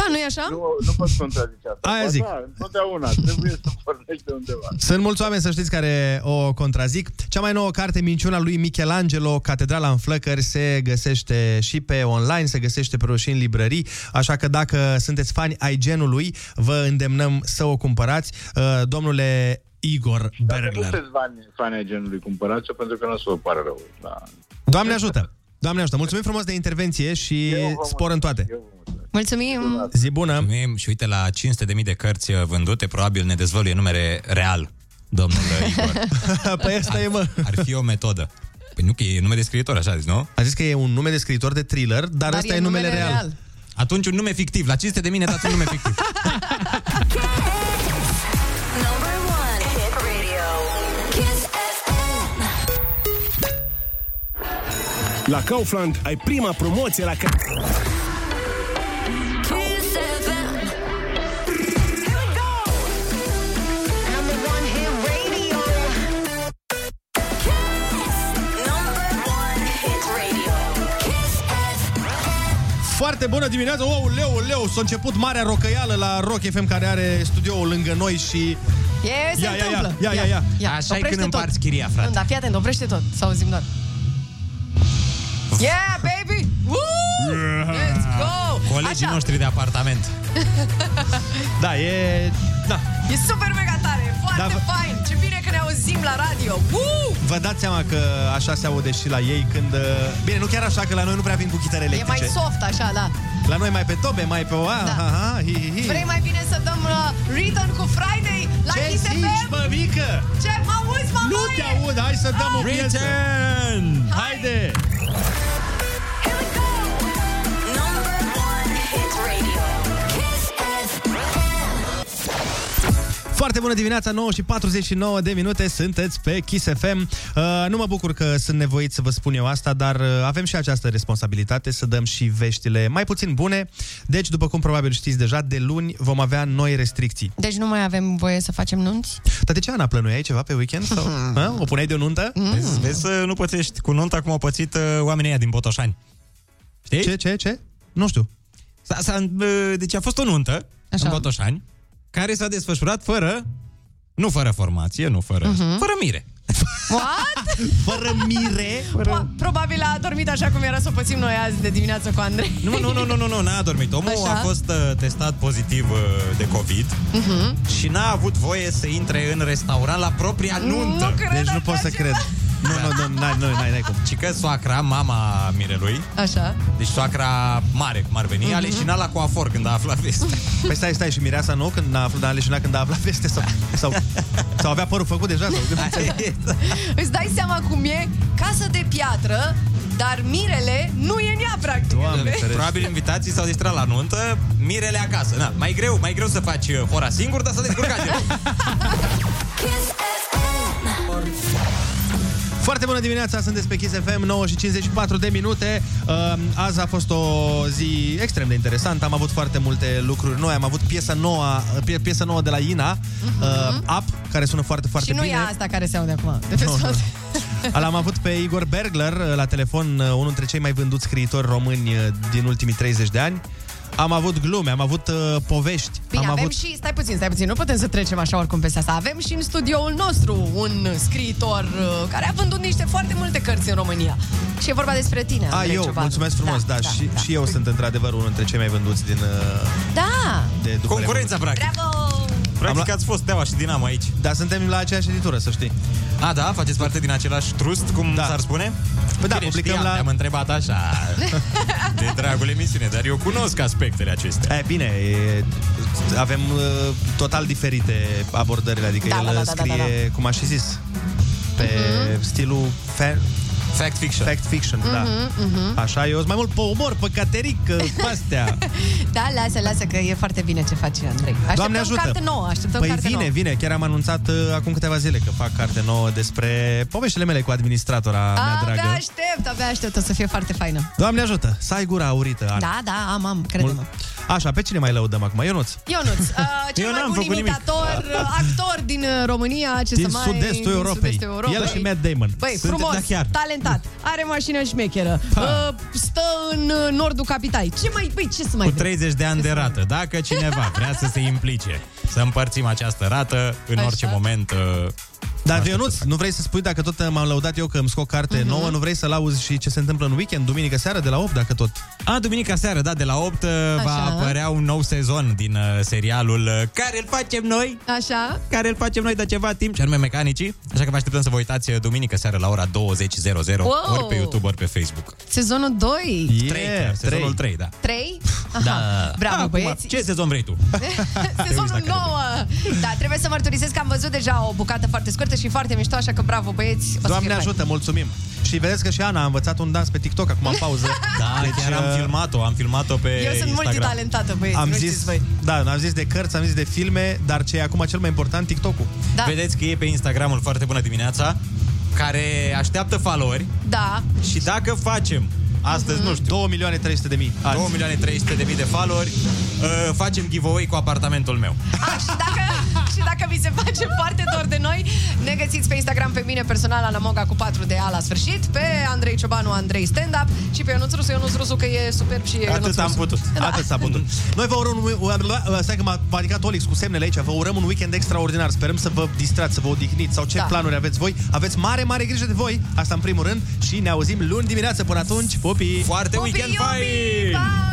[SPEAKER 3] Da, nu e așa?
[SPEAKER 11] Nu, nu poți contrazice asta.
[SPEAKER 1] Aia
[SPEAKER 11] Ba
[SPEAKER 1] zic.
[SPEAKER 11] Da, întotdeauna trebuie să pornești de undeva.
[SPEAKER 1] Sunt mulți oameni, să știți, care o contrazic. Cea mai nouă carte, minciuna lui Michelangelo, Catedrala în flăcări, se găsește și pe online, se găsește pe roșii în librării, așa că dacă sunteți fani ai genului, vă îndemnăm să o cumpărați. Uh, Domnule Igor
[SPEAKER 11] Dacă nu
[SPEAKER 1] Bergler.
[SPEAKER 11] sunteți fani, fani ai genului, cumpărați-o pentru că nu o să vă pară rău. Da.
[SPEAKER 1] Doamne ajută! Doamne ajută! Mulțumim frumos de intervenție și spor în toate.
[SPEAKER 3] Mulțumim!
[SPEAKER 1] Zi bună!
[SPEAKER 2] Mulțumim și uite, la 500.000 de cărți uh, vândute, probabil ne dezvăluie numere real, domnul uh, Igor.
[SPEAKER 1] păi asta e, mă.
[SPEAKER 2] Ar fi o metodă. Păi nu, că e nume de scriitor, așa zis, nu?
[SPEAKER 1] A zis că e un nume de scriitor de thriller, dar, dar ăsta e numele, real. real.
[SPEAKER 2] Atunci un nume fictiv. La 500 de mine dați un nume fictiv.
[SPEAKER 9] Number one hit radio. Kiss FM.
[SPEAKER 21] La Kaufland ai prima promoție la... Ca-
[SPEAKER 9] Kiss FM. Here we go. Number one hit radio. Kiss. Number one hit radio. Kiss FM.
[SPEAKER 1] Foarte bună dimineața! Oh, leu, leu! S-a început marea rocăială la Rock FM, care are studioul lângă noi și...
[SPEAKER 3] E, se
[SPEAKER 1] Ia, ia, ia,
[SPEAKER 3] întâmplă.
[SPEAKER 1] ia, ia, ia. Da.
[SPEAKER 2] Așa e
[SPEAKER 3] oprește
[SPEAKER 2] când
[SPEAKER 3] tot.
[SPEAKER 2] împarți chiria, frate.
[SPEAKER 3] Nu, dar fii atent, oprește tot, să auzim doar. Yeah, baby! Woo! Let's go!
[SPEAKER 2] Colegii noștri de apartament.
[SPEAKER 1] Da, e... Da.
[SPEAKER 3] E super mega tare, e
[SPEAKER 1] Da,
[SPEAKER 3] foarte
[SPEAKER 1] vă-
[SPEAKER 3] fain. Ce bine că ne auzim la radio. Woo!
[SPEAKER 1] Vă dați seama că așa se aude și la ei când... uh, Bine, nu chiar așa, că la noi nu prea vin cu chitare
[SPEAKER 3] E mai
[SPEAKER 1] electrice.
[SPEAKER 3] soft așa, da.
[SPEAKER 1] La noi mai pe tobe, mai pe... Ah,
[SPEAKER 3] Da.
[SPEAKER 1] da. ha, ha, hi, hi, hi.
[SPEAKER 3] Vrei mai bine să dăm uh, rhythm cu Friday la
[SPEAKER 1] Ce
[SPEAKER 3] Kiss
[SPEAKER 1] zici,
[SPEAKER 3] FM?
[SPEAKER 1] mă, mică?
[SPEAKER 3] Ce, mă auzi, mă,
[SPEAKER 1] Nu
[SPEAKER 3] măi?
[SPEAKER 1] te aud, hai să dăm o
[SPEAKER 3] Ah.
[SPEAKER 1] piesă.
[SPEAKER 2] Return!
[SPEAKER 1] Haide!
[SPEAKER 9] Number one hit radio. Kiss FM.
[SPEAKER 1] Foarte bună dimineața, 9 și 49 de minute, sunteți pe Kiss FM. Uh, nu mă bucur că sunt nevoit să vă spun eu asta, dar uh, avem și această responsabilitate să dăm și veștile mai puțin bune. Deci, după cum probabil știți deja, de luni vom avea noi restricții.
[SPEAKER 3] Deci nu mai avem voie să facem nunți?
[SPEAKER 1] Dar de ce, Ana, plănuiai ceva pe weekend? Sau, Hă? o puneai de nuntă?
[SPEAKER 2] Mm. Vezi, vezi să nu pățești cu nunta cum au pățit uh, oamenii ăia din Botoșani. Știi?
[SPEAKER 1] Ce, ce, ce? Nu știu.
[SPEAKER 2] S-a, s-a, uh, deci a fost o nuntă Așa. în Botoșani care s-a desfășurat fără, nu fără formație, nu fără, uh-huh. fără mire.
[SPEAKER 3] What?
[SPEAKER 1] Fără mire?
[SPEAKER 3] Po- probabil a dormit așa cum era să o pățim noi azi de dimineață cu Andrei.
[SPEAKER 2] Nu, nu, nu, nu, nu, nu n-a dormit. Omul
[SPEAKER 3] Așa.
[SPEAKER 2] Așa. a fost uh, testat pozitiv uh, de COVID
[SPEAKER 3] Mhm.
[SPEAKER 2] și n-a avut voie să intre în restaurant la propria nuntă.
[SPEAKER 3] Nu cred
[SPEAKER 1] Deci nu pot să cred. Nu, nu, nu, n-ai, n-ai, n-ai cum.
[SPEAKER 2] Și că soacra, mama Mirelui,
[SPEAKER 3] Așa.
[SPEAKER 2] deci soacra mare, cum ar veni, a leșinat la coafor când a aflat vestea.
[SPEAKER 1] Păi stai, stai, și mireasa nu când n-a aflat, n-a leșinat când a aflat veste sau, sau, sau avea părul făcut deja? Sau,
[SPEAKER 3] Îți dai seama cum e casă de piatră, dar mirele nu e în ea, practic.
[SPEAKER 1] Doamne,
[SPEAKER 3] înțelegi?
[SPEAKER 1] ferește.
[SPEAKER 2] Probabil invitații s-au distrat la nuntă, mirele acasă. Na, mai greu, mai greu să faci uh, ora singur, dar să descurcat de rău.
[SPEAKER 9] Kiss FM.
[SPEAKER 1] Foarte bună dimineața, sunteți pe Kiss FM, 9 și 54 de minute. Uh, Azi a fost o zi extrem de interesantă, am avut foarte multe lucruri noi, am avut piesa nouă, pie- piesa nouă de la Ina, uh, Up, care sună foarte, foarte
[SPEAKER 3] Mhm. și nu
[SPEAKER 1] bine.
[SPEAKER 3] e asta care se aude acum. De pe
[SPEAKER 1] Nu,
[SPEAKER 3] no,
[SPEAKER 1] nu. L-am avut pe Igor eh, Bergler uh, la telefon, uh, unul dintre cei mai vânduți scriitori români uh, din ultimii 30 de ani. am avut glume, am avut uh, povești,
[SPEAKER 3] Bine,
[SPEAKER 1] am
[SPEAKER 3] avem
[SPEAKER 1] avut
[SPEAKER 3] și, stai puțin, stai puțin, nu putem să trecem așa oricum peste asta. Avem și în studioul nostru un scriitor uh, care a vândut niște foarte multe cărți în România. Și e vorba despre tine,
[SPEAKER 1] A,
[SPEAKER 3] Andrei
[SPEAKER 1] Ah, eu,
[SPEAKER 3] Ciobanu.
[SPEAKER 1] mulțumesc frumos, da, da, și, da. și eu sunt într-adevăr unul dintre cei mai vânduți din... uh,
[SPEAKER 3] Da!
[SPEAKER 1] De după
[SPEAKER 2] Concurența,
[SPEAKER 1] Republică.
[SPEAKER 2] practic. Practic ați fost Steaua și Dinamo aici.
[SPEAKER 1] Dar suntem la aceeași editură, să știi.
[SPEAKER 2] A, da? Faceți parte din același trust, cum da. s-ar spune?
[SPEAKER 1] Păi da,
[SPEAKER 2] Bine,
[SPEAKER 1] publicăm
[SPEAKER 2] știam,
[SPEAKER 1] la-
[SPEAKER 2] Am întrebat așa, de dragul emisiune, dar eu cunosc aspectele acestea.
[SPEAKER 1] E, bine, e, avem uh, total diferite abordările, adică
[SPEAKER 2] Da,
[SPEAKER 1] el
[SPEAKER 2] da, da, da,
[SPEAKER 1] scrie,
[SPEAKER 2] da, da.
[SPEAKER 1] cum aș fi zis, pe stilul fa-
[SPEAKER 2] fact fiction.
[SPEAKER 1] Fact fiction, da.
[SPEAKER 3] Mhm, mhm.
[SPEAKER 1] Așa, eu sunt mai mult pe umor, pe cateric, pe astea.
[SPEAKER 3] Da, lasă, lasă, că e foarte bine ce faci, Andrei. Așteptăm
[SPEAKER 1] Doamne ajută!
[SPEAKER 3] carte nouă, așteptăm
[SPEAKER 1] păi
[SPEAKER 3] carte
[SPEAKER 1] vine,
[SPEAKER 3] nouă.
[SPEAKER 1] vine, chiar am anunțat uh, acum câteva zile că fac carte nouă despre poveștile mele cu administratora mea
[SPEAKER 3] abia
[SPEAKER 1] dragă.
[SPEAKER 3] aștept, abia aștept, o să fie foarte faină.
[SPEAKER 1] Doamne ajută, să ai gura aurită, Ana.
[SPEAKER 3] Da, da, am, am, crede-mă.
[SPEAKER 1] Mul- Așa, pe cine mai lăudăm acum? Ionuț.
[SPEAKER 3] Ionuț, uh, cel
[SPEAKER 1] Eu
[SPEAKER 3] mai
[SPEAKER 1] n-am
[SPEAKER 3] bun
[SPEAKER 1] făcut nimic.
[SPEAKER 3] imitator, uh, actor din uh, România, ce să
[SPEAKER 1] Din
[SPEAKER 3] mai...
[SPEAKER 1] sud-estul
[SPEAKER 3] din
[SPEAKER 1] Europei.
[SPEAKER 3] sud-estul Europei.
[SPEAKER 1] El și Matt Damon.
[SPEAKER 3] Băi,
[SPEAKER 1] Sunt-
[SPEAKER 3] frumos,
[SPEAKER 1] da, chiar.
[SPEAKER 3] talentat, are mașină șmecheră, uh, stă în uh, nordul capitalei. Ce mai, băi, ce să mai
[SPEAKER 2] Cu
[SPEAKER 3] vrei?
[SPEAKER 2] 30 de ani de rată. Dacă cineva vrea să se implice, să împărțim această rată în
[SPEAKER 3] Așa.
[SPEAKER 2] orice moment. uh,
[SPEAKER 1] Dar Ionuț, nu vrei să spui dacă tot m-am lăudat eu că îmi scot carte nouă, nu vrei să-l auzi și ce se întâmplă în weekend, duminică seara de la 8, dacă tot.
[SPEAKER 2] A, duminica seară, da, de la 8 uh, va apărea un nou sezon din uh, serialul uh, care îl facem noi,
[SPEAKER 3] Așa?
[SPEAKER 2] care îl facem noi de ceva timp, ce anume mecanicii. Așa că vă așteptăm să vă uitați uh, duminică seară la ora 20.00
[SPEAKER 3] Wow!
[SPEAKER 2] ori pe YouTube, ori pe Facebook.
[SPEAKER 3] Sezonul 2?
[SPEAKER 2] Trei, chiar, sezonul 3, da.
[SPEAKER 3] 3? Aha.
[SPEAKER 1] da.
[SPEAKER 3] Bravo,
[SPEAKER 2] Acum,
[SPEAKER 3] băieți.
[SPEAKER 2] Ce sezon vrei tu?
[SPEAKER 3] Sezonul 9! Da, trebuie să mărturisesc că am văzut deja o bucată foarte scurtă și foarte mișto, așa că bravo, băieți! O să
[SPEAKER 1] Doamne
[SPEAKER 3] fie fain.
[SPEAKER 1] ajută, mulțumim. Și vedeți că și Ana a învățat un dans pe TikTok acum în pauză.
[SPEAKER 2] Da,
[SPEAKER 1] Deci,
[SPEAKER 2] chiar
[SPEAKER 1] uh,
[SPEAKER 2] am filmat-o, am filmat-o pe
[SPEAKER 3] Eu sunt
[SPEAKER 2] Instagram.
[SPEAKER 3] multitalentată, băieți,
[SPEAKER 1] Am
[SPEAKER 3] nu
[SPEAKER 1] zis,
[SPEAKER 3] știți voi.
[SPEAKER 1] da, am zis de cărți, am zis de filme, dar ce e acum cel mai important, TikTok-ul.
[SPEAKER 3] Da.
[SPEAKER 2] Vedeți că e pe Instagramul Foarte Bună Dimineața, care așteaptă followeri
[SPEAKER 3] Da,
[SPEAKER 2] și dacă facem astăzi,
[SPEAKER 3] Mhm.
[SPEAKER 2] nu știu,
[SPEAKER 1] 2 milioane 300 de mii.
[SPEAKER 2] 2 milioane 300 de mii de followeri, uh, facem giveaway cu apartamentul meu.
[SPEAKER 3] A, și dacă, și dacă vi se face foarte dor de noi, ne găsiți pe Instagram pe mine personal, Ana Moga cu 4 de A la sfârșit, pe Andrei Ciobanu, Andrei Stand-Up și pe Ionuț Rusu, Ionuț Rusu că e superb și e Ionuț
[SPEAKER 1] Atât am
[SPEAKER 3] Rusu.
[SPEAKER 1] putut. Da. Atât s-a putut. Noi vă urăm un... uh, Stai că m-a m-a ridicat Olix cu semnele aici. Vă urăm un weekend extraordinar. Sperăm să vă distrați, să vă odihniți sau ce
[SPEAKER 3] Da.
[SPEAKER 1] da. planuri aveți voi. Aveți mare, mare grijă de voi. Asta în primul rând. Și ne auzim luni dimineață. Până atunci, pupii!
[SPEAKER 2] Foarte
[SPEAKER 3] Pupii, iubii! Bye!